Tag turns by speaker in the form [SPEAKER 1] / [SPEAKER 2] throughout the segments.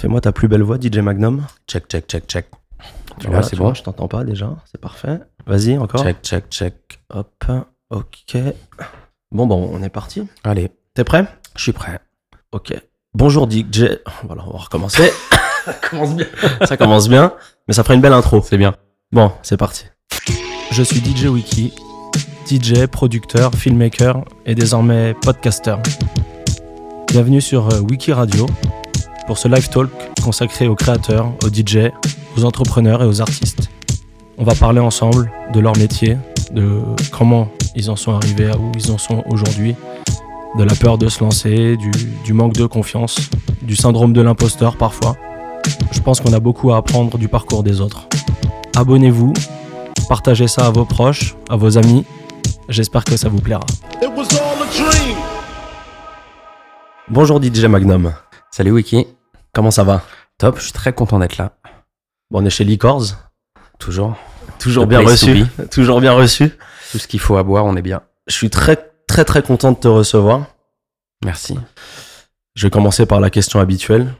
[SPEAKER 1] Fais-moi ta plus belle voix, DJ Magnum.
[SPEAKER 2] Check, check, check, check.
[SPEAKER 1] Tu vois, c'est bon. Je t'entends pas déjà, c'est parfait. Vas-y, encore.
[SPEAKER 2] Check, check, check.
[SPEAKER 1] Hop, ok. Bon, bon, on est parti.
[SPEAKER 2] Allez,
[SPEAKER 1] T'es prêt
[SPEAKER 2] je suis prêt.
[SPEAKER 1] Ok. Bonjour DJ. Voilà, on va recommencer.
[SPEAKER 2] Commence bien.
[SPEAKER 1] ça commence bien, mais ça ferait une belle intro.
[SPEAKER 2] C'est bien.
[SPEAKER 1] Bon, c'est parti. Je suis DJ Wiki, DJ, producteur, filmmaker et désormais podcaster. Bienvenue sur euh, Wiki Radio pour ce live talk consacré aux créateurs, aux DJ, aux entrepreneurs et aux artistes. On va parler ensemble de leur métier, de comment ils en sont arrivés à où ils en sont aujourd'hui, de la peur de se lancer, du, du manque de confiance, du syndrome de l'imposteur parfois. Je pense qu'on a beaucoup à apprendre du parcours des autres abonnez-vous, partagez ça à vos proches, à vos amis. J'espère que ça vous plaira.
[SPEAKER 3] It was all a dream.
[SPEAKER 1] Bonjour DJ Magnum,
[SPEAKER 2] Salut Wiki.
[SPEAKER 1] comment ça va
[SPEAKER 2] Top, je suis très content d'être là.
[SPEAKER 1] bon, On est chez Licorz,
[SPEAKER 2] Toujours.
[SPEAKER 1] toujours
[SPEAKER 2] The
[SPEAKER 1] bien
[SPEAKER 2] place to
[SPEAKER 1] reçu. Toujours bien reçu.
[SPEAKER 2] Tout ce qu'il faut à boire, on est bien.
[SPEAKER 1] Je suis très très très content de te recevoir.
[SPEAKER 2] Merci.
[SPEAKER 1] Je vais commencer par la question habituelle.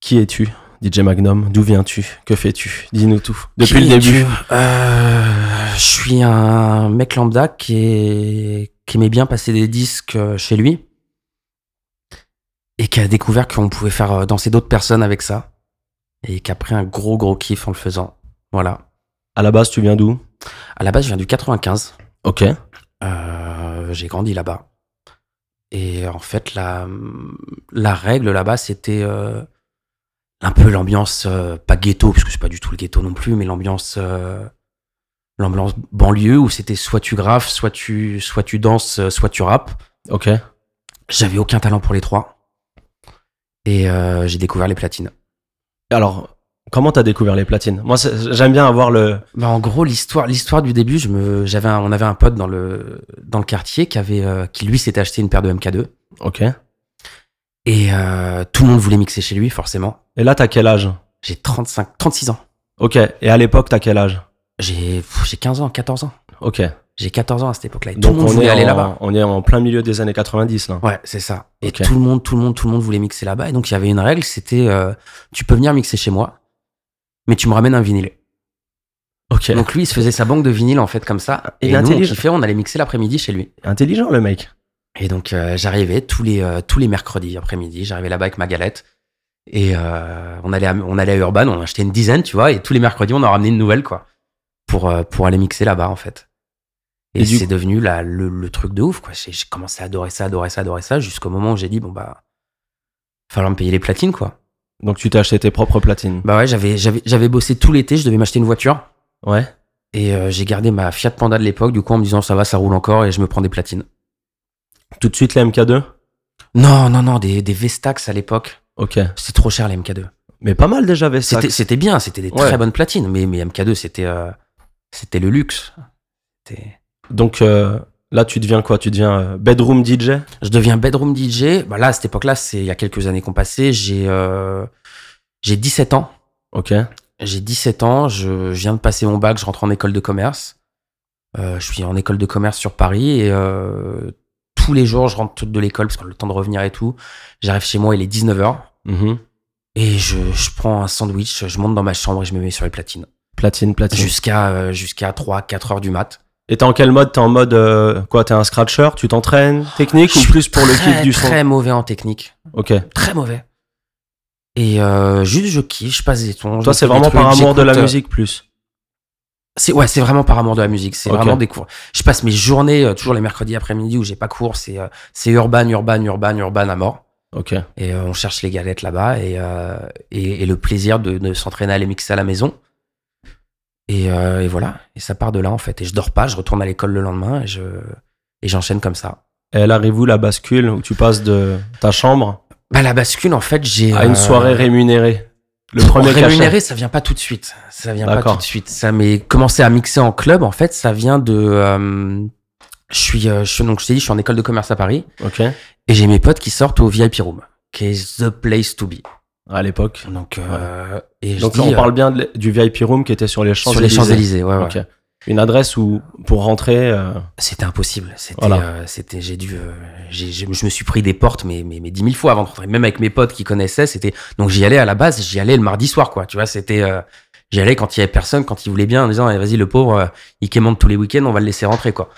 [SPEAKER 1] Qui es-tu DJ Magnum, d'où viens-tu Que fais-tu Dis-nous tout. Depuis
[SPEAKER 2] Qui
[SPEAKER 1] le
[SPEAKER 2] es-tu
[SPEAKER 1] début.
[SPEAKER 2] Euh, Je suis un mec lambda qui, est- qui aimait bien passer des disques euh, chez lui et qui a découvert qu'on pouvait faire euh, danser d'autres personnes avec ça et qui a pris un gros gros kiff en le faisant. Voilà.
[SPEAKER 1] À la base, tu viens d'où
[SPEAKER 2] À la base, je viens du 95.
[SPEAKER 1] Ok.
[SPEAKER 2] Euh, j'ai grandi là-bas. Et en fait, la, la règle là-bas, c'était euh, un peu l'ambiance, euh, pas ghetto, parce que c'est pas du tout le ghetto non plus, mais l'ambiance, euh, l'ambiance banlieue où c'était soit tu graffes, soit tu, soit tu danses, euh, soit tu rappes.
[SPEAKER 1] Ok.
[SPEAKER 2] J'avais aucun talent pour les trois. Et euh, j'ai découvert les platines.
[SPEAKER 1] Alors, comment t'as découvert les platines Moi, c'est- j'aime bien avoir le.
[SPEAKER 2] Bah, en gros, l'histoire, l'histoire du début, je me, j'avais un- on avait un pote dans le, dans le quartier qui avait, euh, qui lui s'était acheté une paire de MK2.
[SPEAKER 1] Ok. Et
[SPEAKER 2] Et euh, tout le monde voulait mixer chez lui, forcément.
[SPEAKER 1] là, t'as quel âge
[SPEAKER 2] J'ai 35, 36 ans.
[SPEAKER 1] Ok. Et à l'époque, t'as quel âge
[SPEAKER 2] J'ai pff, j'ai 15 ans, 14 ans.
[SPEAKER 1] Ok.
[SPEAKER 2] J'ai 14 ans à cette époque-là. Et tout
[SPEAKER 1] Donc
[SPEAKER 2] le monde
[SPEAKER 1] on
[SPEAKER 2] voulait
[SPEAKER 1] est,
[SPEAKER 2] aller
[SPEAKER 1] en-
[SPEAKER 2] là-bas.
[SPEAKER 1] on est en plein milieu des années 90 là.
[SPEAKER 2] Ouais, c'est ça. Et
[SPEAKER 1] Ok.
[SPEAKER 2] tout le monde, tout le monde, tout le monde voulait mixer là-bas. Et donc, il y avait une règle, c'était euh, tu peux venir mixer chez moi, mais tu me ramènes un vinyle.
[SPEAKER 1] Ok.
[SPEAKER 2] Donc, lui, il se faisait sa banque de vinyle, en fait, comme ça.
[SPEAKER 1] Il
[SPEAKER 2] Et,
[SPEAKER 1] est
[SPEAKER 2] nous, on
[SPEAKER 1] intelligent.
[SPEAKER 2] kiffait, on allait mixer l'après-midi chez lui.
[SPEAKER 1] Intelligent le mec.
[SPEAKER 2] Et donc, euh, j'arrivais tous les, euh, tous les mercredis après-midi. J'arrivais là-bas avec ma galette. Et euh, on, allait à, on allait à Urban, on en achetait une dizaine, tu vois. Et tous les mercredis, on en ramenait une nouvelle, quoi. Pour, euh, pour aller mixer là-bas, en fait. Et,
[SPEAKER 1] Et du
[SPEAKER 2] c'est devenu la, le, le truc de ouf, quoi. J'ai j'ai commencé à adorer ça, adorer ça, adorer ça, jusqu'au moment où j'ai dit, bon, bah, falloir me payer les platines, quoi.
[SPEAKER 1] Donc tu t'es acheté tes propres platines.
[SPEAKER 2] Bah ouais, j'avais- j'avais j'avais bossé tout l'été, je devais m'acheter une voiture.
[SPEAKER 1] Ouais.
[SPEAKER 2] Et euh, j'ai gardé ma Fiat Panda de l'époque, du coup, en me disant, ça va, ça roule encore, et je me prends des platines.
[SPEAKER 1] Tout de suite les MK2.
[SPEAKER 2] Non, non, non, des, des Vestax à l'époque.
[SPEAKER 1] Ok.
[SPEAKER 2] C'était trop cher, les MK2.
[SPEAKER 1] Mais pas mal déjà Vestax.
[SPEAKER 2] C'était, c'était bien, c'était des
[SPEAKER 1] Ouais.
[SPEAKER 2] très bonnes platines, mais, mais MK2, c'était, euh, c'était le luxe. C'était-
[SPEAKER 1] Donc euh, là tu deviens quoi Tu deviens euh, bedroom DJ.
[SPEAKER 2] Je deviens bedroom DJ. Bah là, à cette époque-là, c'est il y a quelques années qu'on passait. J'ai, euh, j'ai 17 ans.
[SPEAKER 1] Ok.
[SPEAKER 2] J'ai 17 ans, je, je viens de passer mon bac, je rentre en école de commerce. Euh, je suis en école de commerce sur Paris et euh, tous les jours, je rentre de l'école parce qu'on a le temps de revenir et tout. J'arrive chez moi, il est 19h
[SPEAKER 1] Mhm.
[SPEAKER 2] et je, je prends un sandwich, je monte dans ma chambre et je me mets sur les platines.
[SPEAKER 1] Platine, platine.
[SPEAKER 2] Jusqu'à, euh, jusqu'à 3-4 heures du mat.
[SPEAKER 1] Et t'es en quel mode T'es en mode euh, quoi T'es un scratcher Tu t'entraînes technique
[SPEAKER 2] Je
[SPEAKER 1] ou
[SPEAKER 2] suis
[SPEAKER 1] plus pour le
[SPEAKER 2] très,
[SPEAKER 1] kiff du son
[SPEAKER 2] Très mauvais en technique.
[SPEAKER 1] Ok.
[SPEAKER 2] Très mauvais. Et euh, juste, je kiffe, je passe des tons. je
[SPEAKER 1] Toi
[SPEAKER 2] découvre
[SPEAKER 1] c'est
[SPEAKER 2] des
[SPEAKER 1] vraiment
[SPEAKER 2] trucs,
[SPEAKER 1] par amour de la
[SPEAKER 2] j'écoute, euh,
[SPEAKER 1] musique plus.
[SPEAKER 2] C'est ouais, c'est vraiment par amour de la musique. C'est
[SPEAKER 1] Ok.
[SPEAKER 2] vraiment des cours. Je passe mes journées, euh, toujours les mercredis après-midi où j'ai pas cours. C'est euh, c'est urban, urban, urban, urban à mort.
[SPEAKER 1] Ok.
[SPEAKER 2] Et euh, on cherche les galettes là-bas et, euh, et, et le plaisir de, de s'entraîner à aller mixer à la maison. Et, euh, et voilà. Et ça part de là en fait. Et je dors pas, je retourne à l'école le lendemain et je et j'enchaîne comme ça.
[SPEAKER 1] Et elle arrive où la bascule où tu passes de ta chambre
[SPEAKER 2] Bah la bascule en fait, j'ai
[SPEAKER 1] à une
[SPEAKER 2] euh,
[SPEAKER 1] soirée rémunérée Le premier cachet.
[SPEAKER 2] rémunéré, ça vient pas tout de suite. Ça vient pas
[SPEAKER 1] D'accord.
[SPEAKER 2] tout de suite. Ça mais commencer à mixer en club, en fait, ça vient de. euh, je suis, euh, je, suis- donc je t'ai dit, je suis en école de commerce à Paris
[SPEAKER 1] Ok.
[SPEAKER 2] et j'ai mes potes qui sortent au VIP room, qui est the place to be.
[SPEAKER 1] À l'époque.
[SPEAKER 2] Donc, euh, et je
[SPEAKER 1] Donc
[SPEAKER 2] dis,
[SPEAKER 1] on
[SPEAKER 2] euh,
[SPEAKER 1] parle bien de- du VIP room qui était sur les champs
[SPEAKER 2] sur les Champs Élysées, ouais, ouais.
[SPEAKER 1] Ok. une adresse où, pour rentrer. euh,
[SPEAKER 2] C'était impossible. C'était,
[SPEAKER 1] Voilà.
[SPEAKER 2] euh, c'était, j'ai dû, euh, j'ai- j'ai- je me suis pris des portes, mais mais mais dix mille fois avant de rentrer. Même avec mes potes qui connaissaient, c'était. Donc j'y allais à la base, j'y allais le mardi soir, quoi. Tu vois, c'était. euh, j'y allais quand il y avait personne, quand il voulait bien, en disant, allez, vas-y, le pauvre, euh, il quémande tous les week-ends, on va le laisser rentrer, quoi.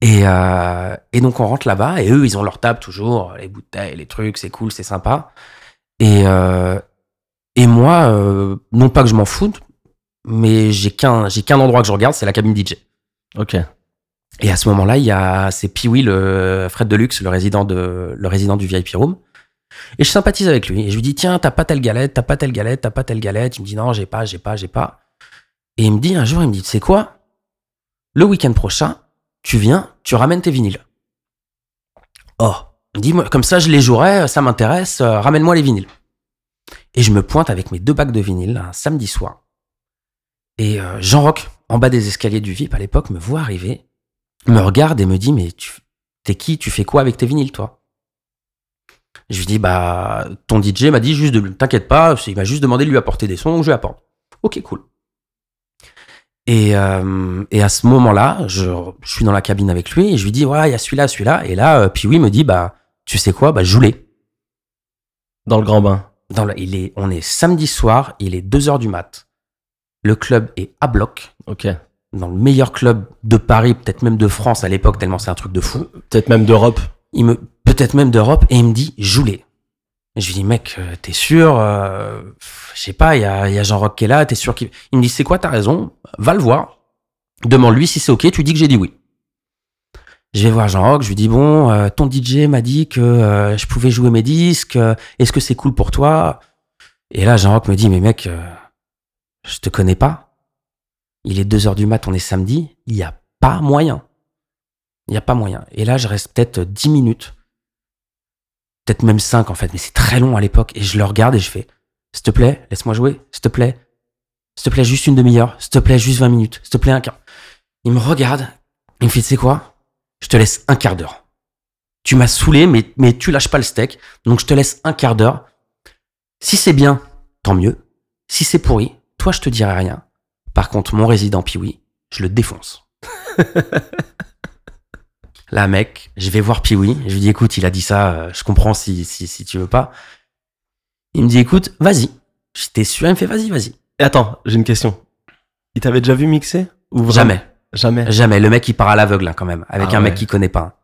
[SPEAKER 2] Et euh, et donc on rentre là-bas, et eux, ils ont leur table toujours, euh, les bouteilles, les trucs, c'est cool, c'est sympa. Et euh, et moi, euh, non pas que je m'en foute, mais j'ai qu'un j'ai qu'un endroit que je regarde, c'est la cabine DJ.
[SPEAKER 1] Ok.
[SPEAKER 2] Et à ce moment-là, il y a c'est Piwi, le Fred Deluxe, le résident de le résident du VIP Room. Et je sympathise avec lui. Et je lui dis tiens, t'as pas telle galette, t'as pas telle galette, t'as pas telle galette. Il me dit non, j'ai pas, j'ai pas, j'ai pas. Et il me dit un jour, il me dit c'est quoi Le week-end prochain, tu viens, tu ramènes tes vinyles. Oh, il me dit moi comme ça, je les jouerai, ça m'intéresse. euh, Ramène-moi les vinyles. Et je me pointe avec mes deux bacs de vinyles un samedi soir. Et euh, Jean Rock, en bas des escaliers du VIP à l'époque, me voit arriver me regarde et me dit mais tu t'es qui tu fais quoi avec tes vinyles toi je lui dis bah ton DJ m'a dit juste de lui- t'inquiète pas il m'a juste demandé de lui apporter des sons donc je lui apporte ok cool et, euh, et à ce moment là je, je suis dans la cabine avec lui et je lui dis voilà il y a celui-là celui-là et là euh, Piwi me dit bah tu sais quoi bah joue-les
[SPEAKER 1] Dans le grand bain.
[SPEAKER 2] dans le- il est on est samedi soir il est 2h du mat le club est à bloc
[SPEAKER 1] Ok.
[SPEAKER 2] dans le meilleur club de Paris peut-être même de France à l'époque tellement c'est un truc de fou
[SPEAKER 1] Peut-être même d'Europe.
[SPEAKER 2] il me peut-être même d'Europe et il me dit joue-les. Et Je lui dis mec, euh, t'es sûr euh, pff, Je sais pas, il y a, il y a Jean Rock qui est là, t'es sûr qu'il. Il me dit c'est quoi, t'as raison, va le voir, demande-lui si c'est ok, tu dis que j'ai dit oui. Je vais voir Jean Rock, je lui dis bon, euh, ton DJ m'a dit que euh, je pouvais jouer mes disques, euh, est-ce que c'est cool pour toi Et là Jean Rock me dit mais mec, euh, je te connais pas. Il est 2h du mat, on est samedi, il y a pas moyen. Il n'y a pas moyen. Et là, je reste peut-être 10 minutes, peut-être même 5 en fait, mais c'est très long à l'époque. Et je le regarde et je fais S'il te plaît, laisse-moi jouer, s'il te plaît, s'il te plaît, juste une demi-heure, s'il te plaît, juste 20 minutes, s'il te plaît, un quart. Il me regarde, il me fait Tu sais quoi Je te laisse un quart d'heure. Tu m'as saoulé, mais, mais tu lâches pas le steak, donc je te laisse un quart d'heure. Si c'est bien, tant mieux. Si c'est pourri, toi, je te dirai rien. Par contre, mon résident Piwi, je le défonce. Là, mec, je vais voir Piwi. Je lui dis, écoute, il a dit ça, euh, je comprends si, si, si tu veux pas. Il me dit, écoute, vas-y. J'étais sûr, il me fait, vas-y, vas-y.
[SPEAKER 1] Et attends, j'ai une question. Il t'avait déjà vu mixer ou vraiment-
[SPEAKER 2] Jamais,
[SPEAKER 1] Jamais.
[SPEAKER 2] jamais. Le mec, il part à l'aveugle, hein, quand même, avec
[SPEAKER 1] Ah
[SPEAKER 2] un mec
[SPEAKER 1] ouais.
[SPEAKER 2] qu'il connaît pas.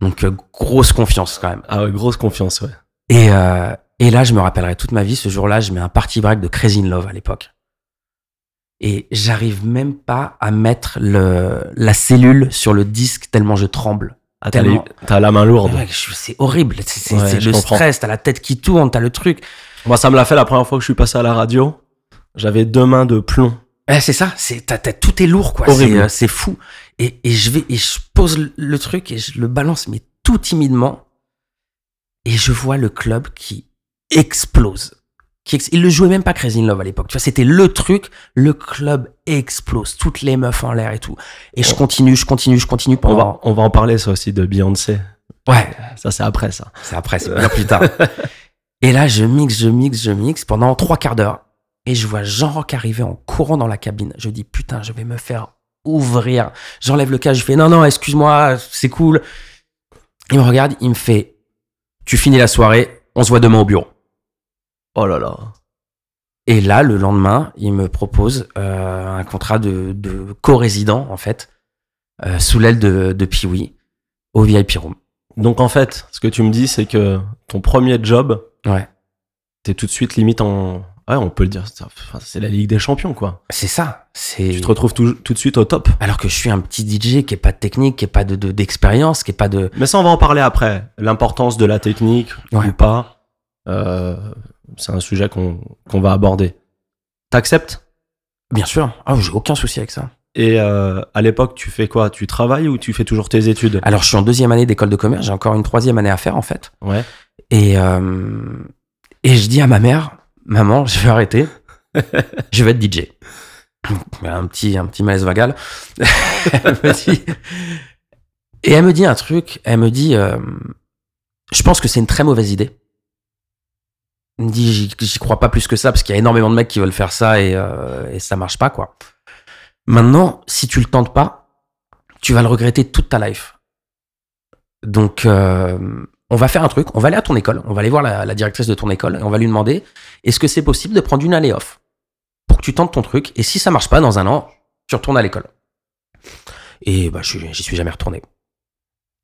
[SPEAKER 2] Donc, euh, grosse confiance, quand même.
[SPEAKER 1] Ah ouais, grosse confiance, ouais.
[SPEAKER 2] Et, euh, et là, je me rappellerai toute ma vie, ce jour-là, je mets un party break de Crazy in Love à l'époque. Et j'arrive même pas à mettre le, la cellule sur le disque tellement je tremble.
[SPEAKER 1] Ah, t'as
[SPEAKER 2] Tellement.
[SPEAKER 1] les- t'as la main lourde.
[SPEAKER 2] Ouais, je- C'est horrible, c'est c'est-
[SPEAKER 1] Ouais,
[SPEAKER 2] c'est
[SPEAKER 1] je
[SPEAKER 2] le
[SPEAKER 1] comprends.
[SPEAKER 2] stress, t'as la tête qui tourne, t'as le truc.
[SPEAKER 1] Moi, ça me l'a fait la première fois que je suis passé à la radio. J'avais deux mains de plomb.
[SPEAKER 2] Eh, c'est ça, c'est ta tête, tout est lourd quoi,
[SPEAKER 1] Horrible.
[SPEAKER 2] c'est euh, c'est fou. Et, et je vais et je pose le- le truc et je le balance mais tout timidement et je vois le club qui explose. Qui ex- il le jouait même pas Crazy in Love à l'époque, tu vois, c'était le truc, le club explose, toutes les meufs en l'air et tout. Et je continue, je continue, je continue
[SPEAKER 1] Oh. On,
[SPEAKER 2] pendant
[SPEAKER 1] va, on va en parler, ça aussi, de Beyoncé.
[SPEAKER 2] Ouais,
[SPEAKER 1] Ça, c'est après, ça.
[SPEAKER 2] C'est après, c'est bien plus tard. Et là, je mixe, je mixe, je mixe pendant trois quarts d'heure. Et je vois Jean-Roch arriver en courant dans la cabine. Je dis, putain, je vais me faire ouvrir. J'enlève le casque, je fais, non, non, excuse-moi, c'est cool. Il me regarde, il me fait, tu finis la soirée, on se voit demain au bureau.
[SPEAKER 1] Oh là là.
[SPEAKER 2] Et là, le lendemain, il me propose euh, un contrat de, de co-résident, en fait, euh, sous l'aile de, de Piwi, au VIP Room.
[SPEAKER 1] Donc, en fait, ce que tu me dis, c'est que ton premier job,
[SPEAKER 2] Ouais.
[SPEAKER 1] t'es tout de suite limite en. Ouais, on peut le dire. ça- enfin, C'est la Ligue des Champions, quoi.
[SPEAKER 2] C'est ça. C'est...
[SPEAKER 1] Tu te retrouves tout, tout de suite au top.
[SPEAKER 2] Alors que je suis un petit DJ qui est pas de technique, qui est pas de de- d'expérience, qui est pas de.
[SPEAKER 1] Mais ça, on va en parler après. L'importance de la technique
[SPEAKER 2] Ouais.
[SPEAKER 1] ou pas, euh, c'est un sujet qu'on qu'on va aborder. T'acceptes
[SPEAKER 2] Bien sûr. Ah, j'ai aucun souci avec ça.
[SPEAKER 1] Et euh, à l'époque, tu fais quoi Tu travailles ou tu fais toujours tes études
[SPEAKER 2] Alors je suis en deuxième année d'école de commerce, j'ai encore une troisième année à faire en fait.
[SPEAKER 1] Ouais.
[SPEAKER 2] Et euh, et je dis à ma mère, maman, je vais arrêter, je vais être DJ. Un petit un petit malaise vagal. elle me dit. Et elle me dit un truc. Elle me dit, euh, je pense que c'est une très mauvaise idée. Elle me dit, j'y- j'y crois pas plus que ça parce qu'il y a énormément de mecs qui veulent faire ça et, euh, et ça marche pas quoi. Maintenant, si tu le tentes pas, tu vas le regretter toute ta life. Donc, euh, on va faire un truc, on va aller à ton école, on va aller voir la, la directrice de ton école et on va lui demander est-ce que c'est possible de prendre une allée off pour que tu tentes ton truc et si ça marche pas dans un an, tu retournes à l'école. Et bah, je- j'y suis jamais retourné.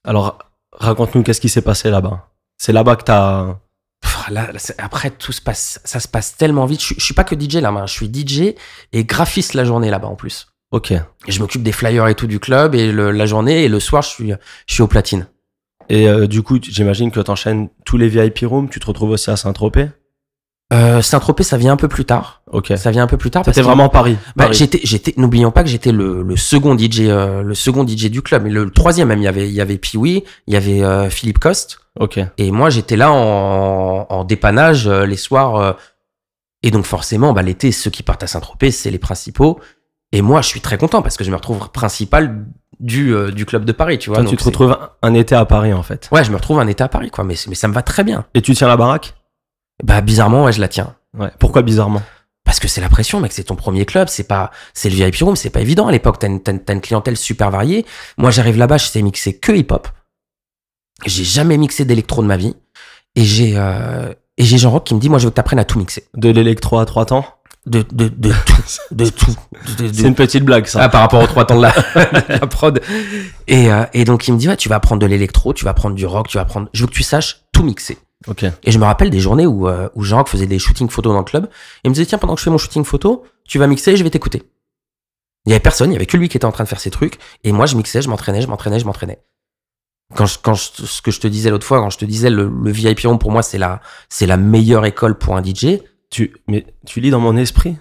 [SPEAKER 1] Alors, raconte-nous qu'est-ce qui s'est passé là-bas. C'est là-bas que t'as.
[SPEAKER 2] Pff, Là, là, c'est- après, tout se passe, ça se passe tellement vite. Je, suis- je suis pas que DJ là-bas, je suis DJ et graphiste la journée là-bas en plus.
[SPEAKER 1] Ok.
[SPEAKER 2] Et je m'occupe des flyers et tout du club et le- la journée et le soir, je suis, je suis au platine.
[SPEAKER 1] Et euh, du coup, tu- j'imagine que t'enchaînes tous les VIP rooms, tu te retrouves aussi à Saint-Tropez.
[SPEAKER 2] Euh, Saint-Tropez, ça vient un peu plus tard.
[SPEAKER 1] Ok.
[SPEAKER 2] Ça vient un peu plus tard. parce
[SPEAKER 1] C'était
[SPEAKER 2] que-
[SPEAKER 1] vraiment Paris.
[SPEAKER 2] Bah,
[SPEAKER 1] Paris.
[SPEAKER 2] j'étais, j'étais. N'oublions pas que j'étais le, le second DJ, euh, le second DJ du club. Le, le troisième même. Il y avait, il y avait Pee-wee, il y avait euh, Philippe Coste.
[SPEAKER 1] ok.
[SPEAKER 2] Et moi, j'étais là en, en dépannage euh, les soirs. euh, et donc, forcément, bah, l'été, ceux qui partent à Saint-Tropez, c'est les principaux. Et moi, je suis très content parce que je me retrouve principal du, euh, du club de Paris, tu vois.
[SPEAKER 1] Toi,
[SPEAKER 2] Donc,
[SPEAKER 1] tu te
[SPEAKER 2] c'est-
[SPEAKER 1] retrouves un- un été à Paris en fait.
[SPEAKER 2] Ouais, je me retrouve un été à Paris, quoi. Mais, c'est- mais ça me va très bien.
[SPEAKER 1] Et tu tiens la baraque
[SPEAKER 2] Bah, bizarrement, ouais, je la tiens.
[SPEAKER 1] Ouais. Pourquoi bizarrement
[SPEAKER 2] Parce que c'est la pression, mec. C'est ton premier club. C'est pas, c'est le VIP room. C'est pas évident à l'époque. T'as une, t'as une- t'as une clientèle super variée. Moi, j'arrive là-bas, je sais mixer que hip-hop. J'ai jamais mixé d'électro de ma vie. Et j'ai, euh, et j'ai Jean-Roch qui me dit, moi, je veux que t'apprennes à tout mixer.
[SPEAKER 1] De l'électro à trois temps
[SPEAKER 2] de, de, de tout, de tout. de- de-
[SPEAKER 1] C'est une petite blague ça.
[SPEAKER 2] Ah, par rapport aux trois temps de la, de la prod. Et, euh, et donc, il me dit, ouais, tu vas prendre de l'électro, tu vas prendre du rock, tu vas prendre. Je veux que tu saches tout mixer.
[SPEAKER 1] Ok.
[SPEAKER 2] Et je me rappelle des journées où, euh, où Jean-Roch faisait des shootings photos dans le club. Et il me disait, tiens, pendant que je fais mon shooting photo, tu vas mixer et je vais t'écouter. Il y avait personne, il y avait que lui qui était en train de faire ses trucs. Et moi, je mixais, je m'entraînais, je m'entraînais, je m'entraînais. Quand je, quand je- ce que je te disais l'autre fois, quand je te disais le, le VIP room pour moi, c'est la, c'est la meilleure école pour un DJ.
[SPEAKER 1] Tu, mais tu lis dans mon esprit.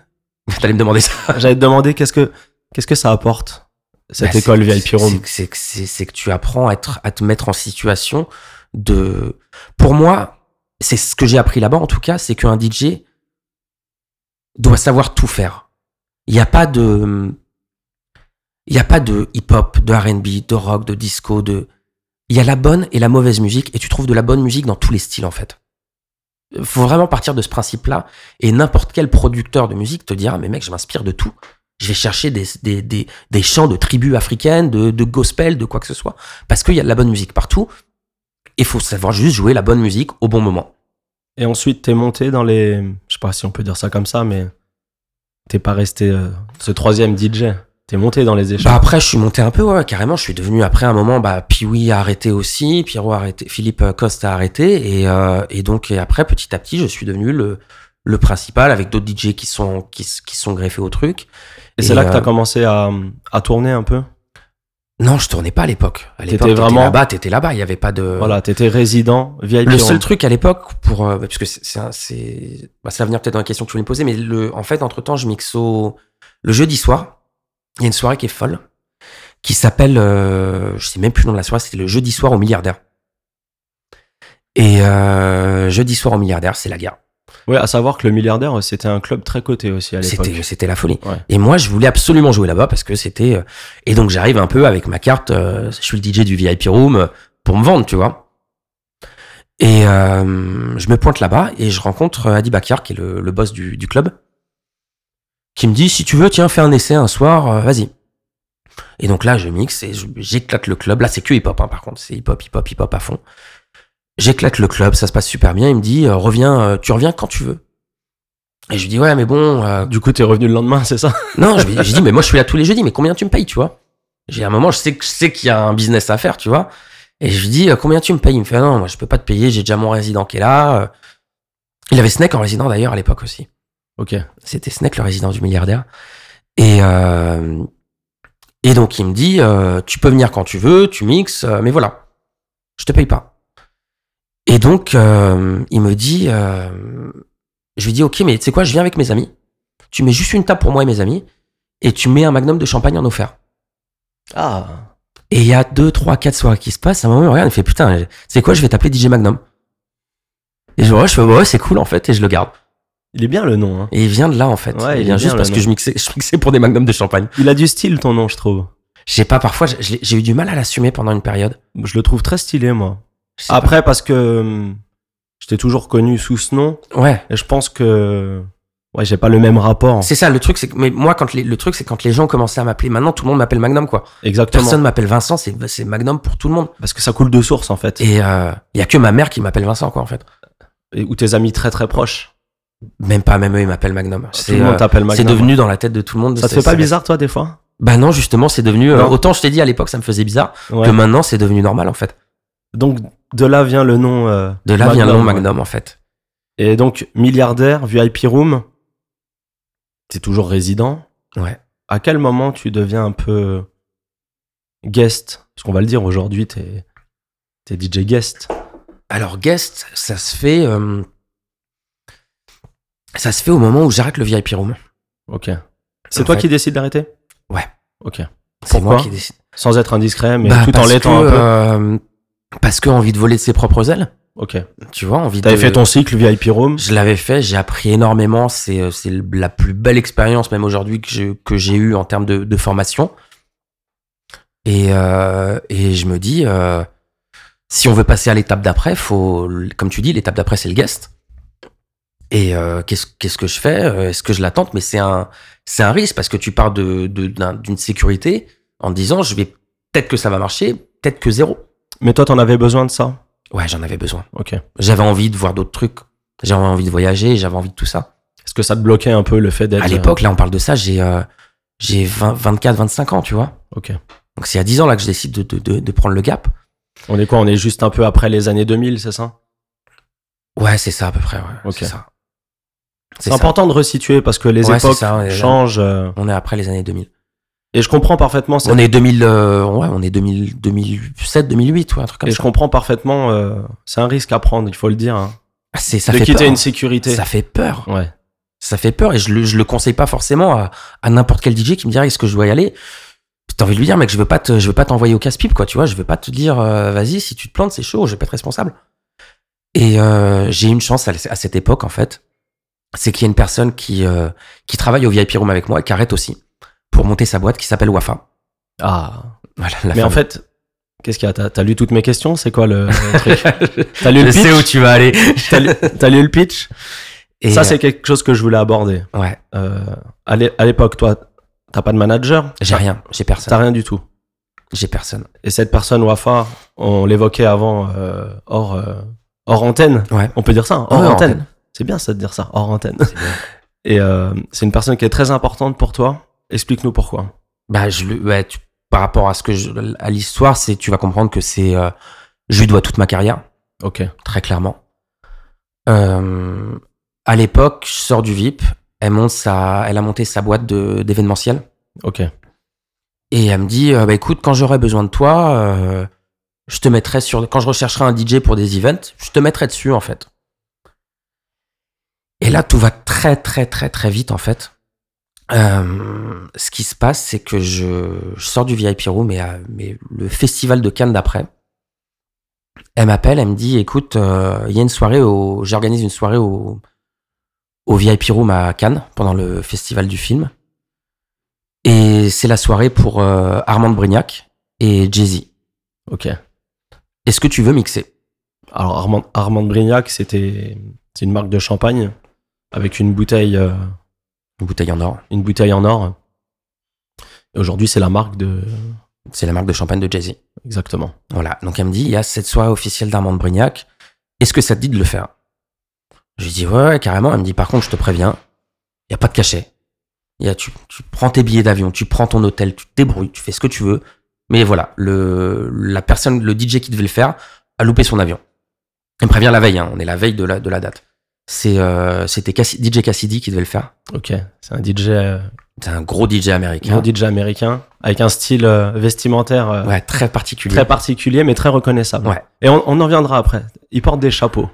[SPEAKER 2] T'allais me demander ça.
[SPEAKER 1] J'allais te demander qu'est-ce que, qu'est-ce que ça apporte cette
[SPEAKER 2] Bah, c'est-
[SPEAKER 1] école
[SPEAKER 2] c'est-
[SPEAKER 1] VIP room.
[SPEAKER 2] c'est- C'est que- c'est- c'est que tu apprends à, être- à te mettre en situation de. Pour moi, c'est ce que j'ai appris là-bas en tout cas, c'est qu'un DJ doit savoir tout faire. Il n'y a pas de. Il n'y a pas de hip-hop, de RB, de rock, de disco, de. Il y a la bonne et la mauvaise musique, et tu trouves de la bonne musique dans tous les styles en fait. Faut vraiment partir de ce principe-là, et n'importe quel producteur de musique te dira, mais mec, je m'inspire de tout. Je vais chercher des, des, des, des chants de tribus africaines, de, de gospel, de quoi que ce soit. Parce qu'il y a de la bonne musique partout. Il faut savoir juste jouer la bonne musique au bon moment.
[SPEAKER 1] Et ensuite, t'es monté dans les. Je sais pas si on peut dire ça comme ça, mais t'es pas resté euh, ce troisième DJ. T'es monté dans les
[SPEAKER 2] Bah
[SPEAKER 1] échelons.
[SPEAKER 2] après, je suis monté un peu, ouais, carrément. Je suis devenu après un moment, bah, Pioui a arrêté aussi, Pierrot a arrêté, Philippe Coste a arrêté, et, euh, et donc et après, petit à petit, je suis devenu le, le principal avec d'autres DJ qui sont qui, s- qui sont greffés au truc.
[SPEAKER 1] et c'est
[SPEAKER 2] et,
[SPEAKER 1] là que t'as
[SPEAKER 2] euh,
[SPEAKER 1] commencé à, à tourner un peu.
[SPEAKER 2] Non, je tournais pas à l'époque. À l'époque,
[SPEAKER 1] T'étais
[SPEAKER 2] t'étais
[SPEAKER 1] vraiment-
[SPEAKER 2] là-bas, t'étais là-bas. Il y avait pas de
[SPEAKER 1] Voilà, t'étais résident VIP
[SPEAKER 2] Le
[SPEAKER 1] room.
[SPEAKER 2] seul truc à l'époque, pour euh, parce que c'est- c'est un- c'est bah, ça va venir peut-être dans la question que tu voulais me poser, mais le, en fait, entre temps, je mixe au le jeudi soir. Il y a une soirée qui est folle, qui s'appelle, euh, je sais même plus le nom de la soirée, c'est le jeudi soir au milliardaire. Et euh, jeudi soir au milliardaire, c'est la guerre.
[SPEAKER 1] Ouais, à savoir que le milliardaire, c'était un club très coté aussi à l'époque.
[SPEAKER 2] C'était, c'était la folie.
[SPEAKER 1] Ouais.
[SPEAKER 2] Et moi, je voulais absolument jouer là-bas parce que c'était. euh, Et donc, j'arrive un peu avec ma carte. euh, je suis le DJ du VIP Room euh, pour me vendre, tu vois. Et euh, je me pointe là-bas et je rencontre euh, Adi Bakar, qui est le, le boss du, du club, qui me dit si tu veux, tiens, fais un essai un soir, euh, vas-y. Et donc là, je mixe et je- j'éclate le club. Là, c'est que hip-hop, hein, par contre. C'est hip-hop, hip-hop, hip-hop à fond. J'éclate le club, ça se passe super bien. Il me dit euh, reviens, euh, tu reviens quand tu veux. Et je lui dis ouais, mais bon, euh,
[SPEAKER 1] Du coup, t'es revenu le lendemain, c'est ça
[SPEAKER 2] non, je, lui- je dis, mais moi, je suis là tous les jeudis, mais combien tu me payes, tu vois J'ai un moment, je sais, que- je sais qu'il y a un business à faire, tu vois. Et je lui dis, euh, combien tu me payes Il me fait, non, moi, je peux pas te payer, j'ai déjà mon résident qui est là. euh. Il avait Snake en résident, d'ailleurs, à l'époque aussi.
[SPEAKER 1] Ok.
[SPEAKER 2] C'était Snake, le résident du milliardaire. Et, euh, et donc, il me dit, euh, tu peux venir quand tu veux, tu mixes, euh, mais voilà, je te paye pas. Et donc, euh, il me dit, euh, je lui dis, ok, mais tu sais quoi, je viens avec mes amis. Tu mets juste une table pour moi et mes amis, et tu mets un magnum de champagne en offert.
[SPEAKER 1] Ah.
[SPEAKER 2] Et il y a deux, trois, quatre soirées qui se passent. À un moment, il me regarde, il fait putain, c'est quoi, je vais t'appeler DJ Magnum. Et je vois, je fais ouais, c'est cool en fait, et je le garde.
[SPEAKER 1] Il est bien le nom. hein.
[SPEAKER 2] Et il vient de là en fait.
[SPEAKER 1] Ouais,
[SPEAKER 2] il,
[SPEAKER 1] il
[SPEAKER 2] vient
[SPEAKER 1] est
[SPEAKER 2] juste
[SPEAKER 1] bien,
[SPEAKER 2] parce
[SPEAKER 1] le
[SPEAKER 2] que je mixais, je mixais pour des magnums de champagne.
[SPEAKER 1] Il a du style, ton nom, je trouve.
[SPEAKER 2] Je sais pas, parfois je- je l'ai- j'ai eu du mal à l'assumer pendant une période.
[SPEAKER 1] Je le trouve très stylé, moi.
[SPEAKER 2] Je sais
[SPEAKER 1] Après, parce que hum, je t'ai toujours connu sous ce nom,
[SPEAKER 2] pas. ouais,
[SPEAKER 1] et je pense que Ouais, j'ai pas le même rapport.
[SPEAKER 2] C'est ça, le truc, c'est que mais moi, quand les, le truc, c'est quand les gens commençaient à m'appeler. Maintenant, tout le monde m'appelle Magnum, quoi.
[SPEAKER 1] Exactement.
[SPEAKER 2] Personne m'appelle Vincent, c'est c'est Magnum pour tout le monde.
[SPEAKER 1] Parce que ça coule de source, en fait.
[SPEAKER 2] Et euh, il y a que ma mère qui m'appelle Vincent, quoi, en fait.
[SPEAKER 1] Et- Ou tes amis très très proches.
[SPEAKER 2] Même pas, même eux, ils m'appellent Magnum.
[SPEAKER 1] Tout
[SPEAKER 2] C'est
[SPEAKER 1] le monde
[SPEAKER 2] euh,
[SPEAKER 1] t'appelle
[SPEAKER 2] c'est
[SPEAKER 1] Magnum.
[SPEAKER 2] devenu dans la tête de tout le monde.
[SPEAKER 1] Ça te
[SPEAKER 2] c'est-
[SPEAKER 1] fait pas
[SPEAKER 2] c'est-
[SPEAKER 1] bizarre, toi, des fois
[SPEAKER 2] Bah non, justement, c'est devenu. euh,
[SPEAKER 1] Non.
[SPEAKER 2] autant je t'ai dit à l'époque, ça me faisait bizarre,
[SPEAKER 1] Ouais.
[SPEAKER 2] que maintenant, c'est devenu normal, en fait.
[SPEAKER 1] Donc, de là vient le nom. euh,
[SPEAKER 2] De là vient le nom
[SPEAKER 1] ouais.
[SPEAKER 2] Magnum, en fait.
[SPEAKER 1] Et donc, milliardaire, VIP room, t'es toujours résident.
[SPEAKER 2] Ouais.
[SPEAKER 1] À quel moment tu deviens un peu guest Parce qu'on va le dire aujourd'hui, t'es es DJ guest.
[SPEAKER 2] Alors, guest, ça se fait. euh, ça se fait au moment où j'arrête le VIP room.
[SPEAKER 1] Ok. C'est
[SPEAKER 2] En
[SPEAKER 1] toi
[SPEAKER 2] fait-
[SPEAKER 1] qui décides d'arrêter
[SPEAKER 2] Ouais.
[SPEAKER 1] Ok.
[SPEAKER 2] C'est moi
[SPEAKER 1] Pourquoi
[SPEAKER 2] qui décide.
[SPEAKER 1] Sans être indiscret, mais
[SPEAKER 2] Bah,
[SPEAKER 1] tout en
[SPEAKER 2] parce
[SPEAKER 1] l'étant
[SPEAKER 2] que,
[SPEAKER 1] un peu.
[SPEAKER 2] euh, parce que envie de voler de ses propres ailes.
[SPEAKER 1] Ok.
[SPEAKER 2] Tu vois, envie
[SPEAKER 1] T'avais
[SPEAKER 2] de.
[SPEAKER 1] fait ton cycle VIP room.
[SPEAKER 2] Je l'avais fait, j'ai appris énormément. C'est euh, c'est la plus belle expérience, même aujourd'hui, que j'ai- que j'ai eue en termes de, de formation. Et, euh, et je me dis, euh, si on veut passer à l'étape d'après, faut, comme tu dis, l'étape d'après, c'est le guest. Et euh, qu'est-ce qu'est-ce que je fais Euh, Est-ce que je l'attends Mais c'est un, c'est un risque parce que tu pars de- de- d'un- d'une sécurité en disant, je vais peut-être que ça va marcher, peut-être que zéro.
[SPEAKER 1] Mais toi, t'en avais besoin de ça
[SPEAKER 2] Ouais, j'en avais besoin.
[SPEAKER 1] Ok.
[SPEAKER 2] J'avais envie de voir d'autres trucs. J'avais envie de voyager, j'avais envie de tout ça.
[SPEAKER 1] Est-ce que ça te bloquait un peu le fait d'être. euh,
[SPEAKER 2] À l'époque, là, on parle de ça, j'ai euh, j'ai 20 24, 25 ans, tu vois.
[SPEAKER 1] Ok.
[SPEAKER 2] Donc, c'est à 10 ans là que je décide de, de- de- de prendre le gap.
[SPEAKER 1] On est quoi On est juste un peu après les années 2000, c'est ça
[SPEAKER 2] Ouais, c'est ça, à peu près. Ouais.
[SPEAKER 1] Ok.
[SPEAKER 2] C'est ça.
[SPEAKER 1] C'est
[SPEAKER 2] ça.
[SPEAKER 1] important de resituer parce que les
[SPEAKER 2] Ouais, c'est
[SPEAKER 1] époques
[SPEAKER 2] ça, ouais.
[SPEAKER 1] changent. euh,
[SPEAKER 2] On est après les années 2000.
[SPEAKER 1] et je comprends parfaitement cette
[SPEAKER 2] On est 2000, euh, ouais, on est 2000, 2007, 2008, ouais, un truc comme
[SPEAKER 1] et je
[SPEAKER 2] ça.
[SPEAKER 1] comprends parfaitement, euh, c'est un risque à prendre, il faut le dire. hein.
[SPEAKER 2] Ah, c'est- ça
[SPEAKER 1] de
[SPEAKER 2] fait
[SPEAKER 1] quitter
[SPEAKER 2] peur. hein.
[SPEAKER 1] une sécurité.
[SPEAKER 2] Ça fait peur.
[SPEAKER 1] Ouais.
[SPEAKER 2] Ça fait peur et je le, je le conseille pas forcément à, à n'importe quel DJ qui me dirait est-ce que je dois y aller. T'as envie de lui dire, mec, je veux pas te, je veux pas t'envoyer au casse-pipe, quoi, tu vois. Je veux pas te dire, euh, vas-y, si tu te plantes, c'est chaud, je vais pas être responsable. Et euh, j'ai eu une chance à, à cette époque, en fait. C'est qu'il y a une personne qui, euh, qui travaille au VIP Room avec moi et qui arrête aussi pour monter sa boîte qui s'appelle Wafa.
[SPEAKER 1] Ah.
[SPEAKER 2] Voilà, la
[SPEAKER 1] Mais en
[SPEAKER 2] fameuse-
[SPEAKER 1] fait, qu'est-ce qu'il y a T'as t'as lu toutes mes questions C'est quoi le, euh, le truc T'as lu
[SPEAKER 2] je
[SPEAKER 1] le
[SPEAKER 2] sais où
[SPEAKER 1] pitch
[SPEAKER 2] tu vas aller.
[SPEAKER 1] T'as lu- T'as lu le pitch
[SPEAKER 2] Et,
[SPEAKER 1] Ça, c'est quelque chose que je voulais aborder.
[SPEAKER 2] euh, ouais,
[SPEAKER 1] Euh, à l'é- à l'époque, toi, t'as pas de manager
[SPEAKER 2] j'ai rien, j'ai
[SPEAKER 1] T'as
[SPEAKER 2] personne.
[SPEAKER 1] rien du tout.
[SPEAKER 2] J'ai personne.
[SPEAKER 1] Et cette personne, Wafa, on l'évoquait avant, euh, hors, euh, hors antenne.
[SPEAKER 2] Ouais.
[SPEAKER 1] On peut dire ça, hein, hors
[SPEAKER 2] Ouais,
[SPEAKER 1] antenne. C'est bien ça de dire ça, hors antenne.
[SPEAKER 2] C'est bien.
[SPEAKER 1] Et euh, c'est une personne qui est très importante pour toi. Explique-nous pourquoi.
[SPEAKER 2] Bah, je le, ouais, tu- par rapport à ce que je, à l'histoire, c'est tu vas comprendre que c'est, euh, je lui dois toute ma carrière,
[SPEAKER 1] Ok.
[SPEAKER 2] très clairement. Euh, à l'époque, je sors du VIP, elle monte sa, elle a monté sa boîte de, d'événementiel
[SPEAKER 1] Ok.
[SPEAKER 2] et elle me dit, euh, bah écoute, quand j'aurai besoin de toi, euh, je te mettrai sur, quand je rechercherai un DJ pour des events, je te mettrai dessus en fait. Et là, tout va très très très très vite en fait. Euh, ce qui se passe, c'est que je, je sors du VIP Room et à- mais le festival de Cannes d'après, elle m'appelle, elle me dit, écoute, euh, il y a une soirée au, j'organise une soirée au, au VIP Room à Cannes pendant le festival du film. Et c'est la soirée pour euh, Armand de Brignac et Jay-Z.
[SPEAKER 1] Ok.
[SPEAKER 2] Est-ce que tu veux mixer
[SPEAKER 1] Alors Armand, Armand de Brignac, c'était c'est une marque de champagne avec une bouteille euh,
[SPEAKER 2] Une bouteille en or.
[SPEAKER 1] une bouteille en or. Et aujourd'hui, c'est la marque de
[SPEAKER 2] C'est la marque de champagne de Jay-Z.
[SPEAKER 1] exactement.
[SPEAKER 2] Voilà. Donc elle me dit, il y a cette soirée officielle d'Armand de Brignac. Est-ce que ça te dit de le faire Je lui dis, ouais, ouais, carrément. Elle me dit, par contre, je te préviens, il n'y a pas de cachet. Il Y a, tu, tu prends tes billets d'avion, tu prends ton hôtel, tu te débrouilles, tu fais ce que tu veux. Mais voilà, le, la personne, le DJ qui devait le faire, a loupé son avion. Elle me prévient la veille, hein, on est la veille de la, de la date. C'est, euh, c'était Cassi- DJ Cassidy qui devait le faire.
[SPEAKER 1] Ok. C'est un DJ, euh,
[SPEAKER 2] C'est un gros DJ américain.
[SPEAKER 1] gros DJ américain avec un style euh, vestimentaire euh,
[SPEAKER 2] Ah. Ouais, très particulier.
[SPEAKER 1] très particulier mais très reconnaissable.
[SPEAKER 2] Ouais.
[SPEAKER 1] Et on, on en reviendra après. Il porte des chapeaux.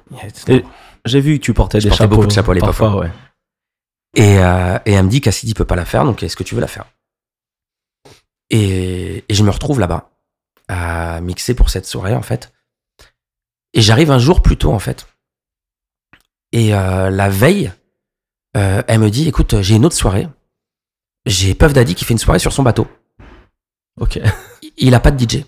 [SPEAKER 2] Et-
[SPEAKER 1] J'ai vu que tu portais
[SPEAKER 2] Je
[SPEAKER 1] des
[SPEAKER 2] portais
[SPEAKER 1] chapeaux.
[SPEAKER 2] beaucoup de chapeaux à l'époque.
[SPEAKER 1] Parfois, ouais.
[SPEAKER 2] Et, euh, et elle me dit Cassidy peut pas la faire, donc est-ce que tu veux la faire et, et je me retrouve là-bas à mixer pour cette soirée en fait. Et j'arrive un jour plus tôt en fait. Et euh, la veille, euh, elle me dit écoute, j'ai une autre soirée. J'ai Puff Daddy qui fait une soirée sur son bateau.
[SPEAKER 1] Ok.
[SPEAKER 2] Il a pas de DJ.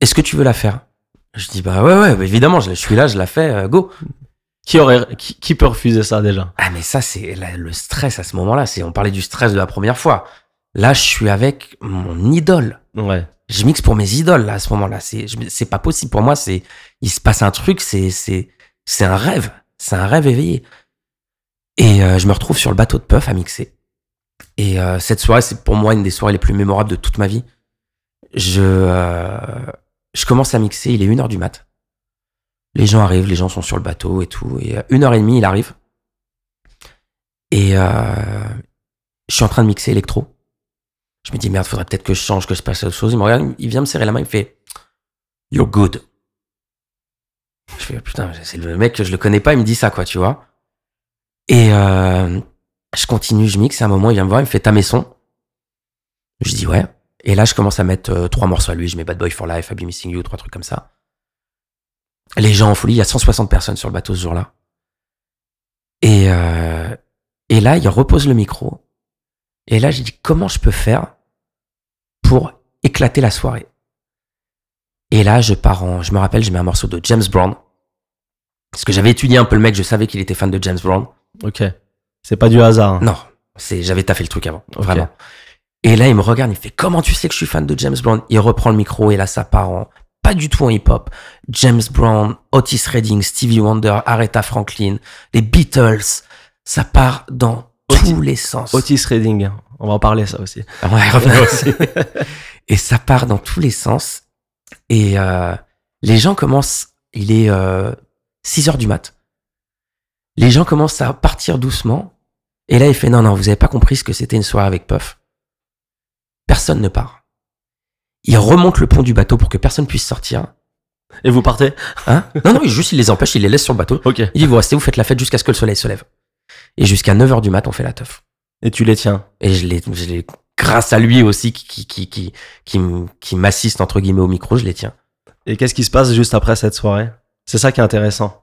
[SPEAKER 2] Est-ce que tu veux la faire Je dis bah ouais ouais bah évidemment je, je suis là je la fais euh, go.
[SPEAKER 1] Qui, aurait, qui, qui peut refuser ça déjà
[SPEAKER 2] Ah mais ça c'est la- le stress à ce moment-là. C'est on parlait du stress de la première fois. Là je suis avec mon idole.
[SPEAKER 1] Ouais.
[SPEAKER 2] Je mixe pour mes idoles là à ce moment-là. C'est je- c'est pas possible pour moi. C'est il se passe un truc. C'est c'est c'est un rêve. C'est un rêve éveillé. Et euh, je me retrouve sur le bateau de Puff à mixer. Et euh, cette soirée c'est pour moi une des soirées les plus mémorables de toute ma vie. Je euh, je commence à mixer. Il est 1h du mat. Les gens arrivent. Les gens sont sur le bateau et tout. Et euh, une heure et demie il arrive. Et euh, je suis en train de mixer électro. Je me dis, merde, faudrait peut-être que je change, que je passe à autre chose. Il me regarde, il vient me serrer la main, il me fait, You're good. Je fais, putain, c'est le mec que je le connais pas, il me dit ça, quoi, tu vois. Et euh, je continue, je mixe, et à un moment, il vient me voir, il me fait, t'as mes sons Je dis, ouais. Et là, je commence à mettre euh, trois morceaux à lui. Je mets Bad Boy for Life, I'll Be Missing You, trois trucs comme ça. Les gens en folie, il y a 160 personnes sur le bateau ce jour-là. Et, euh, et là, il repose le micro. Et là, j'ai dit, comment je peux faire pour éclater la soirée Et là, je pars en... Je me rappelle, je mets un morceau de James Brown. Parce que j'avais étudié un peu le mec, je savais qu'il était fan de James Brown.
[SPEAKER 1] Ok. C'est pas du hasard. hein.
[SPEAKER 2] Non, c'est, j'avais taffé le truc avant,
[SPEAKER 1] Ok.
[SPEAKER 2] vraiment. Et là, il me regarde, il fait comment tu sais que je suis fan de James Brown Il reprend le micro et là, ça part en pas du tout en hip-hop. James Brown, Otis Redding, Stevie Wonder, Aretha Franklin, les Beatles, ça part dans
[SPEAKER 1] Otis-
[SPEAKER 2] tous les sens.
[SPEAKER 1] Otis Redding. On va en parler ça aussi.
[SPEAKER 2] Ah ouais, revenons aussi. et ça part dans tous les sens. Et euh, les gens commencent, il est euh, 6 heures du mat. Les gens commencent à partir doucement. Et là, il fait, non, non, vous avez pas compris ce que c'était une soirée avec Puff. Personne ne part. Il remonte le pont du bateau pour que personne puisse sortir.
[SPEAKER 1] Et vous partez
[SPEAKER 2] Hein non, non, juste il les empêche, il les laisse sur le bateau.
[SPEAKER 1] Ok.
[SPEAKER 2] Il dit, vous restez, vous faites la fête jusqu'à ce que le soleil se lève. Et jusqu'à 9 heures du mat, on fait la teuf.
[SPEAKER 1] Et tu les tiens.
[SPEAKER 2] Et je l'ai, je l'ai- grâce à lui aussi qui, qui, qui, qui, qui, m- qui m'assiste entre guillemets au micro, je les tiens.
[SPEAKER 1] Et qu'est-ce qui se passe juste après cette soirée C'est ça qui est intéressant.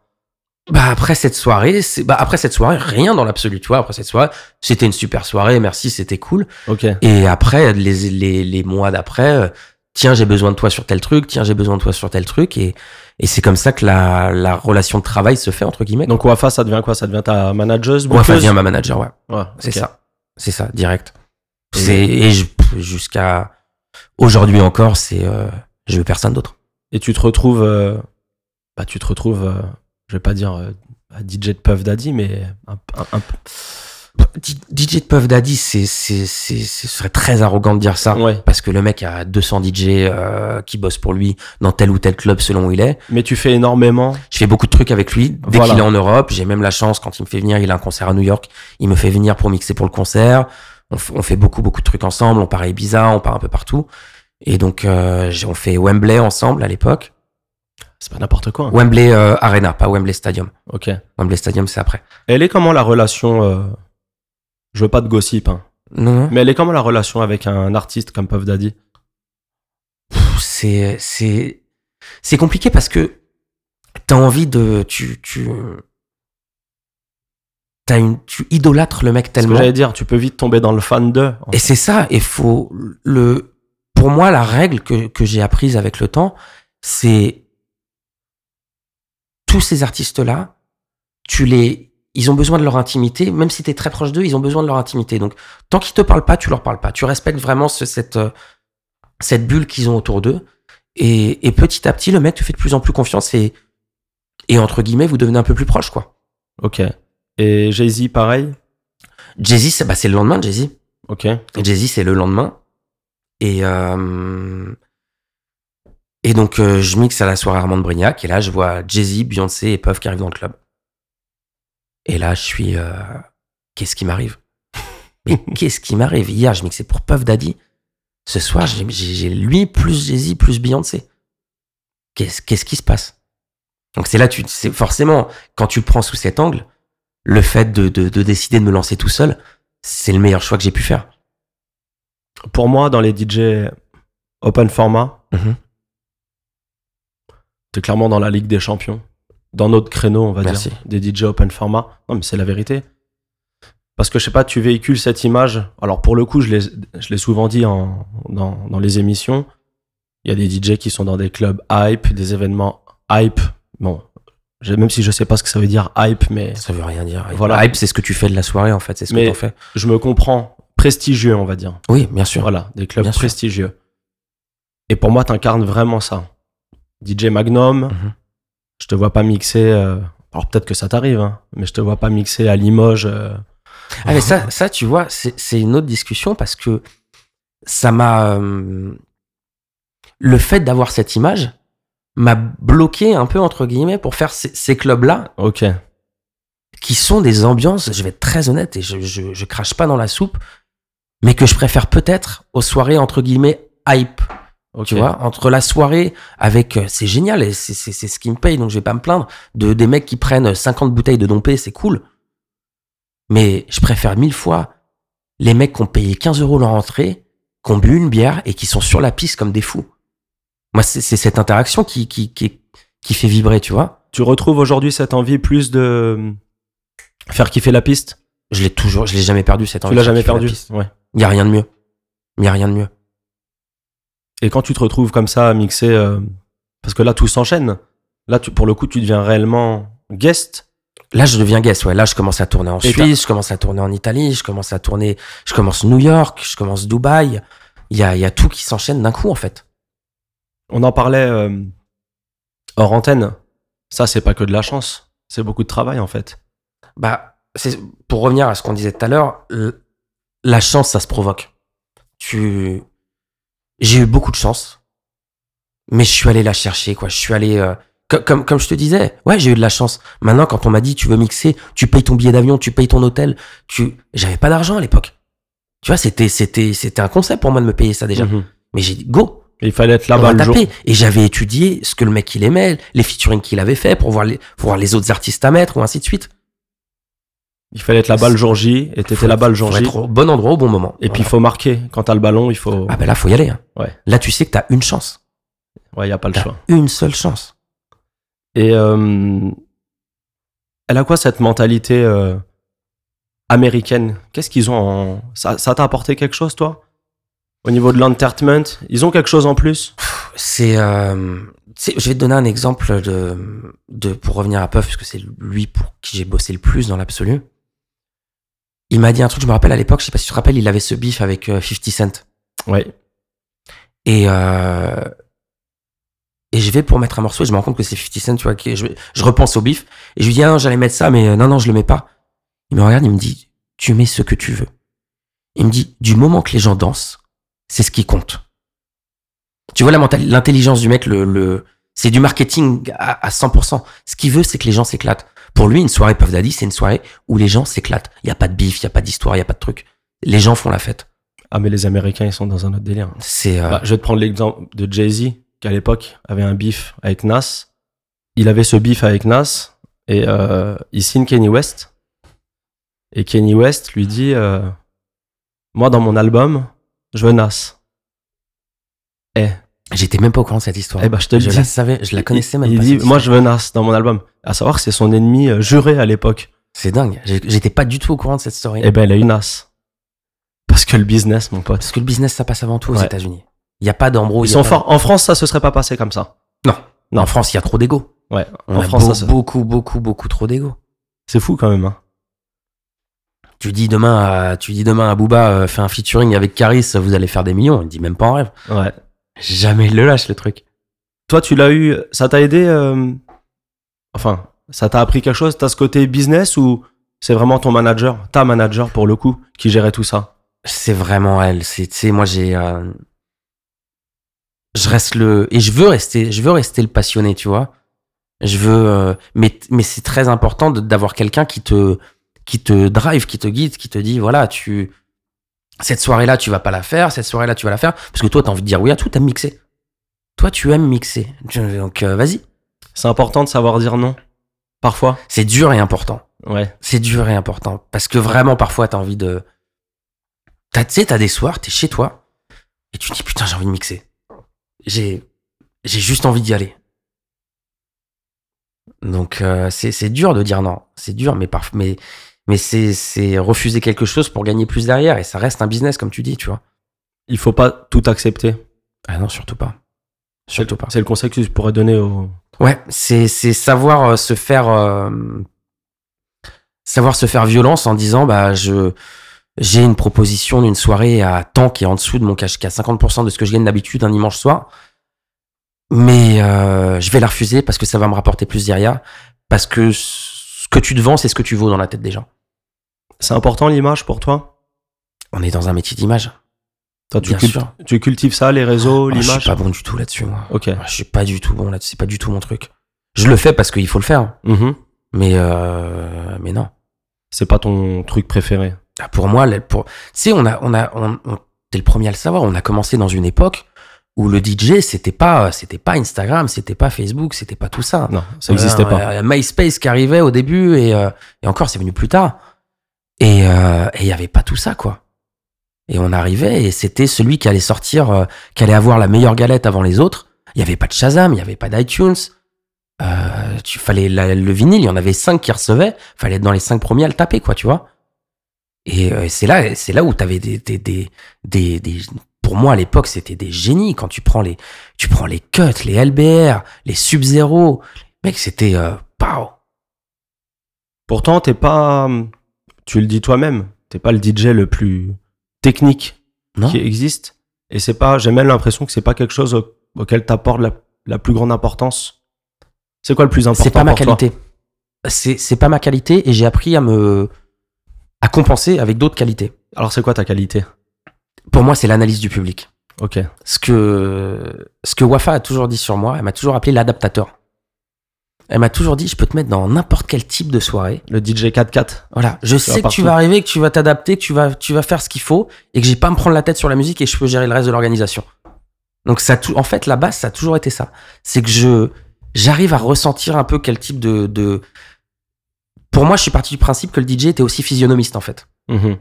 [SPEAKER 2] Bah après cette soirée, c'est, bah après cette soirée, rien dans l'absolu, tu vois. Après cette soirée, c'était une super soirée, merci, c'était cool.
[SPEAKER 1] Ok.
[SPEAKER 2] Et après, les, les, les mois d'après, euh, tiens, j'ai besoin de toi sur tel truc, tiens, j'ai besoin de toi sur tel truc. Et, et c'est comme ça que la, la relation de travail se fait, entre guillemets.
[SPEAKER 1] Donc Wafa, ça devient quoi Ça devient ta manageuse
[SPEAKER 2] moi,
[SPEAKER 1] bookeuse
[SPEAKER 2] Fabien, ma manager, ouais.
[SPEAKER 1] Ouais,
[SPEAKER 2] C'est
[SPEAKER 1] ok.
[SPEAKER 2] ça. C'est ça, direct.
[SPEAKER 1] Et-
[SPEAKER 2] C'est, et je- pff, jusqu'à aujourd'hui encore, c'est, euh, je veux personne d'autre.
[SPEAKER 1] Et tu te retrouves. euh, bah, tu te retrouves. euh, je vais pas dire euh, bah, DJ de Puff Daddy, mais un, un- un-
[SPEAKER 2] D- DJ de Puff Daddy, c'est, c'est, c'est, ce serait très arrogant de dire ça.
[SPEAKER 1] ouais.
[SPEAKER 2] Parce que le mec a 200 DJ euh, qui bossent pour lui dans tel ou tel club selon où il est.
[SPEAKER 1] Mais tu fais énormément.
[SPEAKER 2] Je fais beaucoup de trucs avec lui. Dès
[SPEAKER 1] Voilà.
[SPEAKER 2] qu'il est en Europe, j'ai même la chance quand il me fait venir, il a un concert à New York, il me fait venir pour mixer pour le concert. On, f- on fait beaucoup, beaucoup de trucs ensemble. On part à Ibiza, on part un peu partout. Et donc, euh, j'ai- on fait Wembley ensemble à l'époque.
[SPEAKER 1] C'est pas n'importe quoi. hein.
[SPEAKER 2] Wembley euh, Arena, pas Wembley Stadium.
[SPEAKER 1] Ok.
[SPEAKER 2] Wembley Stadium, c'est après.
[SPEAKER 1] Elle est comment la relation euh, Je veux pas de gossip, hein.
[SPEAKER 2] Non, non.
[SPEAKER 1] mais elle est comment la relation avec un artiste comme Puff Daddy
[SPEAKER 2] c'est c'est c'est compliqué parce que t'as envie de tu tu euh, t'as une tu idolâtres le mec
[SPEAKER 1] C'est ce que
[SPEAKER 2] tellement
[SPEAKER 1] j'allais dire, tu peux vite tomber dans le fan de.
[SPEAKER 2] et c'est ça et faut le pour moi la règle que que j'ai apprise avec le temps c'est tous ces artistes là tu les ils ont besoin de leur intimité même si t'es très proche d'eux ils ont besoin de leur intimité donc tant qu'ils te parlent pas tu leur parles pas tu respectes vraiment ce- cette euh, cette bulle qu'ils ont autour d'eux et, et petit à petit le mec te fait de plus en plus confiance et et entre guillemets vous devenez un peu plus proche quoi
[SPEAKER 1] Ok. Et Jay-Z, pareil
[SPEAKER 2] Jay-Z c'est bah, c'est le lendemain de Jay-Z
[SPEAKER 1] Ok.
[SPEAKER 2] Jay-Z, c'est le lendemain. Et, euh, et donc, euh, je mixe à la soirée Armand de Brignac. Et là, je vois Jay-Z, Beyoncé et Puff qui arrivent dans le club. Et là, je suis. euh, Qu'est-ce qui m'arrive Mais qu'est-ce qui m'arrive Hier, je mixais pour Puff Daddy. Ce soir, j'ai- j'ai j'ai lui plus Jay-Z plus Beyoncé. Qu'est-ce qu'est-ce qui se passe Donc, c'est là, tu c'est forcément, quand tu le prends sous cet angle, le fait de- de- de décider de me lancer tout seul, c'est le meilleur choix que j'ai pu faire.
[SPEAKER 1] Pour moi, dans les DJ open format,
[SPEAKER 2] Mhm.
[SPEAKER 1] t'es clairement dans la Ligue des Champions. Dans notre créneau, on va
[SPEAKER 2] Merci.
[SPEAKER 1] dire, des DJ open format. Non, mais c'est la vérité. Parce que je sais pas, tu véhicules cette image. Alors pour le coup, je l'ai je l'ai souvent dit en, dans, dans les émissions. Il y a des DJ qui sont dans des clubs hype, des événements hype. Bon, Je- Même si je sais pas ce que ça veut dire hype, mais
[SPEAKER 2] Ça veut rien dire.
[SPEAKER 1] Voilà.
[SPEAKER 2] Voilà. Hype, c'est ce que tu fais de la soirée, en fait. C'est ce
[SPEAKER 1] Mais-
[SPEAKER 2] que t'en fais.
[SPEAKER 1] je me comprends. Prestigieux, on va dire.
[SPEAKER 2] Oui, bien sûr.
[SPEAKER 1] Voilà, des clubs
[SPEAKER 2] Bien sûr.
[SPEAKER 1] prestigieux. Et pour moi, t'incarnes vraiment ça. DJ Magnum,
[SPEAKER 2] Mhm.
[SPEAKER 1] je te vois pas mixer. euh, alors peut-être que ça t'arrive, hein, mais je te vois pas mixer à Limoges. euh,
[SPEAKER 2] Ah, mais ça, ça, tu vois, c'est c'est une autre discussion parce que ça m'a. euh, le fait d'avoir cette image m'a bloqué un peu, entre guillemets, pour faire ces, ces clubs-là
[SPEAKER 1] ok,
[SPEAKER 2] qui sont des ambiances, je vais être très honnête et je, je, je crache pas dans la soupe, mais que je préfère peut-être aux soirées, entre guillemets, hype.
[SPEAKER 1] ok.
[SPEAKER 2] Tu vois, entre la soirée avec, euh, c'est génial, et c'est c'est- c'est ce qui me paye, donc je vais pas me plaindre de des mecs qui prennent 50 bouteilles de dompé, c'est cool. Mais je préfère mille fois les mecs qui ont payé 15 euros leur entrée, qui ont bu une bière et qui sont sur la piste comme des fous. Moi, c'est c'est cette interaction qui, qui, qui, qui fait vibrer, tu vois.
[SPEAKER 1] Tu retrouves aujourd'hui cette envie plus de euh, faire kiffer la piste
[SPEAKER 2] Je l'ai toujours, je l'ai jamais perdu cette
[SPEAKER 1] Tu
[SPEAKER 2] envie.
[SPEAKER 1] l'as
[SPEAKER 2] de faire
[SPEAKER 1] jamais
[SPEAKER 2] kiffer la
[SPEAKER 1] perdu
[SPEAKER 2] piste.
[SPEAKER 1] ouais.
[SPEAKER 2] Il y a rien de mieux. Il y a rien de mieux.
[SPEAKER 1] Et quand tu te retrouves comme ça à mixer, euh, parce que là, tout s'enchaîne. Là, tu, pour le coup, tu deviens réellement guest.
[SPEAKER 2] Là, je deviens guest, ouais. Là, je commence à tourner en
[SPEAKER 1] Et t'as-
[SPEAKER 2] Suisse, je commence à tourner en Italie, je commence à tourner, je commence New York, je commence Dubaï. Il y a, il y a tout qui s'enchaîne d'un coup, en fait.
[SPEAKER 1] On en parlait euh, hors antenne. Ça, c'est pas que de la chance. C'est beaucoup de travail, en fait.
[SPEAKER 2] Bah, c'est, pour revenir à ce qu'on disait tout à l'heure, l- la chance, ça se provoque. Tu, j'ai eu beaucoup de chance, mais je suis allé la chercher, quoi. Je suis allé, euh, co- comme, comme je te disais, ouais, j'ai eu de la chance. Maintenant, quand on m'a dit, tu veux mixer, tu payes ton billet d'avion, tu payes ton hôtel, tu, j'avais pas d'argent à l'époque. Tu vois, c'était, c'était, c'était un concept pour moi de me payer ça déjà.
[SPEAKER 1] Mhm.
[SPEAKER 2] Mais j'ai dit go,
[SPEAKER 1] Et Il fallait être
[SPEAKER 2] on
[SPEAKER 1] là-bas
[SPEAKER 2] va
[SPEAKER 1] Ah bah, le jour.
[SPEAKER 2] taper. Et j'avais étudié ce que le mec il aimait, les featuring qu'il avait fait pour voir les, pour voir les autres artistes à mettre ou ainsi de suite.
[SPEAKER 1] Il fallait être là-bas le jour J. Et t'étais là-bas le jour
[SPEAKER 2] Faut
[SPEAKER 1] J.
[SPEAKER 2] être au bon endroit au bon moment.
[SPEAKER 1] Et puis, il
[SPEAKER 2] Voilà.
[SPEAKER 1] faut marquer. Quand t'as le ballon, il faut.
[SPEAKER 2] ah ben là faut y aller. hein.
[SPEAKER 1] Ouais.
[SPEAKER 2] Là tu sais que t'as une chance,
[SPEAKER 1] Ouais, y a pas le
[SPEAKER 2] T'as-
[SPEAKER 1] choix.
[SPEAKER 2] une seule chance.
[SPEAKER 1] Et euh, elle a quoi cette mentalité euh, américaine Qu'est-ce qu'ils ont en... Ça ça t'a apporté quelque chose, toi Au niveau de l'entertainment Ils ont quelque chose en plus
[SPEAKER 2] C'est, euh, tu sais, je vais te donner un exemple de, de pour revenir à Puff parce que c'est lui pour qui j'ai bossé le plus dans l'absolu. Il m'a dit un truc, je me rappelle à l'époque, je sais pas si tu te rappelles, il avait ce bif avec euh, 50 Cent.
[SPEAKER 1] Ouais.
[SPEAKER 2] Et, euh, et je vais pour mettre un morceau et je me rends compte que c'est 50 Cent, tu vois. qui- je, je repense au bif et je lui dis, ah, non, j'allais mettre ça, mais euh, non, non, je le mets pas. Il me regarde, il me dit, tu mets ce que tu veux. Il me dit, du moment que les gens dansent, c'est ce qui compte. Tu vois la mentali- l'intelligence du mec, le, le, c'est du marketing à, à 100%. Ce qu'il veut, c'est que les gens s'éclatent. Pour lui, une soirée Puff Daddy, c'est une soirée où les gens s'éclatent. Il y a pas de bif, il y a pas d'histoire, il y a pas de truc. Les gens font la fête.
[SPEAKER 1] Ah, mais les Américains, ils sont dans un autre délire.
[SPEAKER 2] C'est euh,
[SPEAKER 1] Bah, je vais te prendre l'exemple de Jay-Z, qui à l'époque avait un beef avec Nas. Il avait ce beef avec Nas et euh, il signe Kenny West. Et Kenny West lui dit euh, Moi, dans mon album, je veux Nas.
[SPEAKER 2] j'étais même pas au courant de cette histoire.
[SPEAKER 1] Eh ben, je te le
[SPEAKER 2] je
[SPEAKER 1] dis.
[SPEAKER 2] la savais, je la connaissais même
[SPEAKER 1] il,
[SPEAKER 2] pas.
[SPEAKER 1] Il
[SPEAKER 2] cette
[SPEAKER 1] dit Moi,
[SPEAKER 2] histoire.
[SPEAKER 1] je veux Nas dans mon album. À savoir que c'est son ennemi euh, juré à l'époque.
[SPEAKER 2] c'est dingue. J'ai- J'étais pas du tout au courant de cette story.
[SPEAKER 1] Eh ben, il a eu Nas. Parce que le business, mon pote.
[SPEAKER 2] Parce que le business, ça passe avant tout aux
[SPEAKER 1] Ouais.
[SPEAKER 2] États-Unis. Il y a pas d'embrouille.
[SPEAKER 1] Ils
[SPEAKER 2] y a
[SPEAKER 1] sont
[SPEAKER 2] pas-
[SPEAKER 1] forts. En France, ça se serait pas passé comme ça.
[SPEAKER 2] Non.
[SPEAKER 1] Non.
[SPEAKER 2] En France, il y a trop d'ego.
[SPEAKER 1] Ouais.
[SPEAKER 2] On
[SPEAKER 1] en
[SPEAKER 2] a
[SPEAKER 1] France,
[SPEAKER 2] beau-
[SPEAKER 1] ça se-
[SPEAKER 2] beaucoup, beaucoup, beaucoup trop d'ego.
[SPEAKER 1] c'est fou quand même. hein.
[SPEAKER 2] Tu dis demain, à, tu dis demain à Booba, euh, fais un featuring avec Caris, vous allez faire des millions. Il dit même pas en rêve.
[SPEAKER 1] Ouais.
[SPEAKER 2] Jamais il le lâche le truc.
[SPEAKER 1] Toi, tu l'as eu, ça t'a aidé euh, Enfin, ça t'a appris quelque chose T'as ce côté business ou c'est vraiment ton manager, ta manager pour le coup, qui gérait tout ça
[SPEAKER 2] C'est vraiment elle. C'est, tu sais, moi j'ai, euh, je reste le et je veux rester, je veux rester le passionné, tu vois. Je veux, euh, mais mais c'est très important de- d'avoir quelqu'un qui te qui te drive, qui te guide, qui te dit voilà tu cette soirée là tu vas pas la faire, cette soirée là tu vas la faire parce que toi t'as envie de dire oui à tout, t'aimes mixer. Toi tu aimes mixer, Tu- donc euh, vas-y.
[SPEAKER 1] C'est important de savoir dire non, parfois.
[SPEAKER 2] C'est dur et important.
[SPEAKER 1] Ouais.
[SPEAKER 2] c'est dur et important. Parce que vraiment, parfois, t'as envie de. T'as- Tu sais, t'as des soirs, t'es chez toi, et tu te dis putain, j'ai envie de mixer. J'ai, j'ai juste envie d'y aller. Donc, euh, c'est, c'est dur de dire non. C'est dur, mais, parf- mais, mais c'est, c'est refuser quelque chose pour gagner plus derrière. Et ça reste un business, comme tu dis, tu vois.
[SPEAKER 1] Il faut pas tout accepter.
[SPEAKER 2] Ah non, surtout pas. Surtout pas.
[SPEAKER 1] C'est le conseil que je pourrais donner aux.
[SPEAKER 2] Ouais, c'est c'est savoir euh, se faire euh, savoir se faire violence en disant bah je j'ai une proposition d'une soirée à temps qui est en dessous de mon cash qui est à 50% de ce que je gagne d'habitude un dimanche soir. Mais euh, je vais la refuser parce que ça va me rapporter plus derrière parce que ce que tu te vends c'est ce que tu vaux dans la tête des gens.
[SPEAKER 1] C'est important l'image pour toi
[SPEAKER 2] On est dans un métier d'image.
[SPEAKER 1] Toi, tu,
[SPEAKER 2] Bien
[SPEAKER 1] culti-
[SPEAKER 2] sûr.
[SPEAKER 1] tu cultives ça, les réseaux,
[SPEAKER 2] Moi, je suis
[SPEAKER 1] l'image
[SPEAKER 2] pas bon du tout là-dessus moi.
[SPEAKER 1] Ok.
[SPEAKER 2] Moi, Je suis pas du tout bon là-dessus, c'est pas du tout mon truc. Je le fais parce qu'il faut le faire,
[SPEAKER 1] Mhm.
[SPEAKER 2] mais euh, mais non.
[SPEAKER 1] C'est pas ton truc préféré.
[SPEAKER 2] Ah, Pour moi, la- pour... tu sais, on a, on a, on, on- t'es le premier à le savoir. On a commencé dans une époque où le DJ, c'était pas, euh, c'était pas Instagram, c'était pas Facebook, c'était pas tout ça.
[SPEAKER 1] Non, ça n'existait
[SPEAKER 2] Euh,
[SPEAKER 1] pas.
[SPEAKER 2] euh, MySpace qui arrivait au début et, euh, et encore, c'est venu plus tard. Et euh, et il y avait pas tout ça, quoi. Et on arrivait et c'était celui qui allait sortir, euh, qui allait avoir la meilleure galette avant les autres. Il y avait pas de Shazam, il y avait pas d'iTunes. Euh, tu fallait la- le vinyle, il y en avait cinq qui recevaient. Fallait être dans les cinq premiers à le taper, quoi, tu vois. Et euh, c'est là, c'est là où t'avais des, des, des, des, des- pour moi à l'époque c'était des génies quand tu prends les, tu prends les cuts, les LBR, les Sub Zero, mec c'était, euh, pow.
[SPEAKER 1] Pourtant, t'es pas. Tu le dis toi-même, t'es pas le DJ le plus technique
[SPEAKER 2] Non.
[SPEAKER 1] qui existe. Et c'est pas. J'ai même l'impression que c'est pas quelque chose au- auquel t'apportes la, la plus grande importance. C'est quoi le plus important
[SPEAKER 2] c'est pas ma
[SPEAKER 1] pour toi
[SPEAKER 2] qualité. C'est, c'est pas ma qualité et j'ai appris à me, à compenser avec d'autres qualités.
[SPEAKER 1] Alors, c'est quoi ta qualité
[SPEAKER 2] Pour moi c'est l'analyse du public.
[SPEAKER 1] Ok.
[SPEAKER 2] ce que ce que Wafa a toujours dit sur moi, elle m'a toujours appelé l'adaptateur. Elle m'a toujours dit je peux te mettre dans n'importe quel type de soirée.
[SPEAKER 1] Le DJ 4-4.
[SPEAKER 2] Voilà, je
[SPEAKER 1] vas
[SPEAKER 2] sais que tu
[SPEAKER 1] partout.
[SPEAKER 2] vas arriver, que tu vas t'adapter, que tu vas tu vas faire ce qu'il faut et que j'ai pas à me prendre la tête sur la musique et je peux gérer le reste de l'organisation. Donc ça a tout en fait la base ça a toujours été ça. C'est que je j'arrive à ressentir un peu quel type de de pour moi, je suis parti du principe que le DJ était aussi physionomiste en fait.
[SPEAKER 1] Mhm.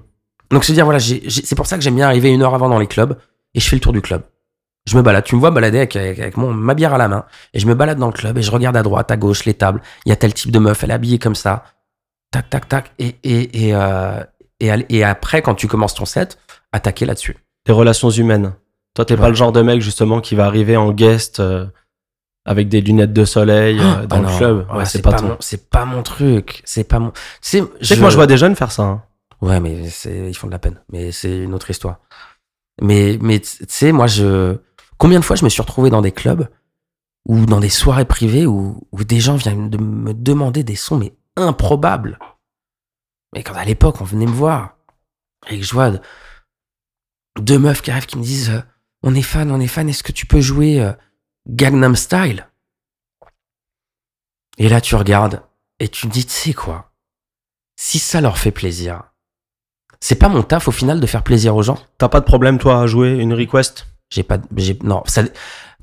[SPEAKER 2] Donc se dire voilà, j'ai- j'ai- c'est pour ça que j'aime bien arriver une heure avant dans les clubs et je fais le tour du club. Je me balade, tu me vois balader avec, avec, avec mon, ma bière à la main et je me balade dans le club et je regarde à droite, à gauche les tables. Il y a tel type de meuf, elle est habillée comme ça, tac tac tac et et et, euh, et, aller- et après quand tu commences ton set, attaquer là-dessus.
[SPEAKER 1] Tes relations humaines. Toi, t'es
[SPEAKER 2] Ouais.
[SPEAKER 1] pas le genre de mec, justement, qui va arriver en guest euh, avec des lunettes de soleil euh, dans
[SPEAKER 2] Ah
[SPEAKER 1] le
[SPEAKER 2] non,
[SPEAKER 1] club. Ouais,
[SPEAKER 2] ah,
[SPEAKER 1] c'est pas,
[SPEAKER 2] mon,
[SPEAKER 1] ton.
[SPEAKER 2] c'est pas mon truc, c'est pas mon. Tu sais,
[SPEAKER 1] Tu sais que moi, je vois des jeunes faire ça. hein.
[SPEAKER 2] Ouais, mais c'est, ils font de la peine. Mais c'est une autre histoire. Mais, mais tu sais, moi, je. Combien de fois je me suis retrouvé dans des clubs ou dans des soirées privées où, où des gens viennent de me demander des sons, mais improbables. Mais quand à l'époque, on venait me voir et que je vois deux meufs qui arrivent qui me disent euh, On est fan, on est fan, est-ce que tu peux jouer euh, Gangnam Style Et là, tu regardes et tu te dis Tu sais quoi Si ça leur fait plaisir, c'est pas mon taf au final de faire plaisir aux gens.
[SPEAKER 1] T'as pas de problème, toi, à jouer une request
[SPEAKER 2] J'ai pas, de- j'ai non, ça,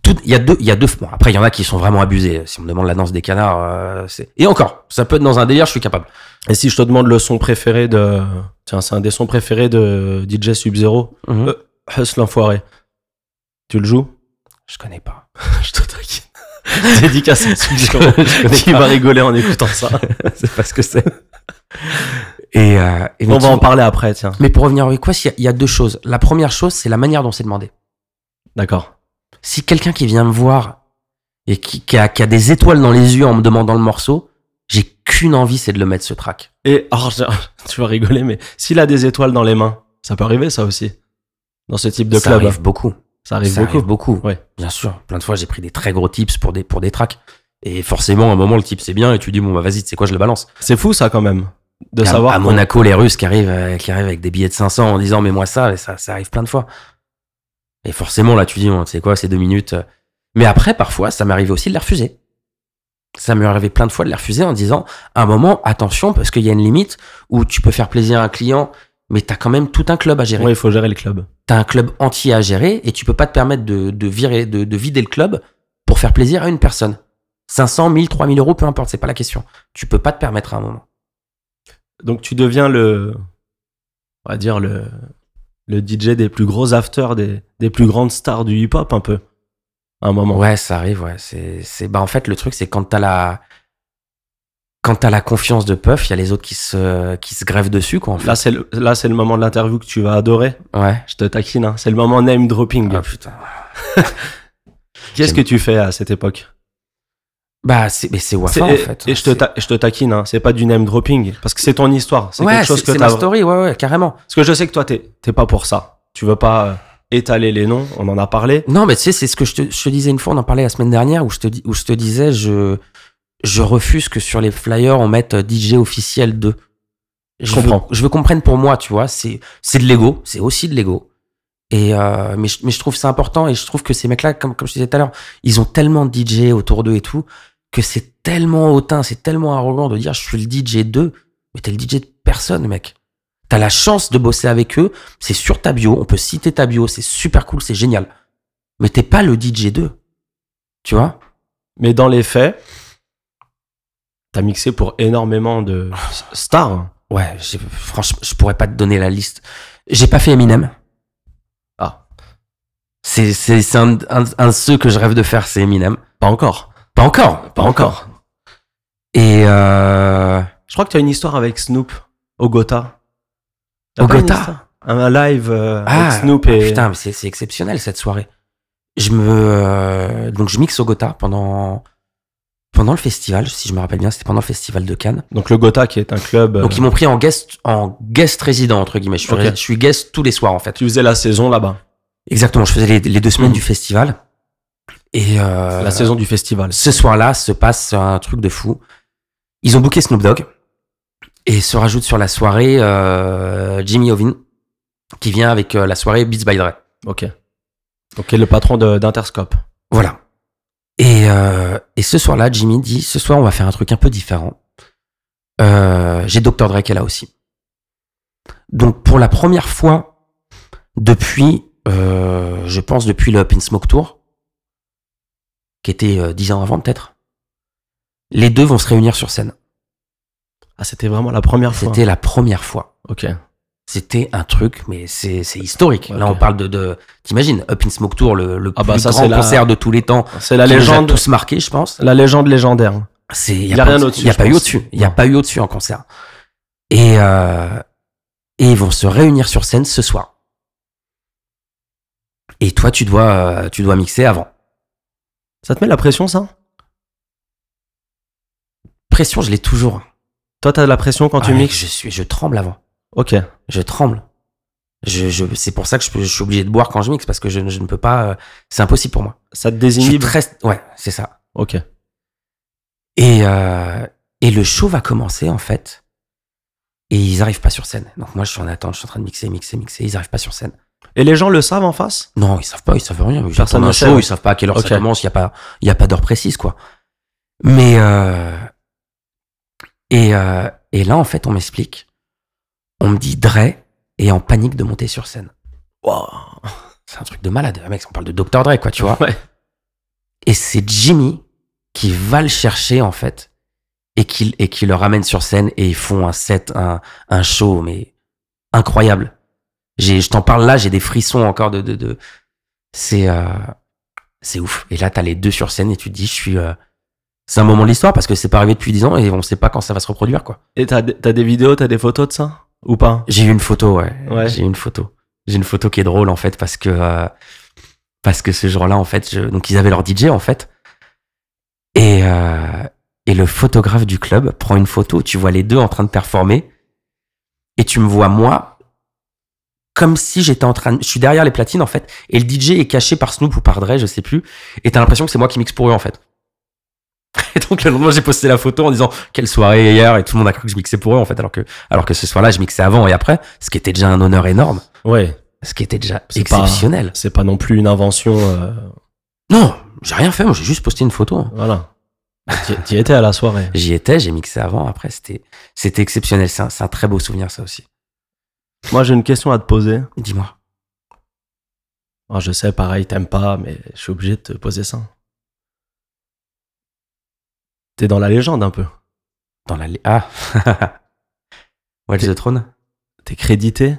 [SPEAKER 2] tout, il y a deux, il y a deux. bon, après, il y en a qui sont vraiment abusés. Si on me demande la danse des canards, euh, c'est et encore, ça peut être dans un délire, je suis capable.
[SPEAKER 1] Et si je te demande le son préféré de. Tiens, c'est un des sons préférés de DJ Sub-Zero,
[SPEAKER 2] Mhm.
[SPEAKER 1] Hustle l'enfoiré. Tu le joues
[SPEAKER 2] Je connais pas.
[SPEAKER 1] Je te taquine. Dédicace à Sub-Zero
[SPEAKER 2] Je connais
[SPEAKER 1] qui
[SPEAKER 2] pas.
[SPEAKER 1] va rigoler en écoutant ça.
[SPEAKER 2] c'est pas ce que c'est. Et, euh, et
[SPEAKER 1] On
[SPEAKER 2] mais
[SPEAKER 1] va
[SPEAKER 2] tu-
[SPEAKER 1] en parler après, tiens.
[SPEAKER 2] Mais pour revenir au request, il y a- il y, a deux choses. La première chose, c'est la manière dont c'est demandé.
[SPEAKER 1] D'accord.
[SPEAKER 2] Si quelqu'un qui vient me voir et qui, qui a, qui a des étoiles dans les yeux en me demandant le morceau, j'ai qu'une envie, c'est de le mettre ce track.
[SPEAKER 1] Et alors, je- tu vas rigoler, mais s'il a des étoiles dans les mains, ça peut arriver, ça aussi. Dans ce type de
[SPEAKER 2] ça
[SPEAKER 1] club.
[SPEAKER 2] arrive beaucoup.
[SPEAKER 1] Ça arrive
[SPEAKER 2] ça
[SPEAKER 1] beaucoup.
[SPEAKER 2] arrive beaucoup.
[SPEAKER 1] Ouais.
[SPEAKER 2] Bien sûr. Plein de fois, j'ai pris des très gros tips pour des, pour des tracks. Et forcément, à un moment, le type c'est bien et tu dis, bon, bah, vas-y, tu sais quoi, je le balance.
[SPEAKER 1] C'est fou, ça, quand même. De
[SPEAKER 2] à,
[SPEAKER 1] savoir.
[SPEAKER 2] à
[SPEAKER 1] qu'on-
[SPEAKER 2] Monaco, les Russes qui arrivent, euh, qui arrivent avec des billets de 500 en disant, mais moi, ça, et ça, ça arrive plein de fois. Et forcément, là, tu dis, bon, tu sais quoi, c'est deux minutes. euh. Mais après, parfois, ça m'est arrivé aussi de les refuser. Ça m'est arrivé plein de fois de les refuser en disant, à un moment, attention, parce qu'il y a une limite où tu peux faire plaisir à un client, mais t'as quand même tout un club à gérer
[SPEAKER 1] Ouais, il faut gérer le club.
[SPEAKER 2] t'as un club entier à gérer et tu peux pas te permettre de, de virer, de, de vider le club pour faire plaisir à une personne. 500, 1000, 3000 euros, peu importe, c'est pas la question. Tu peux pas te permettre à un moment.
[SPEAKER 1] Donc tu deviens le, on va dire le, le DJ des plus gros afters, des, des plus grandes stars du hip-hop un peu, à un moment.
[SPEAKER 2] Ouais, ça arrive, ouais. C'est, c'est, bah, en fait, le truc, c'est quand t'as la, quand t'as la confiance de Puff, il y a les autres qui se, qui se grèvent dessus, quoi, en fait.
[SPEAKER 1] Là c'est le, là c'est le moment de l'interview que tu vas adorer.
[SPEAKER 2] Ouais.
[SPEAKER 1] Je te taquine, hein. c'est le moment name dropping.
[SPEAKER 2] Ah, putain.
[SPEAKER 1] Qu'est-ce que tu fais à cette époque
[SPEAKER 2] Bah, c'est mais c'est Wafa en
[SPEAKER 1] C'est- et-
[SPEAKER 2] fait.
[SPEAKER 1] Et je te,
[SPEAKER 2] C'est-
[SPEAKER 1] ta- je te taquine, hein, c'est pas du name dropping, parce que c'est ton histoire, c'est
[SPEAKER 2] Ouais,
[SPEAKER 1] quelque chose
[SPEAKER 2] c'est
[SPEAKER 1] que
[SPEAKER 2] c'est ma
[SPEAKER 1] t'as...
[SPEAKER 2] story, ouais, ouais, carrément.
[SPEAKER 1] Parce que je sais que toi, t'es t'es pas pour ça. Tu veux pas euh, étaler les noms, on en a parlé.
[SPEAKER 2] Non, mais tu sais, c'est ce que je te, je te disais une fois, on en parlait la semaine dernière, où je te, dis- où je te disais, je, je refuse que sur les flyers, on mette euh, DJ officiel 2. Je
[SPEAKER 1] comprends.
[SPEAKER 2] Veux, je veux qu'on prenne pour moi, tu vois. C'est c'est de l'ego, c'est aussi de l'ego. Et euh, mais, je, mais je trouve c'est important et je trouve que ces mecs-là, comme, comme je te disais tout à l'heure, ils ont tellement de DJ autour d'eux et tout, que c'est tellement hautain, c'est tellement arrogant de dire je suis le DJ 2, mais t'es le DJ de personne, mec. T'as la chance de bosser avec eux, c'est sur ta bio, on peut citer ta bio, c'est super cool, c'est génial. Mais t'es pas le DJ 2. Tu vois
[SPEAKER 1] Mais dans les faits, t'as mixé pour énormément de
[SPEAKER 2] Ah.
[SPEAKER 1] s- stars.
[SPEAKER 2] Ouais, j'ai- franchement, je pourrais pas te donner la liste. J'ai pas fait Eminem.
[SPEAKER 1] Ah.
[SPEAKER 2] C'est, c'est, c'est un, un, un de ceux que je rêve de faire, c'est Eminem.
[SPEAKER 1] Pas encore.
[SPEAKER 2] Pas encore, pas encore. Et euh,
[SPEAKER 1] Je crois que t'as une histoire avec Snoop au Gotha. T'as
[SPEAKER 2] Au
[SPEAKER 1] pas une
[SPEAKER 2] Gotha
[SPEAKER 1] histoire Un live euh,
[SPEAKER 2] ah,
[SPEAKER 1] avec Snoop
[SPEAKER 2] ah,
[SPEAKER 1] et...
[SPEAKER 2] putain, mais c'est, c'est exceptionnel cette soirée. Je me euh, donc je mixe au Gotha pendant pendant le festival, si je me rappelle bien, c'était pendant le festival de Cannes.
[SPEAKER 1] Donc le Gotha qui est un club... euh,
[SPEAKER 2] Donc ils m'ont pris en guest en guest résident entre guillemets. Je suis,
[SPEAKER 1] Ok.
[SPEAKER 2] ré- je suis guest tous les soirs en fait.
[SPEAKER 1] tu faisais la saison là-bas.
[SPEAKER 2] Exactement, je faisais les, les deux semaines
[SPEAKER 1] Mhm.
[SPEAKER 2] du festival. Et euh,
[SPEAKER 1] la saison du festival.
[SPEAKER 2] ce soir-là se passe un truc de fou. Ils ont booké Snoop Dogg et se rajoute sur la soirée euh, Jimmy Ovin qui vient avec euh, la soirée Beats by Dre.
[SPEAKER 1] Ok. Donc est le patron de- d'Interscope.
[SPEAKER 2] Voilà. Et, euh, et ce soir-là, Jimmy dit ce soir, on va faire un truc un peu différent. Euh, J'ai Dr. Dre qui est là aussi. Donc, pour la première fois depuis, euh, je pense, depuis le Up in Smoke Tour, qui était euh, 10 ans avant peut-être, les deux vont se réunir sur scène.
[SPEAKER 1] Ah, c'était vraiment la première fois.
[SPEAKER 2] C'était la première fois.
[SPEAKER 1] Ok.
[SPEAKER 2] C'était un truc, mais c'est c'est historique. Là,
[SPEAKER 1] Ok.
[SPEAKER 2] on parle de. de T'imagines, Up in Smoke Tour, le, le
[SPEAKER 1] Ah bah
[SPEAKER 2] plus
[SPEAKER 1] ça, c'est
[SPEAKER 2] grand
[SPEAKER 1] la-
[SPEAKER 2] concert de tous les temps.
[SPEAKER 1] C'est la
[SPEAKER 2] qui nous a
[SPEAKER 1] légende,
[SPEAKER 2] tous marqué, je pense.
[SPEAKER 1] la légende légendaire.
[SPEAKER 2] C'est il
[SPEAKER 1] Y a rien au-dessus,
[SPEAKER 2] Il y a
[SPEAKER 1] je
[SPEAKER 2] pas eu
[SPEAKER 1] pense.
[SPEAKER 2] au-dessus. Il y a
[SPEAKER 1] Non.
[SPEAKER 2] pas eu au-dessus en concert. Et euh, et ils vont se réunir sur scène ce soir. Et toi, tu dois euh, tu dois mixer avant.
[SPEAKER 1] Ça te met la pression, ça
[SPEAKER 2] Pression, je l'ai toujours.
[SPEAKER 1] Toi, t'as de la pression quand tu
[SPEAKER 2] Ah, mec,
[SPEAKER 1] mixes
[SPEAKER 2] je suis je tremble avant.
[SPEAKER 1] Ok.
[SPEAKER 2] Je tremble. Je, je c'est pour ça que je, peux- je suis obligé de boire quand je mixe parce que je, je ne peux pas. euh, c'est impossible pour moi.
[SPEAKER 1] Ça te
[SPEAKER 2] Je suis
[SPEAKER 1] désinhibe
[SPEAKER 2] très ouais, c'est ça.
[SPEAKER 1] Ok.
[SPEAKER 2] Et, euh, et le show va commencer, en fait. Et ils arrivent pas sur scène. Donc moi, je suis en attente, je suis en train de mixer, mixer, mixer. Ils arrivent pas sur scène.
[SPEAKER 1] Et les gens le savent en face
[SPEAKER 2] Non, ils savent pas, ils savent rien. Ils
[SPEAKER 1] Personne
[SPEAKER 2] attendent
[SPEAKER 1] ne
[SPEAKER 2] un
[SPEAKER 1] sait,
[SPEAKER 2] show,
[SPEAKER 1] ouais.
[SPEAKER 2] ils savent pas à quelle heure
[SPEAKER 1] Ok.
[SPEAKER 2] ça commence. Il y a pas, il y a pas d'heure précise, quoi. Mais euh, et euh, et là, en fait, on m'explique. On me dit Dre est en panique de monter sur scène. C'est un truc de malade, Ah, mec. On parle de Dr Dre, quoi, tu vois.
[SPEAKER 1] Ouais.
[SPEAKER 2] Et c'est Jimmy qui va le chercher, en fait, et qui, et qui le ramène sur scène et ils font un set, un, un show, mais incroyable. J'ai, je t'en parle là, j'ai des frissons encore de, de, de- c'est, euh, c'est ouf. Et là, t'as les deux sur scène et tu te dis, je suis, euh, c'est un moment de l'histoire parce que c'est pas arrivé depuis 10 ans et on sait pas quand ça va se reproduire, quoi.
[SPEAKER 1] Et t'as des t'as des vidéos, t'as des photos de ça Ou pas
[SPEAKER 2] J'ai eu une photo, ouais.
[SPEAKER 1] Ouais.
[SPEAKER 2] J'ai eu une photo. J'ai une photo qui est drôle en fait parce que euh, parce que ce jour-là en fait, je- donc ils avaient leur DJ en fait et euh, et le photographe du club prend une photo. Tu vois les deux en train de performer et tu me vois moi comme si j'étais en train. de- Je suis derrière les platines en fait et le DJ est caché par Snoop ou par Dre, je sais plus. Et t'as l'impression que c'est moi qui mixe pour eux en fait. Et donc le lendemain j'ai posté la photo en disant quelle soirée hier et tout le monde a cru que je mixais pour eux en fait alors que alors que ce soir-là je mixais avant et après ce qui était déjà un honneur énorme
[SPEAKER 1] Ouais.
[SPEAKER 2] ce qui était déjà
[SPEAKER 1] C'est pas-
[SPEAKER 2] exceptionnel
[SPEAKER 1] C'est pas non plus une invention. euh,
[SPEAKER 2] non j'ai rien fait moi j'ai juste posté une photo hein.
[SPEAKER 1] Voilà. T'y- T'y étais à la soirée.
[SPEAKER 2] j'y étais j'ai mixé avant après c'était c'était exceptionnel c'est un, c'est un très beau souvenir ça aussi
[SPEAKER 1] Moi, j'ai une question à te poser.
[SPEAKER 2] dis-moi
[SPEAKER 1] Alors, Ah, je sais, pareil, t'aimes pas, mais je suis obligé de te poser ça. T'es dans la légende un peu.
[SPEAKER 2] dans la lé- ah Watch the Throne
[SPEAKER 1] T'es crédité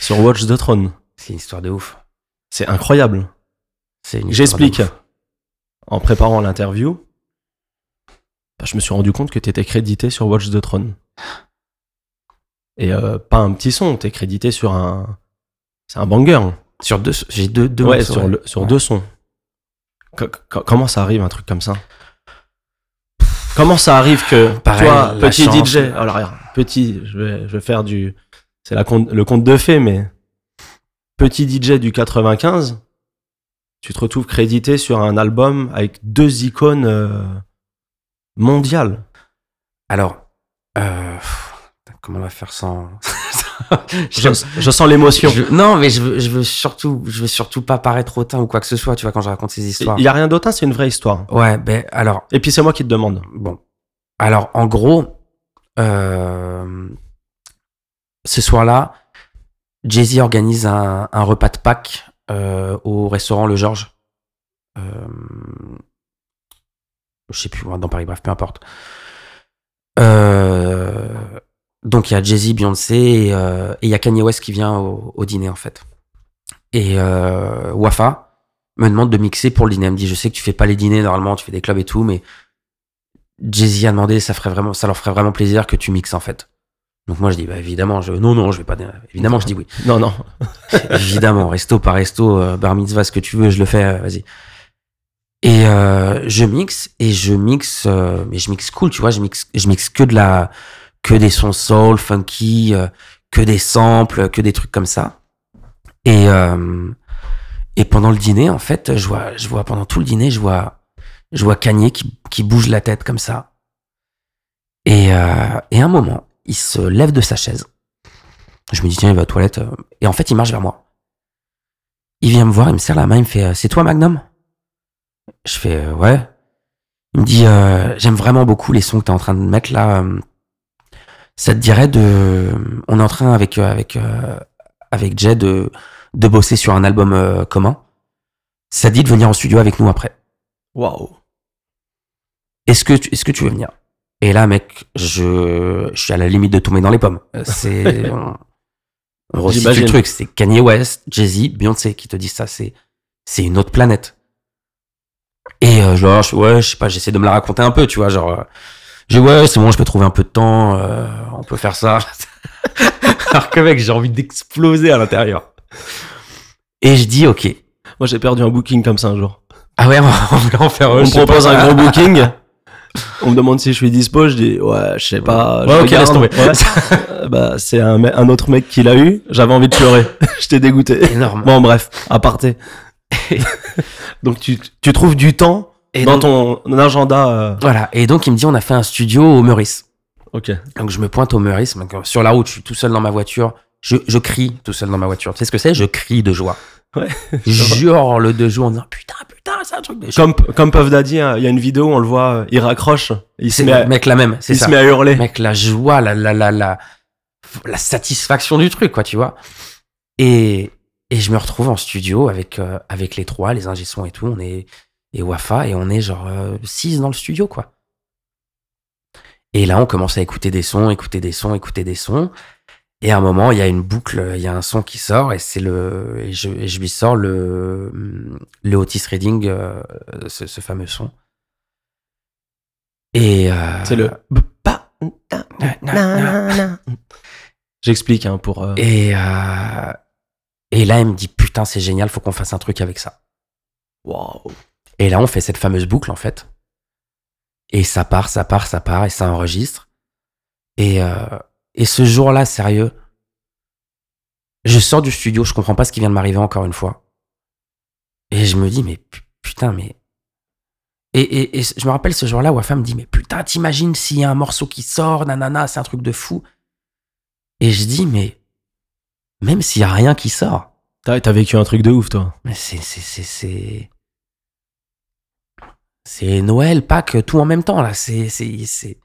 [SPEAKER 1] sur Watch the Throne.
[SPEAKER 2] c'est une histoire de ouf
[SPEAKER 1] C'est incroyable.
[SPEAKER 2] c'est une histoire de
[SPEAKER 1] J'explique.
[SPEAKER 2] ouf.
[SPEAKER 1] En préparant l'interview, bah, je me suis rendu compte que tu étais crédité sur Watch the Throne. Et euh, pas un petit son, tu es crédité sur un. C'est un banger.
[SPEAKER 2] sur deux j'ai deux deux
[SPEAKER 1] ouais,
[SPEAKER 2] morceaux,
[SPEAKER 1] sur, le- sur
[SPEAKER 2] Ouais.
[SPEAKER 1] deux sons. Co- co- comment ça arrive un truc comme ça Comment ça arrive que
[SPEAKER 2] Pareil,
[SPEAKER 1] toi,
[SPEAKER 2] la
[SPEAKER 1] petit
[SPEAKER 2] chance.
[SPEAKER 1] DJ, alors regarde, petit, je vais, je vais faire du, c'est la conte- le conte de fées, mais petit DJ du 95, tu te retrouves crédité sur un album avec deux icônes euh, mondiales.
[SPEAKER 2] Alors, euh, pff, comment on va faire sans.
[SPEAKER 1] Je, je sens l'émotion.
[SPEAKER 2] Je- non, mais je veux, je veux surtout, je veux surtout pas paraître hautain ou quoi que ce soit, tu vois, quand je raconte ces histoires.
[SPEAKER 1] Il y a rien d'autre, hein, c'est une vraie histoire.
[SPEAKER 2] Ouais, ben alors,
[SPEAKER 1] Et puis c'est moi qui te demande.
[SPEAKER 2] bon. Alors, en gros, euh, ce soir-là, Jay-Z organise un, un repas de Pâques euh, au restaurant Le Georges. Euh, je sais plus, dans Paris, bref, peu importe. Euh, donc, il y a Jay-Z, Beyoncé et euh, et il y a Kanye West qui vient au, au dîner, en fait. Et euh, Wafa me demande de mixer pour le dîner. Elle me dit Je sais que tu fais pas les dîners normalement, tu fais des clubs et tout, mais Jay-Z a demandé, ça, ferait vraiment, ça leur ferait vraiment plaisir que tu mixes en fait. Donc moi je dis bah, évidemment, je, non, non, je vais pas. dire- Évidemment, je dis oui.
[SPEAKER 1] Non, non.
[SPEAKER 2] évidemment, resto par resto, euh, bar mitzvah, ce que tu veux, je le fais, euh, vas-y. Et euh, je mixe, et je mixe, euh, mais je mixe cool, tu vois, je mixe, je mixe que de la, que des sons soul, funky, euh, que des samples, que des trucs comme ça. Et, euh, et pendant le dîner, en fait, je vois, je vois pendant tout le dîner, je vois, je vois Kanye qui, qui bouge la tête comme ça. Et, euh, et à un moment, il se lève de sa chaise. Je me dis, tiens, il va aux toilettes. euh, Et en fait, il marche vers moi. Il vient me voir, il me serre la main, il me fait, euh, c'est toi, Magnum Je fais, euh, ouais. Il me dit, euh, j'aime vraiment beaucoup les sons que t'es en train de mettre là. euh, Ça te dirait de, euh, on est en train avec euh, avec euh, avec Jay de de bosser sur un album euh, commun. Ça te dit de venir en studio avec nous après.
[SPEAKER 1] Waouh.
[SPEAKER 2] Est-ce que tu, est-ce que tu veux venir Et là, mec, je, je suis à la limite de tomber dans les pommes. Euh, C'est on, on resitue
[SPEAKER 1] J'imagine.
[SPEAKER 2] le truc. C'est Kanye West, Jay-Z, Beyoncé qui te disent ça. C'est c'est une autre planète. Et euh, genre, je, ouais, je sais pas, j'essaie de me la raconter un peu, tu vois, genre, euh, je ouais, c'est bon, je peux trouver un peu de temps, euh, on peut faire ça. Alors que mec, j'ai envie d'exploser à l'intérieur. Et je dis, ok.
[SPEAKER 1] Moi j'ai perdu un booking comme ça un jour.
[SPEAKER 2] Ah ouais, on voulait en faire.
[SPEAKER 1] on
[SPEAKER 2] euh,
[SPEAKER 1] me
[SPEAKER 2] je sais
[SPEAKER 1] propose
[SPEAKER 2] pas.
[SPEAKER 1] un gros booking. On me demande si je suis dispo, je dis ouais, je sais pas. je
[SPEAKER 2] Ouais, ok,
[SPEAKER 1] regarde.
[SPEAKER 2] laisse tomber.
[SPEAKER 1] Ouais. Euh, bah, c'est un, me- un autre mec qui l'a eu, j'avais envie de pleurer. J'étais dégoûté.
[SPEAKER 2] énorme.
[SPEAKER 1] Bon, bref, aparté. donc tu, tu trouves du temps
[SPEAKER 2] Et
[SPEAKER 1] dans
[SPEAKER 2] donc-
[SPEAKER 1] ton agenda. euh,
[SPEAKER 2] Voilà. Et donc, il me dit, on a fait un studio au Meurice.
[SPEAKER 1] Ok.
[SPEAKER 2] Donc, je me pointe au Meurice. Donc, euh, Sur la route, je suis tout seul dans ma voiture. Je, je crie tout seul dans ma voiture. Tu sais ce que c'est Je crie de joie.
[SPEAKER 1] Ouais.
[SPEAKER 2] Jure le de joie en disant putain, putain, c'est un truc de
[SPEAKER 1] Comme, comme Puff Daddy, hein, il y a une vidéo, on le voit, euh, il raccroche, il se
[SPEAKER 2] C'est
[SPEAKER 1] met à,
[SPEAKER 2] mec la même. C'est
[SPEAKER 1] il
[SPEAKER 2] ça.
[SPEAKER 1] se met à hurler.
[SPEAKER 2] Mec, la joie, la, la, la, la, la satisfaction du truc, quoi, tu vois. Et, et je me retrouve en studio avec, euh, avec les trois, les ingé sons et tout. On est, et Wafa, et on est genre euh, six dans le studio, quoi. Et là, on commence à écouter des sons, écouter des sons, écouter des sons. Et à un moment, il y a une boucle, il y a un son qui sort, et c'est le, et je, et je lui sors le, mm, le Otis Reading, euh, ce, ce fameux son. Et euh,
[SPEAKER 1] C'est le.
[SPEAKER 2] na- na- na-
[SPEAKER 1] J'explique hein, pour. euh,
[SPEAKER 2] Et, euh, et là, il me dit Putain, c'est génial, faut qu'on fasse un truc avec ça.
[SPEAKER 1] Waouh.
[SPEAKER 2] Et là, on fait cette fameuse boucle, en fait. Et ça part, ça part, ça part, et ça enregistre. Et, euh, et ce jour-là, sérieux, je sors du studio, je comprends pas ce qui vient de m'arriver encore une fois. Et je me dis Mais pu- putain, mais. Et, et, et je me rappelle ce jour-là, Wafa me dit Mais putain, t'imagines s'il y a un morceau qui sort, nanana, c'est un truc de fou. Et je dis Mais même s'il y a rien qui sort,
[SPEAKER 1] T'as t'as vécu un truc de ouf, toi.
[SPEAKER 2] mais c'est, c'est, c'est, c'est. C'est Noël, Pâques, tout en même temps, là. C'est, c'est, c'est,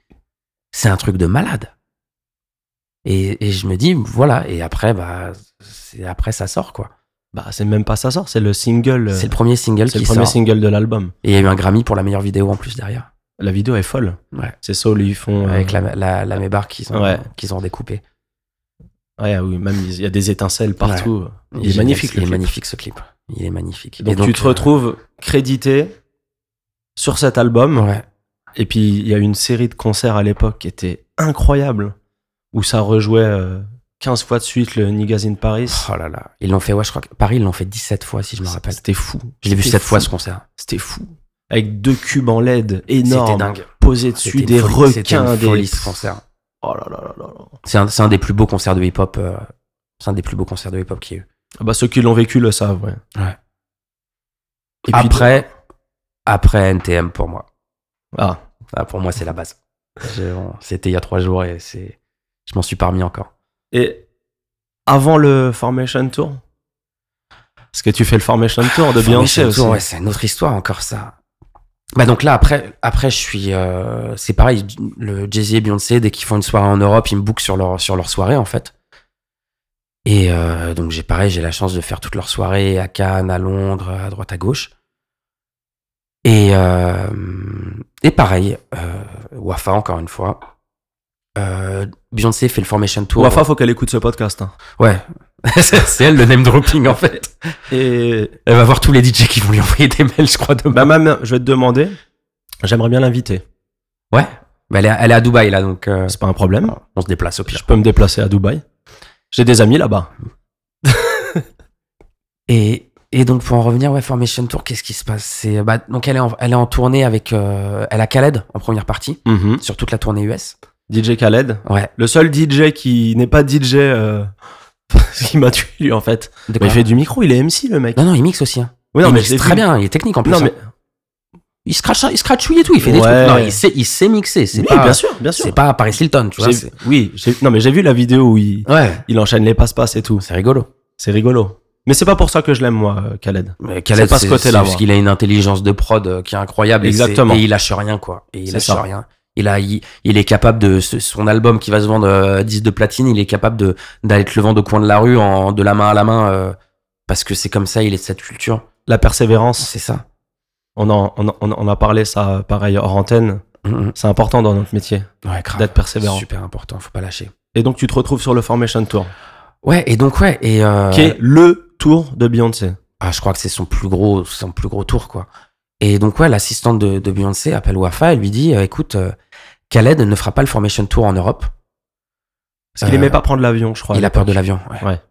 [SPEAKER 2] c'est un truc de malade. Et, et je me dis, voilà. Et après, bah, c'est, après, ça sort, quoi.
[SPEAKER 1] Bah, c'est même pas ça sort, c'est le single. euh,
[SPEAKER 2] c'est le premier single
[SPEAKER 1] c'est
[SPEAKER 2] qui
[SPEAKER 1] le premier
[SPEAKER 2] sort.
[SPEAKER 1] single de l'album.
[SPEAKER 2] Et il y a eu un Grammy pour la meilleure vidéo en plus derrière.
[SPEAKER 1] La vidéo est folle.
[SPEAKER 2] Ouais.
[SPEAKER 1] C'est Soul, ils font. euh,
[SPEAKER 2] Avec la, la, la mébarre qu'ils ont,
[SPEAKER 1] Ouais.
[SPEAKER 2] qu'ils ont découpée.
[SPEAKER 1] Ouais, oui, même il y a des étincelles partout. Il,
[SPEAKER 2] Et
[SPEAKER 1] est magnifique,
[SPEAKER 2] Il
[SPEAKER 1] le
[SPEAKER 2] est
[SPEAKER 1] clip.
[SPEAKER 2] magnifique, ce clip. Il est magnifique.
[SPEAKER 1] Donc,
[SPEAKER 2] Et
[SPEAKER 1] tu te
[SPEAKER 2] euh,
[SPEAKER 1] retrouves crédité sur cet album.
[SPEAKER 2] Ouais.
[SPEAKER 1] Et puis, il y a une série de concerts à l'époque qui était incroyable, où ça rejouait euh, 15 fois de suite le Nigazin Paris.
[SPEAKER 2] Oh là là. Ils l'ont fait, ouais, je crois que Paris, ils l'ont fait 17 fois, si je me rappelle.
[SPEAKER 1] C'était fou.
[SPEAKER 2] Je l'ai vu
[SPEAKER 1] C'était
[SPEAKER 2] 7
[SPEAKER 1] fou.
[SPEAKER 2] fois ce concert.
[SPEAKER 1] C'était fou. Avec deux cubes en LED
[SPEAKER 2] C'était
[SPEAKER 1] énormes
[SPEAKER 2] dingue.
[SPEAKER 1] posés dessus,
[SPEAKER 2] C'était
[SPEAKER 1] des
[SPEAKER 2] une folie- c'était une
[SPEAKER 1] requins,
[SPEAKER 2] folie,
[SPEAKER 1] des.
[SPEAKER 2] ce concert.
[SPEAKER 1] Oh là là là là là.
[SPEAKER 2] C'est un, c'est un des plus beaux concerts de hip-hop. euh, c'est un des plus beaux concerts de hip-hop qu'il y a eu.
[SPEAKER 1] Ah bah ceux qui l'ont vécu le savent, ouais. Et puis-
[SPEAKER 2] après, après NTM pour moi.
[SPEAKER 1] Ah,
[SPEAKER 2] Ah, pour moi, c'est la base. Je- on- C'était il y a trois jours et c'est, je m'en suis pas remis encore.
[SPEAKER 1] Et avant le Formation Tour Parce que tu fais le Formation Tour de Beyoncé
[SPEAKER 2] Formation
[SPEAKER 1] aussi.
[SPEAKER 2] Tour, ouais, c'est une autre histoire encore ça. Bah donc là après après je suis euh, c'est pareil le Jay-Z et Beyoncé dès qu'ils font une soirée en Europe ils me bookent sur leur sur leur soirée en fait. Et euh, donc j'ai pareil j'ai la chance de faire toutes leurs soirées à Cannes à Londres à droite à gauche. Et euh, et pareil euh, Wafa encore une fois. Euh, Beyoncé fait le Formation Tour.
[SPEAKER 1] Wafa, faut qu'elle écoute ce podcast. hein.
[SPEAKER 2] Ouais. c'est elle le name dropping en fait.
[SPEAKER 1] Et
[SPEAKER 2] Elle va voir tous les DJ qui vont lui envoyer des mails je crois
[SPEAKER 1] bah,
[SPEAKER 2] demain.
[SPEAKER 1] même, je vais te demander, j'aimerais bien l'inviter.
[SPEAKER 2] Ouais. Bah, elle, est à, elle est à Dubaï, là, donc euh,
[SPEAKER 1] C'est pas un problème.
[SPEAKER 2] on se déplace au
[SPEAKER 1] Je
[SPEAKER 2] pire.
[SPEAKER 1] peux me déplacer à Dubaï. J'ai des amis là-bas.
[SPEAKER 2] Et, et donc, pour en revenir, ouais, Formation Tour, qu'est-ce qui se passe C'est, bah, Donc, elle est, en, elle est en tournée avec. euh, elle a Khaled en première partie, sur toute la tournée US.
[SPEAKER 1] DJ Khaled.
[SPEAKER 2] Mhm. Ouais.
[SPEAKER 1] Le seul DJ qui n'est pas DJ euh, qui m'a tué lui en fait.
[SPEAKER 2] De
[SPEAKER 1] Mais
[SPEAKER 2] quoi
[SPEAKER 1] il fait du micro, il est MC le mec.
[SPEAKER 2] Non, non, il mixe aussi. Hein.
[SPEAKER 1] Oui,
[SPEAKER 2] il
[SPEAKER 1] mais
[SPEAKER 2] mixe
[SPEAKER 1] je l'ai
[SPEAKER 2] très
[SPEAKER 1] vu.
[SPEAKER 2] bien, il est technique en plus.
[SPEAKER 1] Non,
[SPEAKER 2] hein.
[SPEAKER 1] mais-
[SPEAKER 2] Il scratch, il scratchouille et tout, il fait des
[SPEAKER 1] Ouais.
[SPEAKER 2] trucs. Non, il sait, il sait mixer. C'est
[SPEAKER 1] Oui,
[SPEAKER 2] pas,
[SPEAKER 1] bien sûr, bien sûr.
[SPEAKER 2] C'est pas Paris Hilton, tu vois.
[SPEAKER 1] J'ai-
[SPEAKER 2] c'est-
[SPEAKER 1] oui, j'ai- non mais j'ai vu la vidéo où il,
[SPEAKER 2] Ouais,
[SPEAKER 1] il enchaîne les passe-passe et tout.
[SPEAKER 2] c'est rigolo.
[SPEAKER 1] C'est rigolo. Mais c'est pas pour ça que je l'aime moi, euh, Khaled.
[SPEAKER 2] Mais Khaled,
[SPEAKER 1] pas ce
[SPEAKER 2] c'est-
[SPEAKER 1] côté-là,
[SPEAKER 2] c'est
[SPEAKER 1] moi.
[SPEAKER 2] Parce qu'il a une intelligence de prod euh, qui est incroyable. et c'est-
[SPEAKER 1] Exactement.
[SPEAKER 2] Et, il lâche rien, quoi. Et il
[SPEAKER 1] C'est
[SPEAKER 2] lâche
[SPEAKER 1] ça.
[SPEAKER 2] rien. Il, a, il, il est capable de ce- son album qui va se vendre euh, 10 de platine, il est capable de d'aller te le vendre au coin de la rue en de la main à la main euh, parce que c'est comme ça, il est de cette culture.
[SPEAKER 1] La persévérance,
[SPEAKER 2] C'est ça.
[SPEAKER 1] on, en, on, en- on en a parlé ça euh, pareil hors antenne,
[SPEAKER 2] Mhm.
[SPEAKER 1] c'est important dans notre métier
[SPEAKER 2] Ouais, grave.
[SPEAKER 1] d'être persévérant.
[SPEAKER 2] Super important, faut pas lâcher.
[SPEAKER 1] Et donc tu te retrouves sur le Formation Tour,
[SPEAKER 2] Ouais, et donc ouais, et euh,
[SPEAKER 1] qui est le tour de Beyoncé.
[SPEAKER 2] ah, je crois que c'est son plus gros son plus gros tour quoi. Et donc ouais, l'assistante de, de Beyoncé appelle Wafa, elle lui dit euh, écoute, euh, Khaled ne fera pas le Formation Tour en Europe.
[SPEAKER 1] Parce qu'il
[SPEAKER 2] Euh,
[SPEAKER 1] aimait pas prendre l'avion, je crois.
[SPEAKER 2] il a peur de l'avion. Ouais.
[SPEAKER 1] Ouais.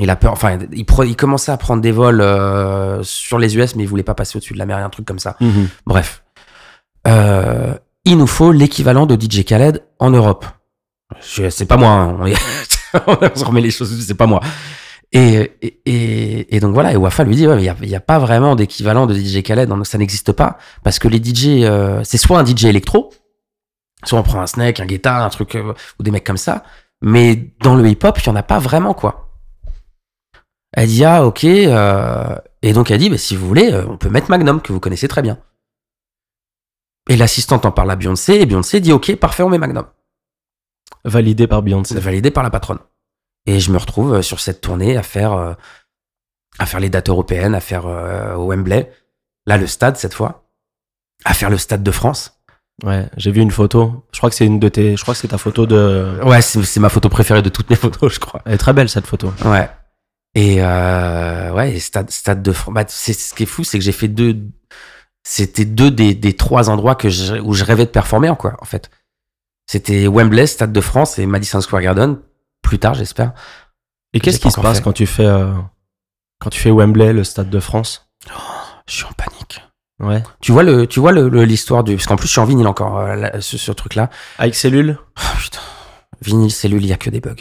[SPEAKER 2] Il a peur. Enfin, il, pre- il commençait à prendre des vols euh, sur les US, mais il voulait pas passer au-dessus de la mer, un truc comme ça.
[SPEAKER 1] Mhm.
[SPEAKER 2] Bref, Euh, il nous faut l'équivalent de DJ Khaled en Europe. Je- C'est pas moi. hein. On, est- on se remet les choses. C'est pas moi. Et, et, et- et donc voilà, et Wafa lui dit, ouais, mais il n'y a, pas vraiment d'équivalent de DJ Khaled, donc ça n'existe pas, parce que les DJ, euh, c'est soit un DJ électro, soit on prend un Snake, un Guetta, un truc, euh, ou des mecs comme ça, mais dans le hip-hop, il n'y en a pas vraiment, quoi. Elle dit, ah, ok, euh, et donc elle dit, bah, si vous voulez, euh, on peut mettre Magnum, que vous connaissez très bien. Et l'assistante en parle à Beyoncé, et Beyoncé dit, ok, parfait, on met Magnum.
[SPEAKER 1] Validé par Beyoncé.
[SPEAKER 2] C'est validé par la patronne. Et je me retrouve euh, sur cette tournée à faire, euh, à faire les dates européennes, à faire euh, au Wembley, là le stade cette fois, à faire le stade de France.
[SPEAKER 1] Ouais, j'ai vu une photo. Je crois que c'est une de tes. Je crois que c'est ta photo de.
[SPEAKER 2] Ouais, c'est c'est ma photo préférée de toutes mes photos, je crois.
[SPEAKER 1] Elle est très belle cette photo.
[SPEAKER 2] Ouais. Et euh, ouais, et stade, stade de France. Bah, c'est ce qui est fou, c'est que j'ai fait deux. C'était deux des, des trois endroits que je- où je rêvais de performer, quoi, en fait. C'était Wembley, Stade de France et Madison Square Garden. Plus tard, j'espère.
[SPEAKER 1] Et qu'est-ce
[SPEAKER 2] J'ai pas
[SPEAKER 1] qui se
[SPEAKER 2] encore
[SPEAKER 1] passe
[SPEAKER 2] fait.
[SPEAKER 1] quand tu fais euh, quand tu fais Wembley, le stade de France
[SPEAKER 2] Je suis en panique.
[SPEAKER 1] Ouais.
[SPEAKER 2] Tu vois le, tu vois le- le- l'histoire du, parce qu'en plus je suis en vinyle encore, euh, là, ce, ce truc-là.
[SPEAKER 1] Avec cellule.
[SPEAKER 2] Oh, putain, vinyle cellule, il y a que des bugs.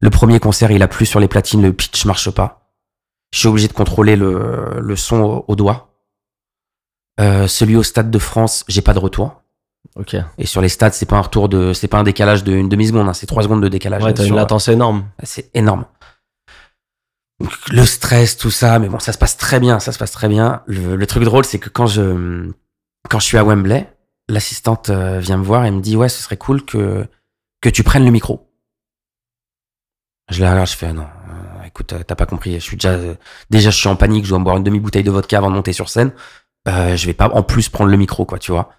[SPEAKER 2] Le premier concert, il a plu sur les platines, le pitch marche pas. Je suis obligé de contrôler le, le son au, au doigt. Euh, celui au stade de France, j'ai pas de retour.
[SPEAKER 1] Ok.
[SPEAKER 2] Et sur les stades, c'est pas un retour de, c'est pas un décalage d'une demi seconde, c'est trois secondes de décalage.
[SPEAKER 1] Ouais, t'as une
[SPEAKER 2] Sur-
[SPEAKER 1] latence énorme.
[SPEAKER 2] Ah, c'est énorme. Donc, le stress, tout ça, mais bon, ça se passe très bien, ça se passe très bien. Le, le truc drôle, c'est que quand je, quand je suis à Wembley, l'assistante euh, vient me voir et me dit Ouais, ce serait cool que, que tu prennes le micro. Je la regarde, je fais Ah Non, euh, écoute, euh, t'as pas compris, je suis déjà, euh, déjà, je suis en panique, je dois me boire une demi-bouteille de vodka avant de monter sur scène. Euh, je vais pas en plus prendre le micro, quoi, tu vois.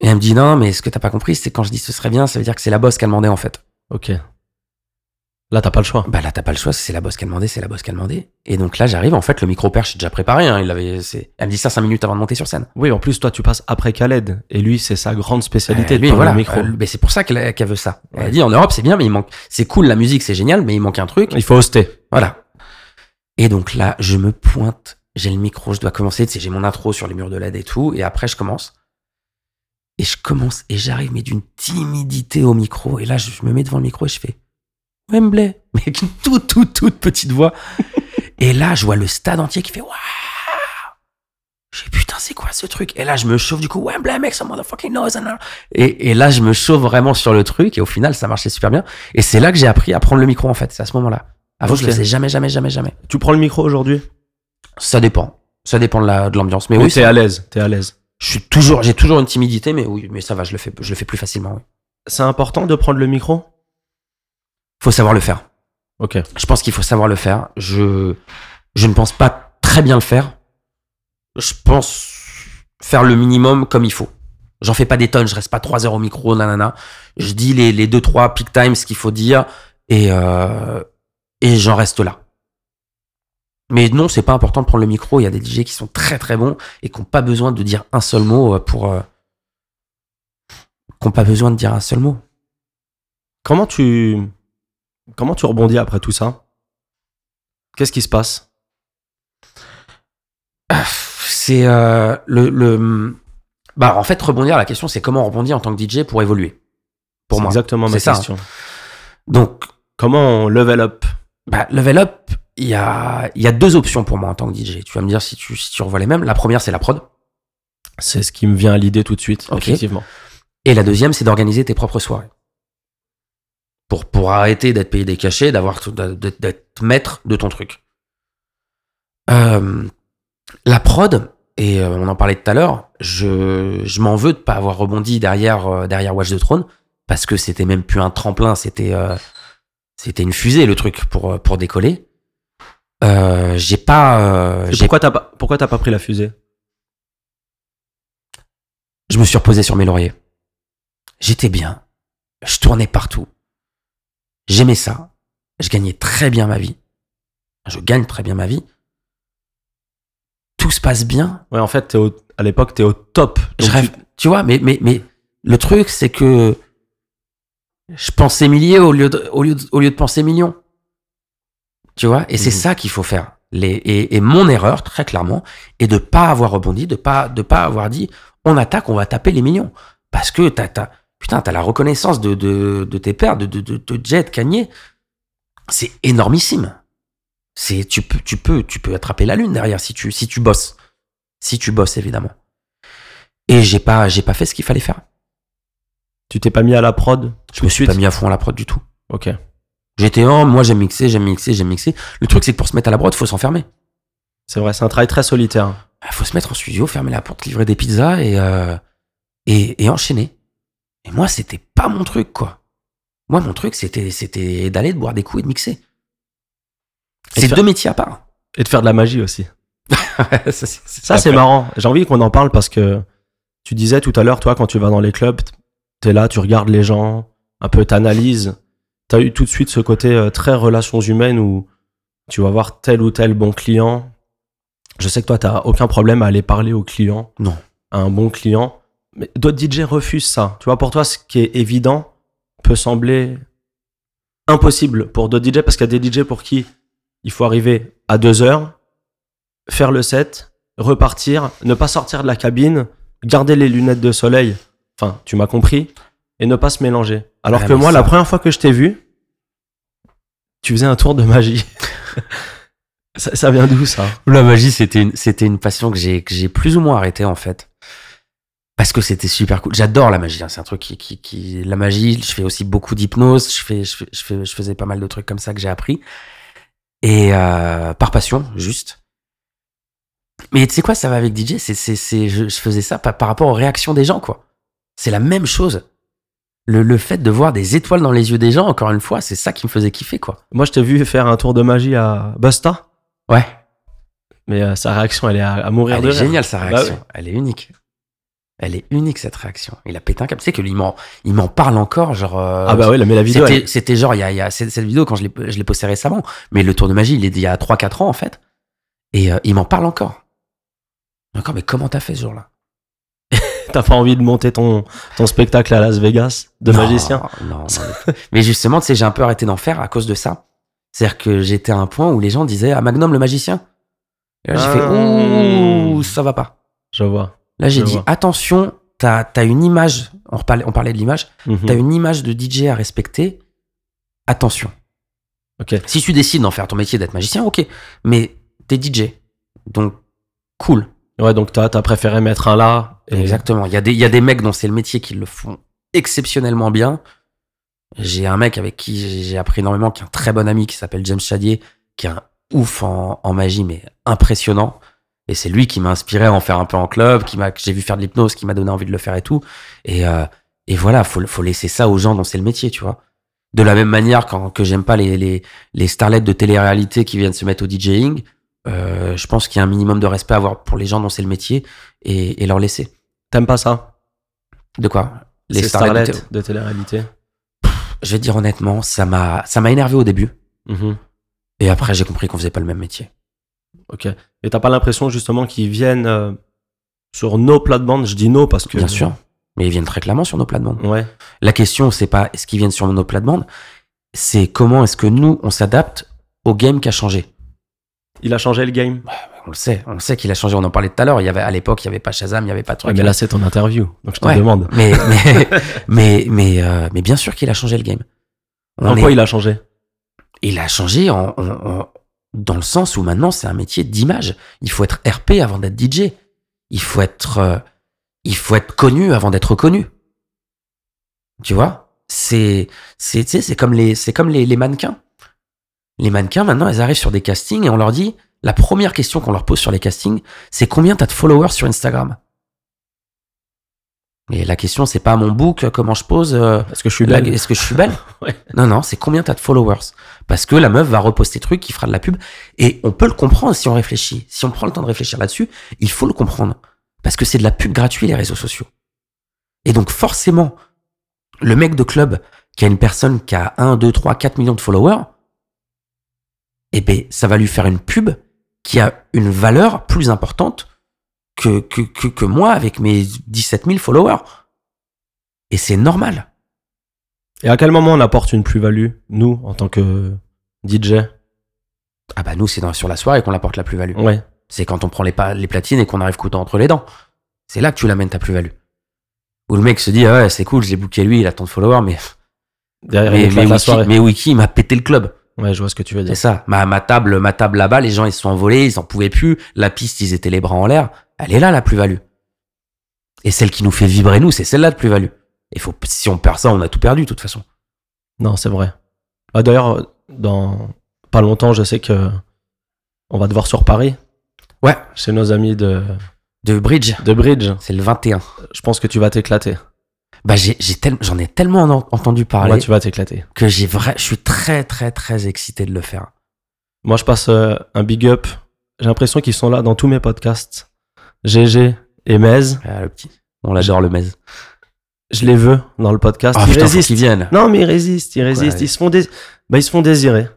[SPEAKER 2] Et elle me dit Non, mais ce que t'as pas compris, c'est quand je dis ce serait bien, ça veut dire que c'est la bosse qu'elle demandait en fait.
[SPEAKER 1] Ok. Là, t'as pas le choix.
[SPEAKER 2] Bah là, t'as pas le choix, c'est la bosse qu'elle demandait, c'est la bosse qu'elle demandait. Et donc là, j'arrive, en fait, le micro-perche est déjà préparé. hein, il avait, c'est- elle me dit ça cinq minutes avant de monter sur scène.
[SPEAKER 1] Oui, en plus, toi, tu passes après Khaled. Et lui, c'est sa grande spécialité
[SPEAKER 2] Euh,
[SPEAKER 1] de
[SPEAKER 2] lui,
[SPEAKER 1] prendre
[SPEAKER 2] voilà,
[SPEAKER 1] le micro.
[SPEAKER 2] euh, mais c'est pour ça qu'elle qu'elle veut ça. Elle
[SPEAKER 1] Ouais.
[SPEAKER 2] dit en Europe, c'est bien, mais il manque. C'est cool, la musique, c'est génial, mais il manque un truc.
[SPEAKER 1] Il faut hoster.
[SPEAKER 2] Voilà. Et donc là, je me pointe, j'ai le micro, je dois commencer, tu sais, j'ai mon intro sur les murs de l'aide et tout, et après je commence. Et je commence, et j'arrive, mais d'une timidité au micro, et là je me mets devant le micro et je fais Wembley, mais avec une toute, toute, toute petite voix. et là, je vois le stade entier qui fait Waouh Je fais, putain, c'est quoi ce truc Et là, je me chauffe du coup, Wembley makes some motherfucking noise. and all. Et, et là, je me chauffe vraiment sur le truc, et au final, ça marchait super bien. Et c'est là que j'ai appris à prendre le micro, en fait, c'est à ce moment-là. Avant, je
[SPEAKER 1] Ok.
[SPEAKER 2] le faisais jamais, jamais, jamais, jamais.
[SPEAKER 1] Tu prends le micro aujourd'hui
[SPEAKER 2] Ça dépend. Ça dépend de la- de l'ambiance. Mais,
[SPEAKER 1] Oui,
[SPEAKER 2] oui,
[SPEAKER 1] t'es à l'aise. T'es à l'aise.
[SPEAKER 2] je suis toujours, j'ai toujours une timidité, mais oui, mais ça va, je le fais, je le fais plus facilement. Oui.
[SPEAKER 1] C'est important de prendre le micro
[SPEAKER 2] Faut savoir le faire.
[SPEAKER 1] Ok.
[SPEAKER 2] Je pense qu'il faut savoir le faire. Je, je ne pense pas très bien le faire. Je pense faire le minimum comme il faut. J'en fais pas des tonnes, je reste pas trois heures au micro, nanana. Je dis les, les deux, trois peak times qu'il faut dire et, euh, et j'en reste là. Mais non, c'est pas important de prendre le micro. Il y a des DJ qui sont très très bons et qui n'ont pas besoin de dire un seul mot euh, pour. euh, qui n'ont pas besoin de dire un seul mot.
[SPEAKER 1] Comment tu. Comment tu rebondis après tout ça Qu'est-ce qui se passe
[SPEAKER 2] Ah, C'est euh, le, le- Bah, en fait, rebondir, la question, c'est comment rebondir en tant que DJ pour évoluer. Pour
[SPEAKER 1] C'est
[SPEAKER 2] moi.
[SPEAKER 1] Exactement ma
[SPEAKER 2] C'est ça,
[SPEAKER 1] question.
[SPEAKER 2] Donc,
[SPEAKER 1] Comment on level up
[SPEAKER 2] bah, level up, il y a, il y a deux options pour moi en tant que DJ. Tu vas me dire si tu, si tu revois les mêmes. La première, c'est la prod.
[SPEAKER 1] C'est ce qui me vient à l'idée tout de suite,
[SPEAKER 2] Ok.
[SPEAKER 1] effectivement.
[SPEAKER 2] Et la deuxième, c'est d'organiser tes propres soirées. Pour, pour arrêter d'être payé des cachets, d'avoir tout- d'être d'être maître de ton truc. Euh, la prod, et euh, on en parlait tout à l'heure, je, je m'en veux de pas avoir rebondi derrière, euh, derrière Watch the Throne, parce que c'était même plus un tremplin, c'était euh, c'était une fusée le truc pour, euh, pour décoller. Euh, j'ai pas. euh,
[SPEAKER 1] Et
[SPEAKER 2] j'ai-
[SPEAKER 1] pourquoi t'as pas, pourquoi t'as pas pris la fusée
[SPEAKER 2] Je me suis reposé sur mes lauriers. J'étais bien. Je tournais partout. J'aimais ça. Je gagnais très bien ma vie. Je gagne très bien ma vie. Tout se passe bien.
[SPEAKER 1] Ouais, en fait, t'es au- à l'époque, t'es au top.
[SPEAKER 2] Je
[SPEAKER 1] Donc,
[SPEAKER 2] rêve. Tu... vois, mais, mais, mais le truc, c'est que je pensais milliers au lieu de, au lieu de, au lieu de penser millions. Tu vois Et c'est
[SPEAKER 1] Mhm.
[SPEAKER 2] ça qu'il faut faire. Les, et, et mon erreur, très clairement, est de pas avoir rebondi, de pas, de pas avoir dit on attaque, on va taper les millions. Parce que t'as, t'as, putain, t'as la reconnaissance de, de, de tes pères, de, de, de, de Jet, Kanye. C'est énormissime. C'est, tu peux, tu peux, tu peux attraper la lune derrière si tu, si tu bosses. Si tu bosses, évidemment. Et j'ai pas, j'ai pas fait ce qu'il fallait faire.
[SPEAKER 1] Tu t'es pas mis à la prod
[SPEAKER 2] Je me suis
[SPEAKER 1] suite.
[SPEAKER 2] pas mis à fond à la prod du tout.
[SPEAKER 1] Ok.
[SPEAKER 2] J'étais en, moi j'aime mixer, j'aime mixer, j'aime mixer. Le truc, c'est que pour se mettre à la prod, faut s'enfermer.
[SPEAKER 1] C'est vrai, c'est un travail très solitaire.
[SPEAKER 2] Il faut se mettre en studio, fermer la porte, livrer des pizzas et, euh, et, et enchaîner. Et moi, c'était pas mon truc, quoi. Moi, mon truc, c'était, c'était d'aller, de boire des coups et de mixer.
[SPEAKER 1] Et
[SPEAKER 2] C'est
[SPEAKER 1] de faire-
[SPEAKER 2] deux métiers à part.
[SPEAKER 1] Et de faire de la magie aussi.
[SPEAKER 2] ça,
[SPEAKER 1] Ça, c'est marrant. J'ai envie qu'on en parle parce que tu disais tout à l'heure, toi, quand tu vas dans les clubs, t- t'es là, tu regardes les gens, un peu t'analyses. T'as eu tout de suite ce côté euh, très relations humaines où tu vas voir tel ou tel bon client. Je sais que toi, t'as aucun problème à aller parler au client.
[SPEAKER 2] Non.
[SPEAKER 1] À un bon client. Mais d'autres DJ refusent ça. Tu vois, pour toi, ce qui est évident peut sembler impossible pour d'autres DJ parce qu'il y a des DJ pour qui il faut arriver à deux heures, faire le set, repartir, ne pas sortir de la cabine, garder les lunettes de soleil, enfin, tu m'as compris, et ne pas se mélanger. Alors
[SPEAKER 2] Ah,
[SPEAKER 1] que
[SPEAKER 2] mais
[SPEAKER 1] moi,
[SPEAKER 2] ça-
[SPEAKER 1] la première fois que je t'ai vu, tu faisais un tour de magie. ça, ça vient d'où ça
[SPEAKER 2] La magie, c'était une, c'était une passion que j'ai, que j'ai plus ou moins arrêtée, en fait. Parce que c'était super cool. J'adore la magie. hein. C'est un truc qui, qui, qui- la magie, je fais aussi beaucoup d'hypnose. Je fais, je fais, je fais- je faisais pas mal de trucs comme ça que j'ai appris. Et, euh, par passion, juste. Mais tu sais quoi, ça va avec DJ. C'est, c'est, c'est, je, je faisais ça par, par rapport aux réactions des gens, quoi. C'est la même chose. Le, le fait de voir des étoiles dans les yeux des gens, encore une fois, c'est ça qui me faisait kiffer, quoi.
[SPEAKER 1] Moi, je t'ai vu faire un tour de magie à Busta,
[SPEAKER 2] Ouais.
[SPEAKER 1] mais euh, sa réaction, elle est à, à mourir
[SPEAKER 2] Elle
[SPEAKER 1] de
[SPEAKER 2] est
[SPEAKER 1] rire.
[SPEAKER 2] géniale, sa
[SPEAKER 1] Ah bah
[SPEAKER 2] réaction. Elle est unique. Elle est unique cette réaction. Il a pété un câble. Tu sais qu'il m'en, il m'en parle encore, genre. euh,
[SPEAKER 1] ah bah ouais, là, mais la vidéo.
[SPEAKER 2] c'était,
[SPEAKER 1] elle-
[SPEAKER 2] c'était genre, il y a, il y a cette cette vidéo quand je l'ai, je l'ai postée récemment. Mais le tour de magie, il est d'il y a 3-4 ans en fait. Et euh, il m'en parle encore. Encore, mais comment t'as fait ce jour-là
[SPEAKER 1] T'as pas envie de monter ton, ton spectacle à Las Vegas de
[SPEAKER 2] Non,
[SPEAKER 1] magicien
[SPEAKER 2] Non. non, mais- mais justement, tu sais, j'ai un peu arrêté d'en faire à cause de ça. C'est-à-dire que j'étais à un point où les gens disaient Ah, Magnum le magicien. Et là, j'ai fait
[SPEAKER 1] Ah.
[SPEAKER 2] Ouh, ça va pas.
[SPEAKER 1] Je vois.
[SPEAKER 2] Là, j'ai
[SPEAKER 1] Je
[SPEAKER 2] dit
[SPEAKER 1] vois.
[SPEAKER 2] attention, t'as as une image, on, reparlait- on parlait de l'image,
[SPEAKER 1] Mhm.
[SPEAKER 2] t'as une image de DJ à respecter, attention.
[SPEAKER 1] Ok.
[SPEAKER 2] Si tu décides d'en faire ton métier d'être magicien, ok, mais t'es DJ, donc cool.
[SPEAKER 1] Ouais, donc t'as as préféré mettre un là. et-
[SPEAKER 2] Exactement. Il y, a des- il y a des mecs dont c'est le métier qui le font exceptionnellement bien. J'ai un mec avec qui j'ai- j'ai appris énormément, qui est un très bon ami, qui s'appelle James Chadier, qui est un ouf en, en magie, mais impressionnant. Et c'est lui qui m'a inspiré à en faire un peu en club, qui m'a, que j'ai vu faire de l'hypnose, qui m'a donné envie de le faire et tout. Et, euh, et voilà, faut, le- faut laisser ça aux gens dont c'est le métier, tu vois. De la même manière quand, que j'aime pas les, les, les starlets de télé-réalité qui viennent se mettre au DJing, euh, je pense qu'il y a un minimum de respect à avoir pour les gens dont c'est le métier et, et leur laisser.
[SPEAKER 1] T'aimes pas ça
[SPEAKER 2] De quoi Les
[SPEAKER 1] Ces
[SPEAKER 2] starlets.
[SPEAKER 1] starlets de télé-réalité.
[SPEAKER 2] Je vais te dire honnêtement, ça m'a ça m'a énervé au début.
[SPEAKER 1] Mhm.
[SPEAKER 2] Et après, j'ai compris qu'on faisait pas le même métier.
[SPEAKER 1] Ok. Et t'as pas l'impression justement qu'ils viennent euh, sur nos plates-bandes Je dis nos parce que.
[SPEAKER 2] Bien sûr. Mais ils viennent très clairement sur nos plates-bandes.
[SPEAKER 1] Ouais.
[SPEAKER 2] La question, c'est pas est-ce qu'ils viennent sur nos plates-bandes, c'est comment est-ce que nous, on s'adapte au game qui a changé.
[SPEAKER 1] Il a changé le game.
[SPEAKER 2] On le sait, on le sait qu'il a changé. On en parlait tout à l'heure. Il y avait à l'époque, il y avait pas Shazam, il y avait pas de truc.
[SPEAKER 1] mais là, c'est ton interview. Donc je te
[SPEAKER 2] Ouais.
[SPEAKER 1] demande.
[SPEAKER 2] mais mais mais mais, euh, mais bien sûr qu'il a changé le game.
[SPEAKER 1] En
[SPEAKER 2] On est-
[SPEAKER 1] quoi il a changé
[SPEAKER 2] Il a changé en, en- en- dans le sens où maintenant c'est un métier d'image. Il faut être RP avant d'être DJ. Il faut être, euh, il faut être connu avant d'être reconnu. Tu vois C'est, c'est, tu sais, c'est comme les, c'est comme les, les mannequins. Les mannequins maintenant, elles arrivent sur des castings et on leur dit la première question qu'on leur pose sur les castings, c'est combien t'as de followers sur Instagram. Et la question, c'est pas mon book, comment je pose. euh,
[SPEAKER 1] Est-ce que je suis
[SPEAKER 2] la-
[SPEAKER 1] belle
[SPEAKER 2] Est-ce que je suis belle
[SPEAKER 1] Ouais.
[SPEAKER 2] Non, non, c'est combien t'as de followers Parce que la meuf va reposter truc, qui fera de la pub. Et on peut le comprendre si on réfléchit. Si on prend le temps de réfléchir là-dessus, il faut le comprendre. Parce que c'est de la pub gratuite, les réseaux sociaux. Et donc, forcément, le mec de club qui a une personne qui a 1, 2, 3, 4 millions de followers, eh ben, ça va lui faire une pub qui a une valeur plus importante que, que, que, que moi avec mes 17 000 followers. Et c'est normal.
[SPEAKER 1] Et à quel moment on apporte une plus-value, nous, en tant que euh, DJ
[SPEAKER 2] Ah bah nous, c'est dans- sur la soirée qu'on apporte la plus-value.
[SPEAKER 1] Ouais.
[SPEAKER 2] C'est quand on prend les, pa- les platines et qu'on arrive couteau entre les dents. C'est là que tu l'amènes ta plus-value. Où le mec se dit, ah ouais, c'est cool, je l'ai booké lui, il a tant de followers, mais,
[SPEAKER 1] Derrière
[SPEAKER 2] mais,
[SPEAKER 1] il éclate
[SPEAKER 2] mais
[SPEAKER 1] la
[SPEAKER 2] Wiki,
[SPEAKER 1] soirée.
[SPEAKER 2] mais Wiki, il m'a pété le club.
[SPEAKER 1] Ouais, je vois ce que tu veux
[SPEAKER 2] C'est
[SPEAKER 1] dire.
[SPEAKER 2] ça. Ma, ma table, ma table là-bas, les gens, ils se sont envolés, ils en pouvaient plus. La piste, ils étaient les bras en l'air. Elle est là, la plus-value. Et celle qui nous fait vibrer, nous, c'est celle-là de plus-value. Et faut, si on perd ça, on a tout perdu, de toute façon.
[SPEAKER 1] Non, c'est vrai. Ah, D'ailleurs, dans pas longtemps, je sais que on va devoir sur Paris.
[SPEAKER 2] Ouais.
[SPEAKER 1] Chez nos amis de,
[SPEAKER 2] De Bridge,
[SPEAKER 1] de Bridge.
[SPEAKER 2] c'est le 21.
[SPEAKER 1] Je pense que tu vas t'éclater.
[SPEAKER 2] Bah, j'ai, j'ai tel- j'en ai tellement en- entendu parler.
[SPEAKER 1] Moi, tu vas t'éclater.
[SPEAKER 2] que j'ai vrai, je suis très très très excité de le faire.
[SPEAKER 1] Moi, je passe euh, un big up. J'ai l'impression qu'ils sont là dans tous mes podcasts. GG et Mez,
[SPEAKER 2] Ah, le petit, on l'adore le Mez.
[SPEAKER 1] je les veux dans le podcast.
[SPEAKER 2] Ah
[SPEAKER 1] ils
[SPEAKER 2] putain, faut
[SPEAKER 1] résistent.
[SPEAKER 2] qu'ils viennent.
[SPEAKER 1] Non, mais ils résistent, ils résistent.
[SPEAKER 2] Ouais.
[SPEAKER 1] Ils, se font dés- bah, ils se font désirer.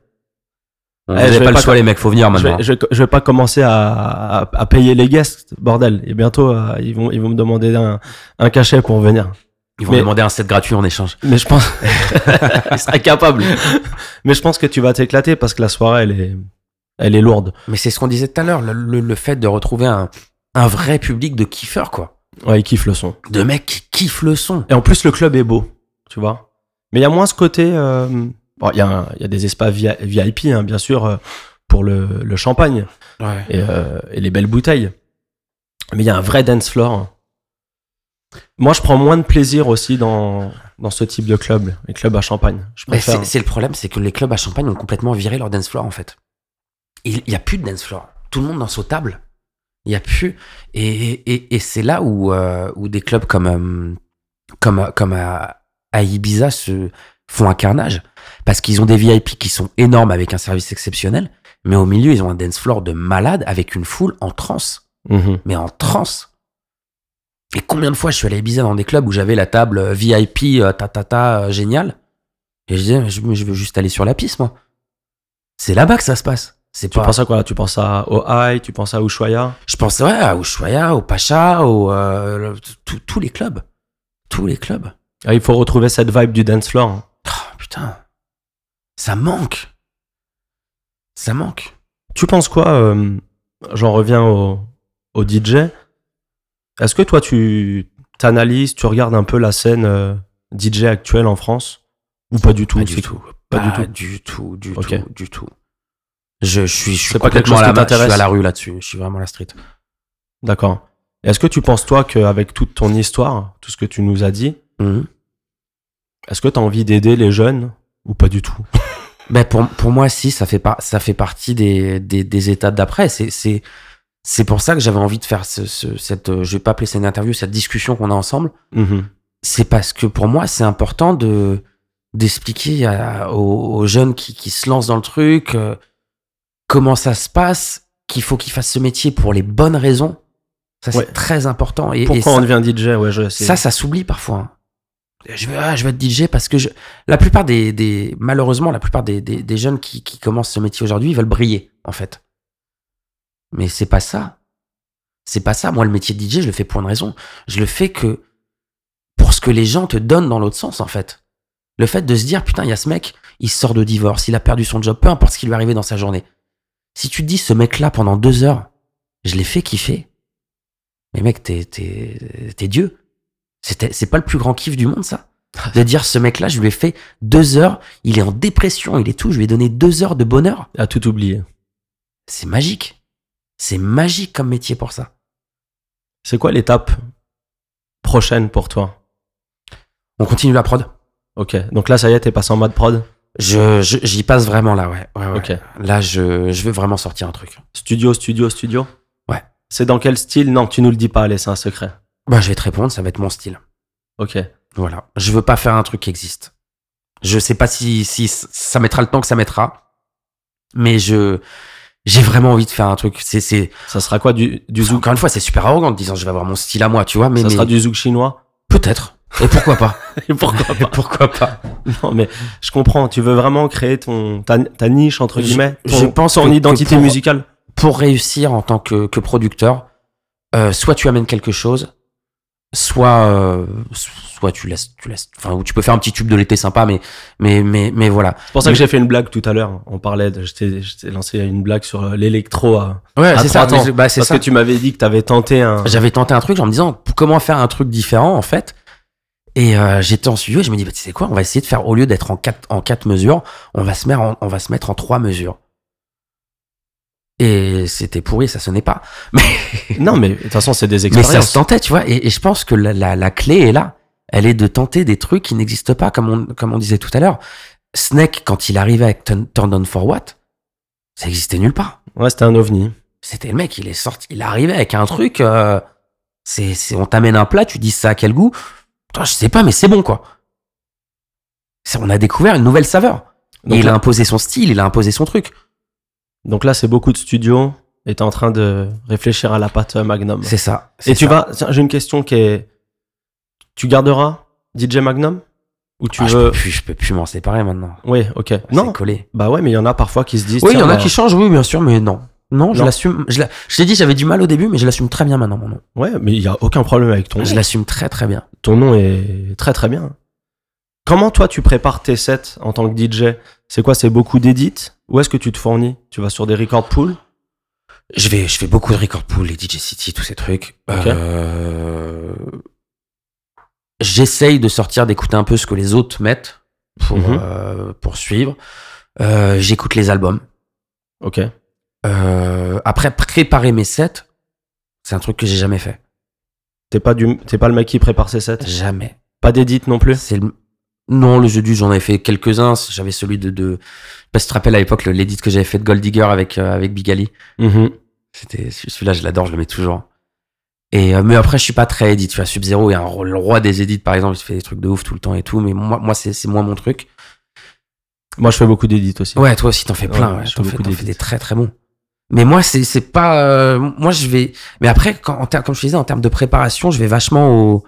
[SPEAKER 2] On
[SPEAKER 1] Eh,
[SPEAKER 2] n'avait
[SPEAKER 1] je vais
[SPEAKER 2] pas le
[SPEAKER 1] pas
[SPEAKER 2] choix, les mecs, faut venir
[SPEAKER 1] Je
[SPEAKER 2] maintenant.
[SPEAKER 1] vais, je, vais- je vais pas commencer à, à- à payer les guests, bordel. Et bientôt, euh, ils, vont, ils vont me demander un, un cachet pour venir.
[SPEAKER 2] Ils vont
[SPEAKER 1] Mais-
[SPEAKER 2] demander un set gratuit en échange.
[SPEAKER 1] Mais je pense,
[SPEAKER 2] Ils seraient capables.
[SPEAKER 1] mais je pense que tu vas t'éclater parce que la soirée, elle est, elle est lourde.
[SPEAKER 2] Mais c'est ce qu'on disait tout à l'heure, le, le- le fait de retrouver un, un vrai public de kiffeurs, quoi.
[SPEAKER 1] Ouais, ils kiffent le son.
[SPEAKER 2] De mecs qui kiffent le son.
[SPEAKER 1] Et en plus, le club est beau, tu vois. Mais il y a moins ce côté. euh, bon, il y, a un- il y a des espaces vi- VIP, hein, bien sûr, euh, pour le, le champagne
[SPEAKER 2] Ouais.
[SPEAKER 1] et, euh, et les belles bouteilles. Mais il y a un vrai dance floor. hein. Moi, je prends moins de plaisir aussi dans, dans ce type de club, les clubs à champagne. Je
[SPEAKER 2] Mais
[SPEAKER 1] préfère.
[SPEAKER 2] c'est c'est le problème, c'est que les clubs à Champagne ont complètement viré leur dance floor en fait. Il n'y a plus de dance floor. Tout le monde danse aux tables. Il n'y a plus. Et, et- et- et c'est là où, euh, où des clubs comme, euh, comme, comme à, à Ibiza se font un carnage. Parce qu'ils ont des VIP qui sont énormes avec un service exceptionnel. Mais au milieu, ils ont un dance floor de malade avec une foule en transe.
[SPEAKER 1] Mhm.
[SPEAKER 2] Mais en transe. Et combien de fois je suis allé à Ibiza dans des clubs où j'avais la table euh, VIP, euh, ta ta ta, euh, génial. Et je disais, je, je veux juste aller sur la piste, moi. C'est là-bas que ça se passe. C'est
[SPEAKER 1] Tu
[SPEAKER 2] pas.
[SPEAKER 1] penses à quoi Tu penses à Ohai, tu penses à Ushuaia
[SPEAKER 2] Je pense ouais, à Ushuaia, au Pacha, au, euh, le- tous- tous les clubs. Tous les clubs.
[SPEAKER 1] Ah, Il faut retrouver cette vibe du dance floor. hein.
[SPEAKER 2] Ah, putain. Ça manque. Ça manque.
[SPEAKER 1] Tu penses quoi euh, J'en reviens au, au DJ. Est-ce que toi, tu t'analyses, tu regardes un peu la scène euh, DJ actuelle en France Ou pas du tout
[SPEAKER 2] Pas du
[SPEAKER 1] c'est-
[SPEAKER 2] tout.
[SPEAKER 1] Pas du tout.
[SPEAKER 2] du tout, du
[SPEAKER 1] Ok.
[SPEAKER 2] tout, du tout. Je, je suis, je suis
[SPEAKER 1] C'est pas quelque
[SPEAKER 2] complètement
[SPEAKER 1] chose qui
[SPEAKER 2] à la, ma- je suis
[SPEAKER 1] t'intéresse
[SPEAKER 2] à la rue là-dessus. Je suis vraiment à la street.
[SPEAKER 1] D'accord. Est-ce que tu penses, toi, qu'avec toute ton histoire, tout ce que tu nous as dit,
[SPEAKER 2] Mhm.
[SPEAKER 1] est-ce que tu as envie d'aider les jeunes Ou pas du tout
[SPEAKER 2] Ben pour, pour moi, si, ça fait, par- ça fait partie des, des, des étapes d'après. C'est- C'est c'est pour ça que j'avais envie de faire ce, ce- cette, euh, je vais pas appeler ça une interview, cette discussion qu'on a ensemble. Mm-hmm.
[SPEAKER 1] Mhm.
[SPEAKER 2] c'est parce que pour moi, c'est important de d'expliquer à- aux, aux jeunes qui, qui se lancent dans le truc euh, comment ça se passe, qu'il faut qu'ils fassent ce métier pour les bonnes raisons. Ça, c'est
[SPEAKER 1] Ouais.
[SPEAKER 2] très important. Et, et
[SPEAKER 1] Pourquoi
[SPEAKER 2] ça,
[SPEAKER 1] on devient DJ ouais, je, c'est-
[SPEAKER 2] ça, ça s'oublie parfois. hein. Je veux, ah, je veux être DJ parce que je... la plupart des, des- malheureusement, la plupart des, des- des jeunes qui, qui commencent ce métier aujourd'hui, ils veulent briller, en fait. Mais c'est pas ça. C'est pas ça. Moi, le métier de DJ, je le fais pour une raison. Je le fais que pour ce que les gens te donnent dans l'autre sens, en fait. Le fait de se dire, putain, il y a ce mec, il sort de divorce, il a perdu son job, peu importe ce qui lui est arrivé dans sa journée. Si tu te dis, ce mec-là, pendant deux heures, je l'ai fait kiffer. Mais mec, t'es, t'es, t'es Dieu. C'était- C'est pas le plus grand kiff du monde, ça. De dire, ce mec-là, je lui ai fait deux heures, il est en dépression, il est tout, je lui ai donné deux heures de bonheur.
[SPEAKER 1] à tout oublier.
[SPEAKER 2] C'est magique. C'est magique comme métier pour ça.
[SPEAKER 1] C'est quoi l'étape prochaine pour toi
[SPEAKER 2] On continue la prod
[SPEAKER 1] Ok, donc là, ça y est, t'es passé en mode prod
[SPEAKER 2] je, je- J'y passe vraiment là, ouais. ouais, ouais.
[SPEAKER 1] Ok.
[SPEAKER 2] Là, je, je veux vraiment sortir un truc.
[SPEAKER 1] Studio, studio, studio
[SPEAKER 2] Ouais.
[SPEAKER 1] C'est dans quel style Non, tu nous le dis pas, allez, c'est un secret.
[SPEAKER 2] Bah, je vais te répondre, ça va être mon style.
[SPEAKER 1] Ok.
[SPEAKER 2] Voilà. Je veux pas faire un truc qui existe. Je sais pas si, si ça mettra le temps que ça mettra, mais je j'ai vraiment envie de faire un truc. C'est c'est
[SPEAKER 1] Ça sera quoi du, du zouk
[SPEAKER 2] encore une fois c'est super arrogant de disant je vais avoir mon style à moi, tu vois. Mais,
[SPEAKER 1] Ça
[SPEAKER 2] mais
[SPEAKER 1] sera du zouk chinois
[SPEAKER 2] peut-être. Et pourquoi pas
[SPEAKER 1] Et pourquoi
[SPEAKER 2] Et pourquoi pas
[SPEAKER 1] Non, mais je comprends. Tu veux vraiment créer ton ta, ta niche entre
[SPEAKER 2] Je-
[SPEAKER 1] guillemets, ton,
[SPEAKER 2] je pense
[SPEAKER 1] ton
[SPEAKER 2] que- que
[SPEAKER 1] identité
[SPEAKER 2] pour-
[SPEAKER 1] musicale.
[SPEAKER 2] Pour réussir en tant que, que producteur, euh, soit tu amènes quelque chose, soit euh, soit tu laisses tu laisses. Enfin, ou tu peux faire un petit tube de l'été sympa, mais mais mais mais voilà.
[SPEAKER 1] C'est pour ça que
[SPEAKER 2] Mais-
[SPEAKER 1] j'ai fait une blague tout à l'heure. On parlait, de, je t'ai je t'ai lancé une blague sur euh, l'électro. à-
[SPEAKER 2] Ouais,
[SPEAKER 1] c'est ça, mais
[SPEAKER 2] Attends,
[SPEAKER 1] je-
[SPEAKER 2] bah, c'est
[SPEAKER 1] Parce
[SPEAKER 2] ça.
[SPEAKER 1] que tu m'avais dit que t'avais tenté un.
[SPEAKER 2] J'avais tenté un truc genre, en me disant p- comment faire un truc différent en fait. Et euh, j'étais en studio et je me dis bah, tu sais quoi on va essayer de faire au lieu d'être en quatre en quatre mesures on va se mettre en, on va se mettre en trois mesures. Et c'était pourri ça sonnait pas
[SPEAKER 1] Non, mais de toute façon, c'est des
[SPEAKER 2] mais ça se
[SPEAKER 1] expériences.
[SPEAKER 2] tentait tu vois et, et je pense que la, la, la clé est là elle est de tenter des trucs qui n'existent pas comme on comme on disait tout à l'heure Snake quand il arrivait avec Turn, Turn on for What ça existait nulle part.
[SPEAKER 1] ouais, c'était un ovni.
[SPEAKER 2] C'était le mec, il est sorti, il arrivait avec un truc. euh, c'est, c'est- on t'amène un plat, tu dis ça à quel goût Putain, je sais pas, mais c'est bon quoi. C'est- on a découvert une nouvelle saveur.
[SPEAKER 1] Donc
[SPEAKER 2] et il
[SPEAKER 1] là-
[SPEAKER 2] a imposé son style, il a imposé son truc.
[SPEAKER 1] Donc là, c'est beaucoup de studios. Et t'es en train de réfléchir à la pâte euh, Magnum.
[SPEAKER 2] C'est ça. c'est
[SPEAKER 1] Et tu
[SPEAKER 2] ça.
[SPEAKER 1] vas. tiens, J'ai une question qui est. Tu garderas DJ Magnum ou tu
[SPEAKER 2] Ah, je,
[SPEAKER 1] veux
[SPEAKER 2] peux plus, je peux plus m'en séparer maintenant.
[SPEAKER 1] Oui, ok.
[SPEAKER 2] C'est
[SPEAKER 1] Non.
[SPEAKER 2] collé.
[SPEAKER 1] Bah ouais, mais il y en a parfois qui se disent.
[SPEAKER 2] Oui, il
[SPEAKER 1] tiens,
[SPEAKER 2] y en a
[SPEAKER 1] bah,
[SPEAKER 2] qui changent, oui, bien sûr, mais non. Non, je
[SPEAKER 1] Non.
[SPEAKER 2] l'assume. Je, la- je t'ai dit, j'avais du mal au début, mais je l'assume très bien maintenant, mon nom.
[SPEAKER 1] bah, Ouais, mais il y a aucun problème avec ton nom.
[SPEAKER 2] Ah, Je l'assume très, très bien.
[SPEAKER 1] Ton nom est très très bien. Comment toi tu prépares tes sets en tant que DJ C'est quoi C'est beaucoup d'édits Où est-ce que tu te fournis Tu vas sur des record pools
[SPEAKER 2] Je vais, je fais beaucoup de record pool, les DJ City, tous ces trucs.
[SPEAKER 1] Ok.
[SPEAKER 2] Euh, J'essaye de sortir, d'écouter un peu ce que les autres mettent pour,
[SPEAKER 1] Mhm.
[SPEAKER 2] euh, pour suivre. Euh, J'écoute les albums.
[SPEAKER 1] Ok.
[SPEAKER 2] Euh, après, préparer mes sets, c'est un truc que j'ai jamais fait.
[SPEAKER 1] T'es pas du, t'es pas le mec qui prépare ses sets.
[SPEAKER 2] Jamais.
[SPEAKER 1] Pas d'édits non plus.
[SPEAKER 2] C'est le- Non, le jeu du j'en avais fait quelques-uns. J'avais celui de, de... Je sais pas si tu te rappelles à l'époque le- l'édit que j'avais fait de Gold Digger avec, euh, avec Bigali. Mhm. C'était celui-là, je l'adore, je le mets toujours. Et euh, mais après, je suis pas très edit. Tu vois, Sub Zero est un ro- le roi des edits, par exemple. Il fait des trucs de ouf tout le temps et tout. Mais moi, moi, c'est c'est moins mon truc.
[SPEAKER 1] Moi je fais beaucoup d'édits aussi.
[SPEAKER 2] Ouais, toi aussi, t'en fais plein.
[SPEAKER 1] Ouais,
[SPEAKER 2] ouais,
[SPEAKER 1] je fais
[SPEAKER 2] t'en fais,
[SPEAKER 1] beaucoup
[SPEAKER 2] t'en fais
[SPEAKER 1] d'edits.
[SPEAKER 2] des très très bons. Mais moi, c'est c'est pas. euh, moi, je vais. Mais après, quand, en ter- comme je te disais, en termes de préparation, je vais vachement au.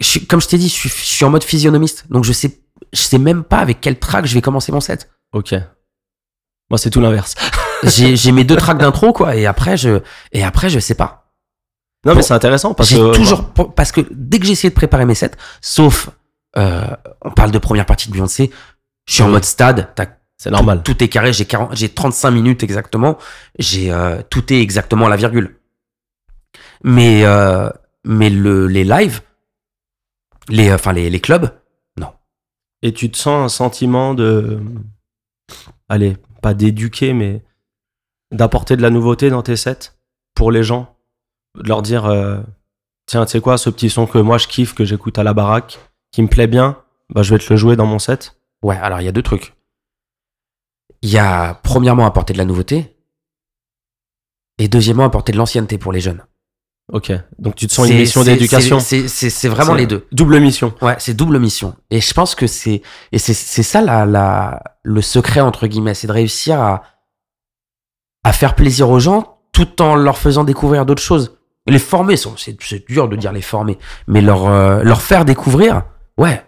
[SPEAKER 2] je suis- comme je t'ai dit, je suis, je suis en mode physionomiste. Donc, je sais, je sais même pas avec quel track je vais commencer mon set.
[SPEAKER 1] Ok. Moi, c'est tout l'inverse.
[SPEAKER 2] J'ai j'ai mes deux tracks d'intro, quoi. Et après, je, et après, je sais pas.
[SPEAKER 1] Non, mais
[SPEAKER 2] Bon,
[SPEAKER 1] c'est intéressant parce
[SPEAKER 2] J'ai
[SPEAKER 1] que.
[SPEAKER 2] toujours parce que dès que j'ai essayé de préparer mes sets, sauf euh, on parle de première partie de Beyoncé, je suis en
[SPEAKER 1] Oui.
[SPEAKER 2] mode stade, t'as-
[SPEAKER 1] C'est normal.
[SPEAKER 2] tout, tout est carré, j'ai 40 j'ai 35 minutes exactement, j'ai euh, tout est exactement à la virgule. Mais euh, mais le les lives les euh, enfin les, les clubs,
[SPEAKER 1] Et tu te sens un sentiment de. Allez, pas d'éduquer, mais d'apporter de la nouveauté dans tes sets pour les gens. De leur dire euh, Tiens, tu sais quoi, ce petit son que moi je kiffe, que j'écoute à la baraque, qui me plaît bien, bah, je vais te le jouer dans mon set.
[SPEAKER 2] Ouais, alors il y a deux trucs. Il y a premièrement apporter de la nouveauté et deuxièmement apporter de l'ancienneté pour les jeunes.
[SPEAKER 1] Ok. Donc tu te sens une
[SPEAKER 2] C'est-
[SPEAKER 1] mission
[SPEAKER 2] c'est-
[SPEAKER 1] d'éducation.
[SPEAKER 2] c'est- C'est c'est- c'est vraiment
[SPEAKER 1] C'est-
[SPEAKER 2] les deux.
[SPEAKER 1] Double mission.
[SPEAKER 2] Ouais, c'est double mission. Et je pense que c'est et c'est c'est ça la, la le secret entre guillemets, c'est de réussir à à faire plaisir aux gens tout en leur faisant découvrir d'autres choses. Les former sont c'est c'est dur de dire les former, mais leur euh, leur faire découvrir, ouais.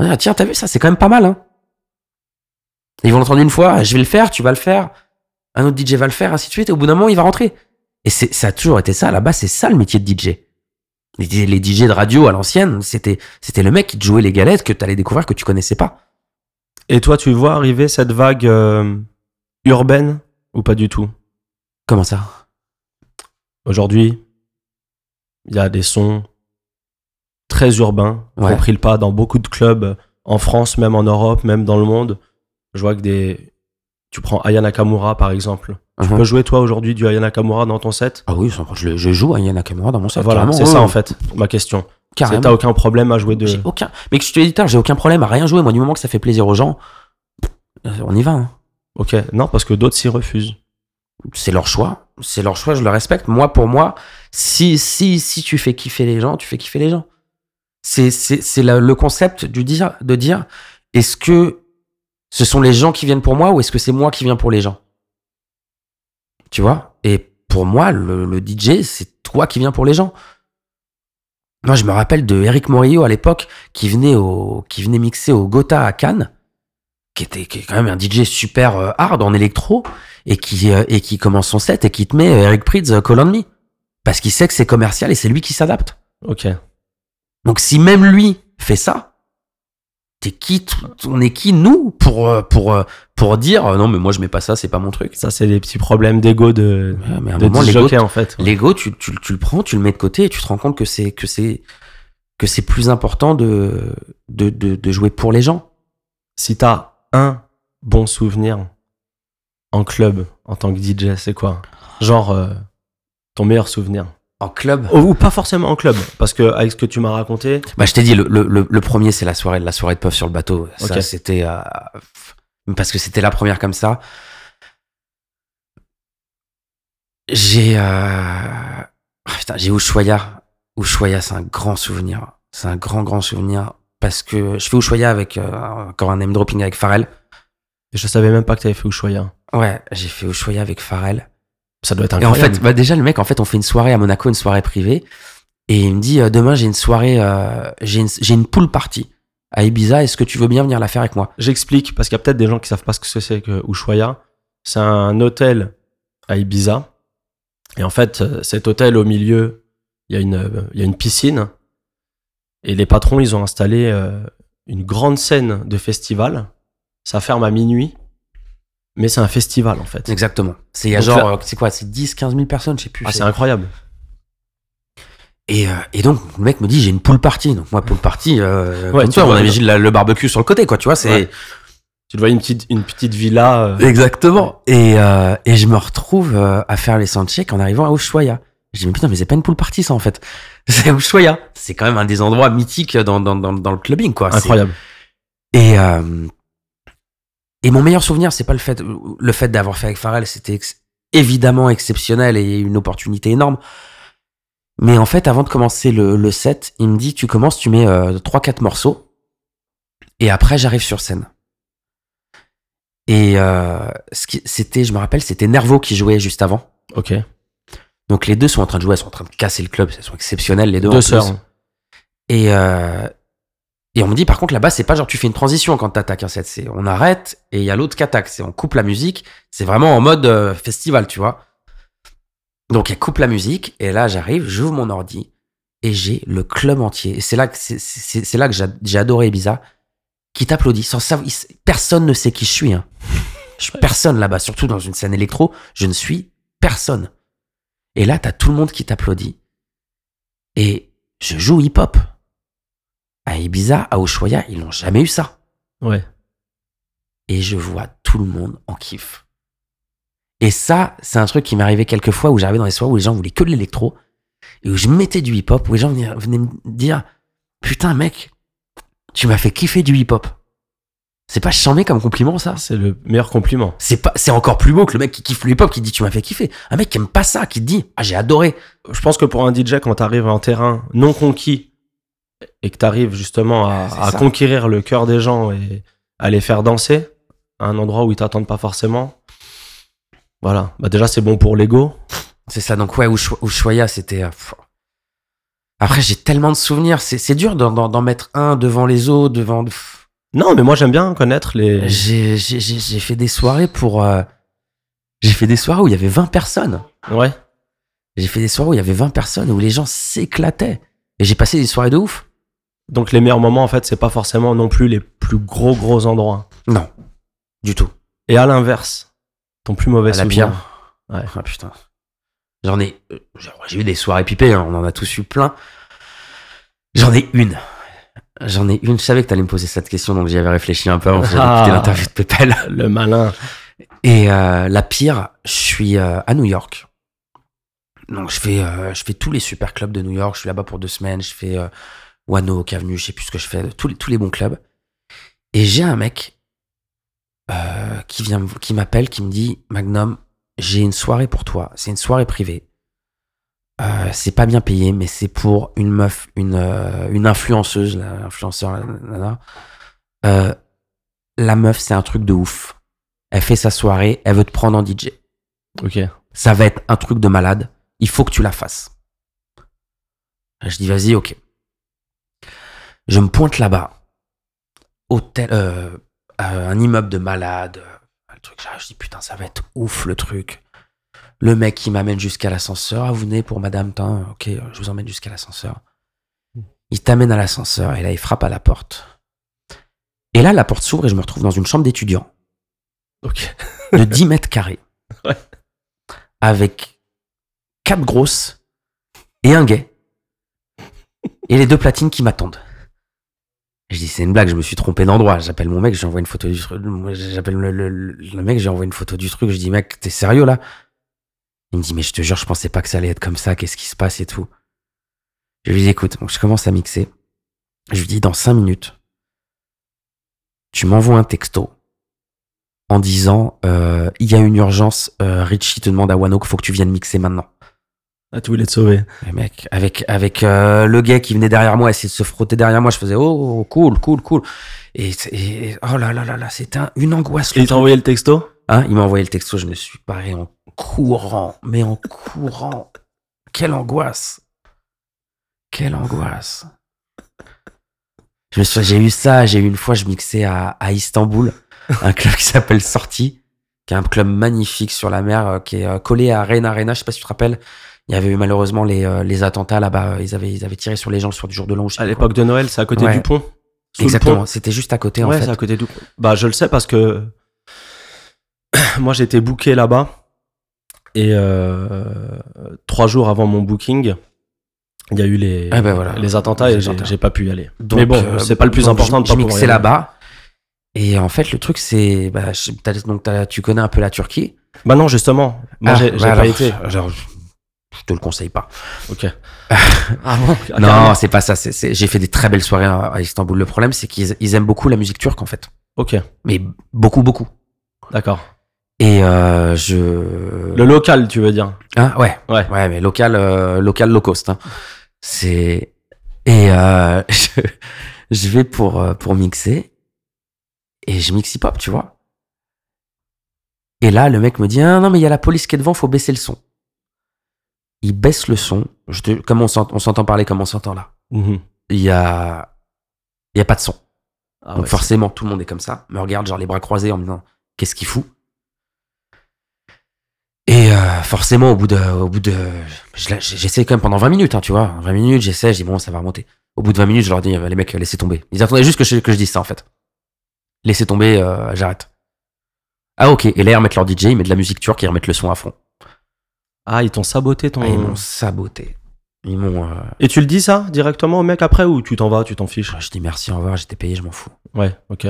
[SPEAKER 2] Ah, tiens, t'as vu ça, c'est quand même pas mal hein. Ils vont l'entendre une fois, ah, je vais le faire, tu vas le faire, un autre DJ va le faire, ainsi de suite, et au bout d'un moment, il va rentrer. Et c'est ça a toujours été ça, là-bas, c'est ça le métier de DJ. Les, les DJ de radio à l'ancienne, c'était c'était le mec qui te jouait les galettes que t'allais découvrir que tu connaissais pas.
[SPEAKER 1] Et toi, tu vois arriver cette vague euh, urbaine ou pas du tout
[SPEAKER 2] Comment ça
[SPEAKER 1] Aujourd'hui, il y a des sons très urbains qui
[SPEAKER 2] Ouais.
[SPEAKER 1] ont pris le pas dans beaucoup de clubs en France, même en Europe, même dans le monde. Je vois que des. Tu prends Aya Nakamura par exemple. Tu
[SPEAKER 2] Mhm.
[SPEAKER 1] peux jouer toi aujourd'hui du Aya Nakamura dans ton set
[SPEAKER 2] Ah oui, sans- je, le- je joue à Yana Kamura dans mon set.
[SPEAKER 1] Voilà,
[SPEAKER 2] carrément.
[SPEAKER 1] c'est
[SPEAKER 2] Ouais,
[SPEAKER 1] ça
[SPEAKER 2] ouais,
[SPEAKER 1] en fait ma question. C'est
[SPEAKER 2] carrément.
[SPEAKER 1] t'as aucun problème à jouer de.
[SPEAKER 2] J'ai aucun. Mais que je te l'ai dit tout à l'heure, j'ai aucun problème à rien jouer. Moi, du moment que ça fait plaisir aux gens, euh, on y va. hein.
[SPEAKER 1] Ok, non, parce que d'autres s'y refusent.
[SPEAKER 2] C'est leur choix. C'est leur choix, je le respecte. Moi, pour moi, si, si, si tu fais kiffer les gens, tu fais kiffer les gens. C'est, c'est, c'est la- le concept du dire, de dire est-ce que ce sont les gens qui viennent pour moi ou est-ce que c'est moi qui viens pour les gens Tu vois Et pour moi, le, le DJ, c'est toi qui viens pour les gens. Moi, je me rappelle de Eric Morillo à l'époque qui venait au, qui venait mixer au Gotha à Cannes, qui était qui est quand même un DJ super euh, hard en électro et qui euh, et qui commence son set et qui te met euh, Eric Prydz euh, Call on Me parce qu'il sait que c'est commercial et c'est lui qui s'adapte.
[SPEAKER 1] Ok.
[SPEAKER 2] Donc si même lui fait ça, t'es qui t- On est qui nous pour euh, pour euh, pour dire euh, non mais moi je mets pas ça, c'est pas mon truc.
[SPEAKER 1] Ça, c'est des petits problèmes d'ego de.
[SPEAKER 2] Ouais, mais à un
[SPEAKER 1] de
[SPEAKER 2] moment
[SPEAKER 1] disc
[SPEAKER 2] l'ego
[SPEAKER 1] jockey, en fait.
[SPEAKER 2] L'ego, tu, tu- tu le prends, tu le mets de côté et tu te rends compte que c'est que c'est que c'est plus important de, de de de jouer pour les gens.
[SPEAKER 1] Si t'as un bon souvenir en club en tant que DJ, c'est quoi Genre euh, ton meilleur souvenir
[SPEAKER 2] En club.
[SPEAKER 1] Ou- Ou pas forcément en club, parce que avec ce que tu m'as raconté,
[SPEAKER 2] Bah je t'ai dit le, le, le- le premier c'est la soirée la soirée de puff sur le bateau. Ça
[SPEAKER 1] Ok.
[SPEAKER 2] c'était euh, f- parce que c'était la première comme ça. J'ai euh... ah, putain, j'ai Ushuaïa. Ushuaïa c'est un grand souvenir. C'est un grand grand souvenir parce que je fais Ushuaïa avec euh, encore un name dropping avec Pharrell.
[SPEAKER 1] je savais même pas que t'avais fait Ushuaïa.
[SPEAKER 2] Ouais, j'ai fait Ushuaïa avec Pharrell.
[SPEAKER 1] Ça doit être
[SPEAKER 2] Et en
[SPEAKER 1] incroyable.
[SPEAKER 2] fait, bah déjà, le mec, en fait, on fait une soirée à Monaco, une soirée privée. Et il me dit, euh, demain, j'ai une soirée, euh, j'ai une, j'ai une pool party à Ibiza. Est-ce que tu veux bien venir la faire avec moi
[SPEAKER 1] J'explique, parce qu'il y a peut-être des gens qui savent pas ce que c'est que Ushuaïa. C'est un hôtel à Ibiza. Et en fait, euh, cet hôtel au milieu, il y, a une, euh, il y a une piscine. Et les patrons, ils ont installé euh, une grande scène de festival. Ça ferme à minuit. Mais c'est un festival, en fait.
[SPEAKER 2] Exactement. C'est, il y a
[SPEAKER 1] Donc
[SPEAKER 2] genre,
[SPEAKER 1] là-
[SPEAKER 2] euh, c'est quoi C'est 10, 15 000 personnes, je sais plus.
[SPEAKER 1] Ah,
[SPEAKER 2] C'est-
[SPEAKER 1] c'est incroyable.
[SPEAKER 2] et, euh, et donc, le mec me dit, j'ai une pool party. Donc, moi, pool party, euh,
[SPEAKER 1] Ouais,
[SPEAKER 2] comme
[SPEAKER 1] tu
[SPEAKER 2] toi, on
[SPEAKER 1] vois,
[SPEAKER 2] imagine la- le barbecue sur le côté, quoi. Tu vois, c'est.
[SPEAKER 1] Ouais. Tu te vois une petite, une petite villa. euh,
[SPEAKER 2] Exactement. Et, euh, et je me retrouve euh, à faire les soundchecks en arrivant à Ushuaïa. Je dis, mais putain, mais c'est pas une pool party, ça, en fait. C'est Ushuaïa. C'est quand même un des endroits mythiques dans, dans, dans, dans le clubbing, quoi. C'est-
[SPEAKER 1] incroyable.
[SPEAKER 2] Et, euh, et mon meilleur souvenir, c'est pas le fait, le fait d'avoir fait avec Pharrell, c'était ex- évidemment exceptionnel et une opportunité énorme. Mais en fait, avant de commencer le, le set, il me dit tu commences, tu mets euh, 3-4 morceaux, et après j'arrive sur scène. Et euh, ce qui- c'était, je me rappelle, c'était Nervo qui jouait juste avant.
[SPEAKER 1] Ok.
[SPEAKER 2] Donc les deux sont en train de jouer, elles sont en train de casser le club, elles sont exceptionnelles les deux. en
[SPEAKER 1] Deux
[SPEAKER 2] plus.
[SPEAKER 1] sœurs.
[SPEAKER 2] Et, euh, et on me dit par contre là-bas, c'est pas genre tu fais une transition quand t'attaques. Hein, c'est- c'est- on arrête et il y a l'autre qui attaque. C'est on coupe la musique. C'est vraiment en mode euh, festival, tu vois. Donc elle coupe la musique et là j'arrive, j'ouvre mon ordi et j'ai le club entier. Et c'est là que c'est- c'est c'est là que j'a- j'ai adoré Ibiza, qui t'applaudit sans savoir. il- Personne ne sait qui je suis. hein. Je suis personne là-bas, surtout dans une scène électro, je ne suis personne. Et là, t'as tout le monde qui t'applaudit. Et je joue hip-hop. À Ibiza, à Ushuaia, ils n'ont jamais eu ça.
[SPEAKER 1] Ouais.
[SPEAKER 2] Et je vois tout le monde en kiff. Et ça, c'est un truc qui m'est arrivé quelques fois où j'arrivais dans les soirées où les gens voulaient que de l'électro et où je mettais du hip-hop, où les gens venaient, venaient me dire Putain, mec, tu m'as fait kiffer du hip-hop. C'est pas chambé comme compliment, ça
[SPEAKER 1] C'est le meilleur compliment.
[SPEAKER 2] c'est pas c'est encore plus beau que le mec qui kiffe le hip-hop qui dit tu m'as fait kiffer un mec qui aime pas ça qui te dit ah j'ai adoré
[SPEAKER 1] Je pense que pour un DJ, quand t'arrives en terrain non conquis et que t'arrives justement à,
[SPEAKER 2] C'est
[SPEAKER 1] à
[SPEAKER 2] ça.
[SPEAKER 1] conquérir le cœur des gens et à les faire danser, à un endroit où ils t'attendent pas forcément, voilà. Bah déjà, c'est bon pour l'ego.
[SPEAKER 2] c'est ça donc ouais Ushu- Ushuaïa c'était euh, pff. après j'ai tellement de souvenirs c'est, c'est dur d'en, d'en- d'en mettre un devant les autres devant pff.
[SPEAKER 1] Non, mais moi, j'aime bien connaître les.
[SPEAKER 2] j'ai, j'ai, j'ai- j'ai fait des soirées pour euh, j'ai fait des soirées où il y avait 20 personnes
[SPEAKER 1] Ouais.
[SPEAKER 2] j'ai fait des soirées où il y avait 20 personnes où les gens s'éclataient et j'ai passé des soirées de ouf
[SPEAKER 1] Donc les meilleurs moments, en fait, c'est pas forcément non plus les plus gros gros endroits.
[SPEAKER 2] non du tout
[SPEAKER 1] Et à l'inverse, ton plus mauvais
[SPEAKER 2] à la
[SPEAKER 1] souvenir.
[SPEAKER 2] pierre.
[SPEAKER 1] Ouais.
[SPEAKER 2] Ah putain. J'en ai. euh, J'ai eu des soirées pipées, hein, on en a tous eu plein. J'en ai une. J'en ai une. Je savais que t'allais me poser cette question, donc j'y avais réfléchi un peu avant. J'avais
[SPEAKER 1] Ah.
[SPEAKER 2] écouté l'interview de Pépel.
[SPEAKER 1] Le malin.
[SPEAKER 2] Et euh, la pire, je suis euh, à New York. Donc je fais, euh, je fais tous les super clubs de New York. Je suis là-bas pour deux semaines. Je fais euh, Wano, Oak Avenue, je sais plus ce que je fais. Tous les, tous les bons clubs. Et j'ai un mec euh, qui vient, me- qui m'appelle, qui me dit Magnum, j'ai une soirée pour toi. C'est une soirée privée. Euh, c'est pas bien payé, mais c'est pour une meuf, une, euh, une influenceuse, là, influenceur. là, là, là. Euh, la meuf, c'est un truc de ouf elle fait sa soirée, elle veut te prendre en DJ.
[SPEAKER 1] Ok.
[SPEAKER 2] Ça va être un truc de malade, il faut que tu la fasses. Je dis, vas-y, ok. Je me pointe là-bas, hôtel, euh, euh, un immeuble de malade. euh, Le truc, j'arrive, je dis, putain, ça va être ouf le truc. Le mec qui m'amène jusqu'à l'ascenseur, ah, vous venez pour madame, Tain, ok, euh, je vous emmène jusqu'à l'ascenseur. Il t'amène à l'ascenseur et là, il frappe à la porte. Et là, la porte s'ouvre et je me retrouve dans une chambre d'étudiant
[SPEAKER 1] Ok.
[SPEAKER 2] de 10 mètres carrés.
[SPEAKER 1] Ouais.
[SPEAKER 2] Avec quatre grosses et un gay. Et les deux platines qui m'attendent. Je dis, c'est une blague, je me suis trompé d'endroit. J'appelle mon mec, je lui envoie une photo du truc. Moi, J'appelle le, le- le mec, je lui envoie une photo du truc. Je dis, mec, t'es sérieux là Il me dit, mais je te jure, je pensais pas que ça allait être comme ça. Qu'est-ce qui se passe et tout Je lui dis, écoute, donc je commence à mixer. Je lui dis, dans cinq minutes, tu m'envoies un texto en disant euh, il y a une urgence, euh, Richie te demande à Wano qu'il faut que tu viennes mixer maintenant.
[SPEAKER 1] Ah, tu voulais te sauver.
[SPEAKER 2] Et mec, avec avec euh, le gars qui venait derrière moi, essayer de se frotter derrière moi, je faisais oh oh, cool cool cool et, c'est- et- oh là là là là, c'était un- une angoisse.
[SPEAKER 1] Et il t'a envoyé le texto
[SPEAKER 2] Hein, il m'a envoyé le texto, je me suis paré en courant, mais en courant. Quelle angoisse. Quelle angoisse. Je me souviens, j'ai eu ça, j'ai eu une fois, je mixais à, à Istanbul, un club qui s'appelle Sortie, qui est un club magnifique sur la mer, euh, qui est euh, collé à Arena Arena, je sais pas si tu te rappelles. Il y avait eu malheureusement les, euh, les attentats là-bas, euh, ils avaient, ils avaient tiré sur les gens le soir du jour de l'an. ou je sais
[SPEAKER 1] À
[SPEAKER 2] plus
[SPEAKER 1] l'époque de Noël, c'est à côté
[SPEAKER 2] Ouais.
[SPEAKER 1] du pont.
[SPEAKER 2] quoi.
[SPEAKER 1] Sous le
[SPEAKER 2] Exactement, c'était juste à côté
[SPEAKER 1] pont.
[SPEAKER 2] en
[SPEAKER 1] Ouais,
[SPEAKER 2] fait.
[SPEAKER 1] c'est à côté du pont. Bah, je le sais parce que moi, j'étais booké là-bas et euh, trois jours avant mon booking, il y a eu les,
[SPEAKER 2] Ah, bah, voilà.
[SPEAKER 1] les attentats
[SPEAKER 2] Les
[SPEAKER 1] et j'ai
[SPEAKER 2] attentats.
[SPEAKER 1] j'ai pas pu y aller.
[SPEAKER 2] Donc,
[SPEAKER 1] Mais bon,
[SPEAKER 2] euh,
[SPEAKER 1] c'est pas le plus
[SPEAKER 2] donc,
[SPEAKER 1] important de
[SPEAKER 2] j'ai-
[SPEAKER 1] pas
[SPEAKER 2] j'ai
[SPEAKER 1] pouvoir y
[SPEAKER 2] mixé
[SPEAKER 1] aller.
[SPEAKER 2] là-bas. Et en fait, le truc, c'est. Bah, je- t'as- donc, t'as- tu connais un peu la Turquie.
[SPEAKER 1] Bah non, justement. Moi,
[SPEAKER 2] Ah,
[SPEAKER 1] j'ai
[SPEAKER 2] bah
[SPEAKER 1] j'ai pas
[SPEAKER 2] alors,
[SPEAKER 1] été.
[SPEAKER 2] alors, je je te le conseille pas.
[SPEAKER 1] Ok.
[SPEAKER 2] Ah
[SPEAKER 1] Ah, carrément.
[SPEAKER 2] Non, c'est pas ça. c'est- c'est- J'ai fait des très belles soirées à, à Istanbul. Le problème, c'est qu'ils ils aiment beaucoup la musique turque, en fait.
[SPEAKER 1] Ok,
[SPEAKER 2] Mais beaucoup, beaucoup.
[SPEAKER 1] d'accord.
[SPEAKER 2] Et euh, je.
[SPEAKER 1] Le local, tu veux dire
[SPEAKER 2] Hein, ouais.
[SPEAKER 1] Ouais.
[SPEAKER 2] Ouais, mais local, euh, local low cost. hein. C'est. Et euh, je, je vais pour, euh, pour mixer. Et je mixe hip-hop, tu vois. Et là, le mec me dit ah, Non, mais il y a la police qui est devant, faut baisser le son. Il baisse le son. Je te- comme on s'ent- on s'entend parler, comme on s'entend là.
[SPEAKER 1] Mhm.
[SPEAKER 2] Il y a, il y a pas de son.
[SPEAKER 1] Ah
[SPEAKER 2] Donc
[SPEAKER 1] ouais,
[SPEAKER 2] forcément, tout le monde est comme ça. Me regarde, genre les bras croisés en me disant Qu'est-ce qu'il fout Et euh, forcément, au bout de. Au bout de je la- j'essaie quand même pendant 20 minutes, hein, tu vois. 20 minutes, j'essaie, je dis Bon, ça va remonter. Au bout de 20 minutes, je leur dis Les mecs, laissez tomber. Ils attendaient juste que je, que je dise ça, en fait. Laissez tomber, euh, j'arrête. Ah, ok. Et là, ils remettent leur DJ, ils mettent de la musique turque, ils remettent le son à fond.
[SPEAKER 1] Ah, ils t'ont saboté ton.
[SPEAKER 2] Ah, ils m'ont saboté. Ils m'ont. euh,
[SPEAKER 1] Et tu le dis ça directement au mec après ou tu t'en vas, tu t'en fiches
[SPEAKER 2] Je dis merci, au revoir, j'étais payé, je m'en fous.
[SPEAKER 1] Ouais, ok.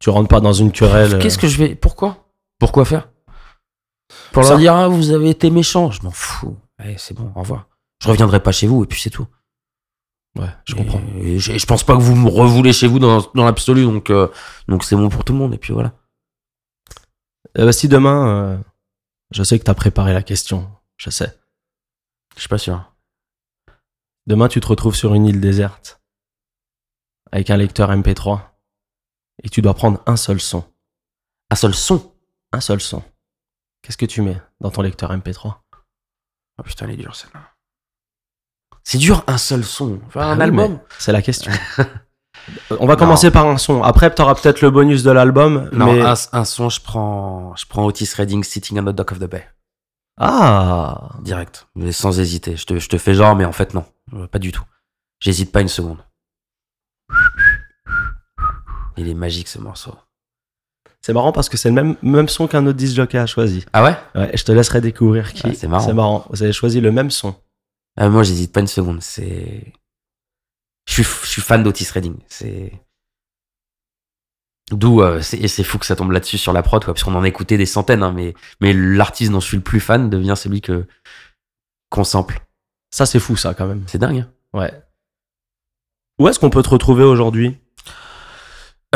[SPEAKER 1] Tu rentres pas dans une querelle. euh,
[SPEAKER 2] Qu'est-ce que je vais. Pourquoi Pourquoi faire Pour
[SPEAKER 1] Ça-
[SPEAKER 2] leur dire, ah, vous avez été méchant. Je m'en fous. Allez, c'est bon, au revoir. Je reviendrai pas chez vous et puis c'est tout.
[SPEAKER 1] euh, Ouais, je comprends.
[SPEAKER 2] Et, euh, et je, et je pense pas que vous me revoulez chez vous dans, dans l'absolu, donc euh, donc c'est bon pour tout le monde. Et puis voilà.
[SPEAKER 1] Eh ben, si demain, euh, je sais que t'as préparé la question, je sais.
[SPEAKER 2] Je suis pas sûr.
[SPEAKER 1] Demain, tu te retrouves sur une île déserte avec un lecteur MP3 et tu dois prendre un seul son.
[SPEAKER 2] Un seul son.
[SPEAKER 1] Un seul son. Qu'est-ce que tu mets dans ton lecteur MP3
[SPEAKER 2] Oh putain, elle est dure celle-là. C'est dur, un seul son. Enfin,
[SPEAKER 1] Ah
[SPEAKER 2] un
[SPEAKER 1] oui,
[SPEAKER 2] album.
[SPEAKER 1] mais C'est la question. Euh, On va commencer par un son. Après, t'auras peut-être le bonus de l'album.
[SPEAKER 2] Non,
[SPEAKER 1] mais...
[SPEAKER 2] un, un son, je prends, je prends Otis Redding, Sitting on the Dock of the Bay.
[SPEAKER 1] Ah
[SPEAKER 2] Direct. Mais sans hésiter. Je te, je te fais genre, mais en fait, non. Euh, Pas du tout. J'hésite pas une seconde. Il est magique ce morceau.
[SPEAKER 1] C'est marrant parce que c'est le même, même son qu'un autre disc jockey a choisi.
[SPEAKER 2] Ah ouais
[SPEAKER 1] Ouais, je te laisserai découvrir qui.
[SPEAKER 2] Ah, c'est marrant.
[SPEAKER 1] C'est marrant. Vous avez choisi le même son.
[SPEAKER 2] Ah, Moi, j'hésite pas une seconde. C'est. Je suis, f- je suis fan d'Otis Redding. C'est. D'où, euh, c'est- et c'est fou que ça tombe là-dessus sur la prod, quoi, parce qu'on en écoutait des centaines, hein, mais, mais l'artiste dont je suis le plus fan devient celui que qu'on sample.
[SPEAKER 1] Ça, c'est fou, ça, quand même.
[SPEAKER 2] C'est dingue. hein.
[SPEAKER 1] Ouais. Où est-ce qu'on peut te retrouver aujourd'hui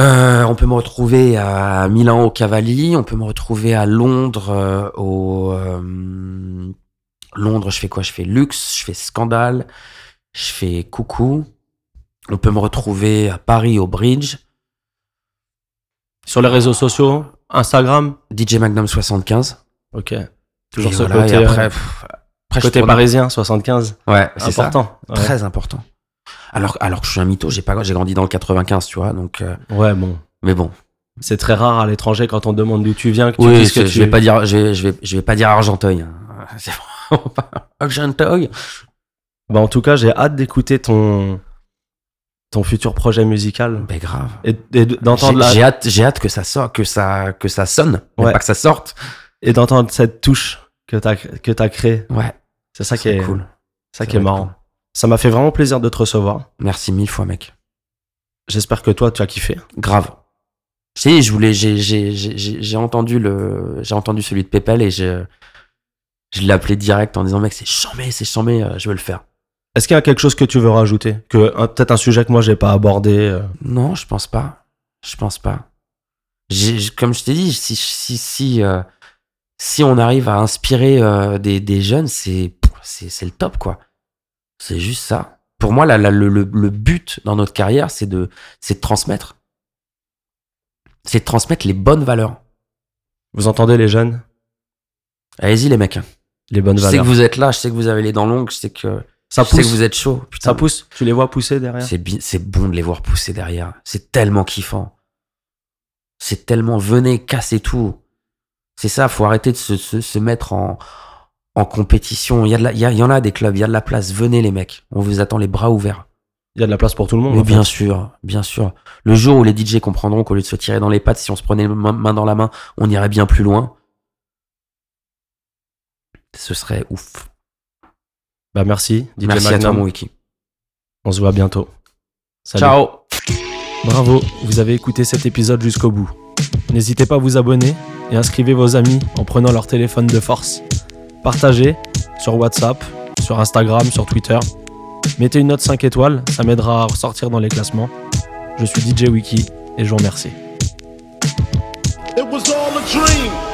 [SPEAKER 2] Euh, on peut me retrouver à Milan au Cavalli, on peut me retrouver à Londres euh, au euh, Londres, je fais quoi Je fais luxe, je fais scandale, je fais coucou. On peut me retrouver à Paris au Bridge,
[SPEAKER 1] Sur les réseaux sociaux Instagram
[SPEAKER 2] DJ Magnum 75.
[SPEAKER 1] Ok. Toujours
[SPEAKER 2] Et
[SPEAKER 1] ce
[SPEAKER 2] voilà,
[SPEAKER 1] côté,
[SPEAKER 2] et après,
[SPEAKER 1] euh,
[SPEAKER 2] pff, après, je
[SPEAKER 1] côté
[SPEAKER 2] tourne-
[SPEAKER 1] parisien, 75.
[SPEAKER 2] Ouais, c'est ça.
[SPEAKER 1] Important. Ah, Ouais.
[SPEAKER 2] Très important. Alors, alors que je suis un mytho, j'ai pas, j'ai grandi dans le 95, tu vois. Donc, euh,
[SPEAKER 1] Ouais, bon.
[SPEAKER 2] mais bon.
[SPEAKER 1] C'est très rare à l'étranger quand on demande d'où tu viens que tu
[SPEAKER 2] Oui,
[SPEAKER 1] dises
[SPEAKER 2] je,
[SPEAKER 1] que
[SPEAKER 2] je
[SPEAKER 1] tu
[SPEAKER 2] vais pas dire, je vais, je vais, je vais pas dire Argenteuil. hein. C'est vraiment pas Argenteuil.
[SPEAKER 1] Bah, en tout cas, j'ai hâte d'écouter ton ton futur projet musical
[SPEAKER 2] Ben grave.
[SPEAKER 1] et, et de- d'entendre
[SPEAKER 2] J'ai-
[SPEAKER 1] la-
[SPEAKER 2] J'ai hâte, j'ai hâte que ça sorte, que ça, que ça sonne, mais
[SPEAKER 1] Ouais.
[SPEAKER 2] pas que ça sorte.
[SPEAKER 1] et d'entendre cette touche que t'as que t'as créée.
[SPEAKER 2] Ouais,
[SPEAKER 1] C'est ça qui
[SPEAKER 2] c'est
[SPEAKER 1] est
[SPEAKER 2] cool.
[SPEAKER 1] ça qui
[SPEAKER 2] va
[SPEAKER 1] est
[SPEAKER 2] être
[SPEAKER 1] marrant.
[SPEAKER 2] cool.
[SPEAKER 1] Ça m'a fait vraiment plaisir de te recevoir.
[SPEAKER 2] Merci mille fois, mec.
[SPEAKER 1] J'espère que toi tu as kiffé.
[SPEAKER 2] Grave. Tu sais, je voulais, j'ai, j'ai, j'ai- j'ai, j'ai entendu le, j'ai entendu celui de Pépel et je, je l'ai appelé direct en disant mec, c'est chambé, c'est chambé, euh, je veux le faire.
[SPEAKER 1] Est-ce qu'il y a quelque chose que tu veux rajouter Que un- peut-être un sujet que moi j'ai pas abordé. euh,
[SPEAKER 2] Non, je pense pas. Je pense pas. J'ai- j- comme je t'ai dit, si, si, si, euh, si on arrive à inspirer euh, des, des jeunes, c'est, pff, c'est, c'est le top, quoi. C'est juste ça. Pour moi, la- la- le, le- le but dans notre carrière, c'est de, c'est de transmettre. C'est de transmettre les bonnes valeurs.
[SPEAKER 1] Vous entendez les jeunes,
[SPEAKER 2] Allez-y, les mecs.
[SPEAKER 1] les bonnes
[SPEAKER 2] Je sais que
[SPEAKER 1] valeurs.
[SPEAKER 2] vous êtes là, je sais que vous avez les dents longues, je sais que,
[SPEAKER 1] Ça
[SPEAKER 2] je sais que
[SPEAKER 1] pousse.
[SPEAKER 2] vous êtes Ah. chaud.
[SPEAKER 1] Ça pousse. Tu les vois pousser derrière.
[SPEAKER 2] C'est, bi- c'est bon de les voir pousser derrière. C'est tellement kiffant. C'est tellement venez, cassez tout. C'est ça, faut arrêter de se, se- se mettre en, en compétition. Il y, a de la- il y, a- il y en a des clubs, il y a de la place. Venez les mecs, on vous attend les bras ouverts.
[SPEAKER 1] Il y a de la place pour tout le monde.
[SPEAKER 2] Mais
[SPEAKER 1] en fait.
[SPEAKER 2] bien sûr, bien sûr. Le jour où les DJ comprendront qu'au lieu de se tirer dans les pattes, si on se prenait main main dans la main, on irait bien plus loin. Ce serait ouf.
[SPEAKER 1] Bah merci. DJ
[SPEAKER 2] Merci à toi,
[SPEAKER 1] Magnum.
[SPEAKER 2] mon wiki.
[SPEAKER 1] On se voit bientôt. Salut.
[SPEAKER 2] Ciao!
[SPEAKER 1] Bravo, vous avez écouté cet épisode jusqu'au bout. N'hésitez pas à vous abonner et inscrivez vos amis en prenant leur téléphone de force. Partagez sur WhatsApp, sur Instagram, sur Twitter. Mettez une note 5 étoiles, ça m'aidera à ressortir dans les classements. Je suis DJ Wiki et je vous remercie.
[SPEAKER 3] It was all a dream.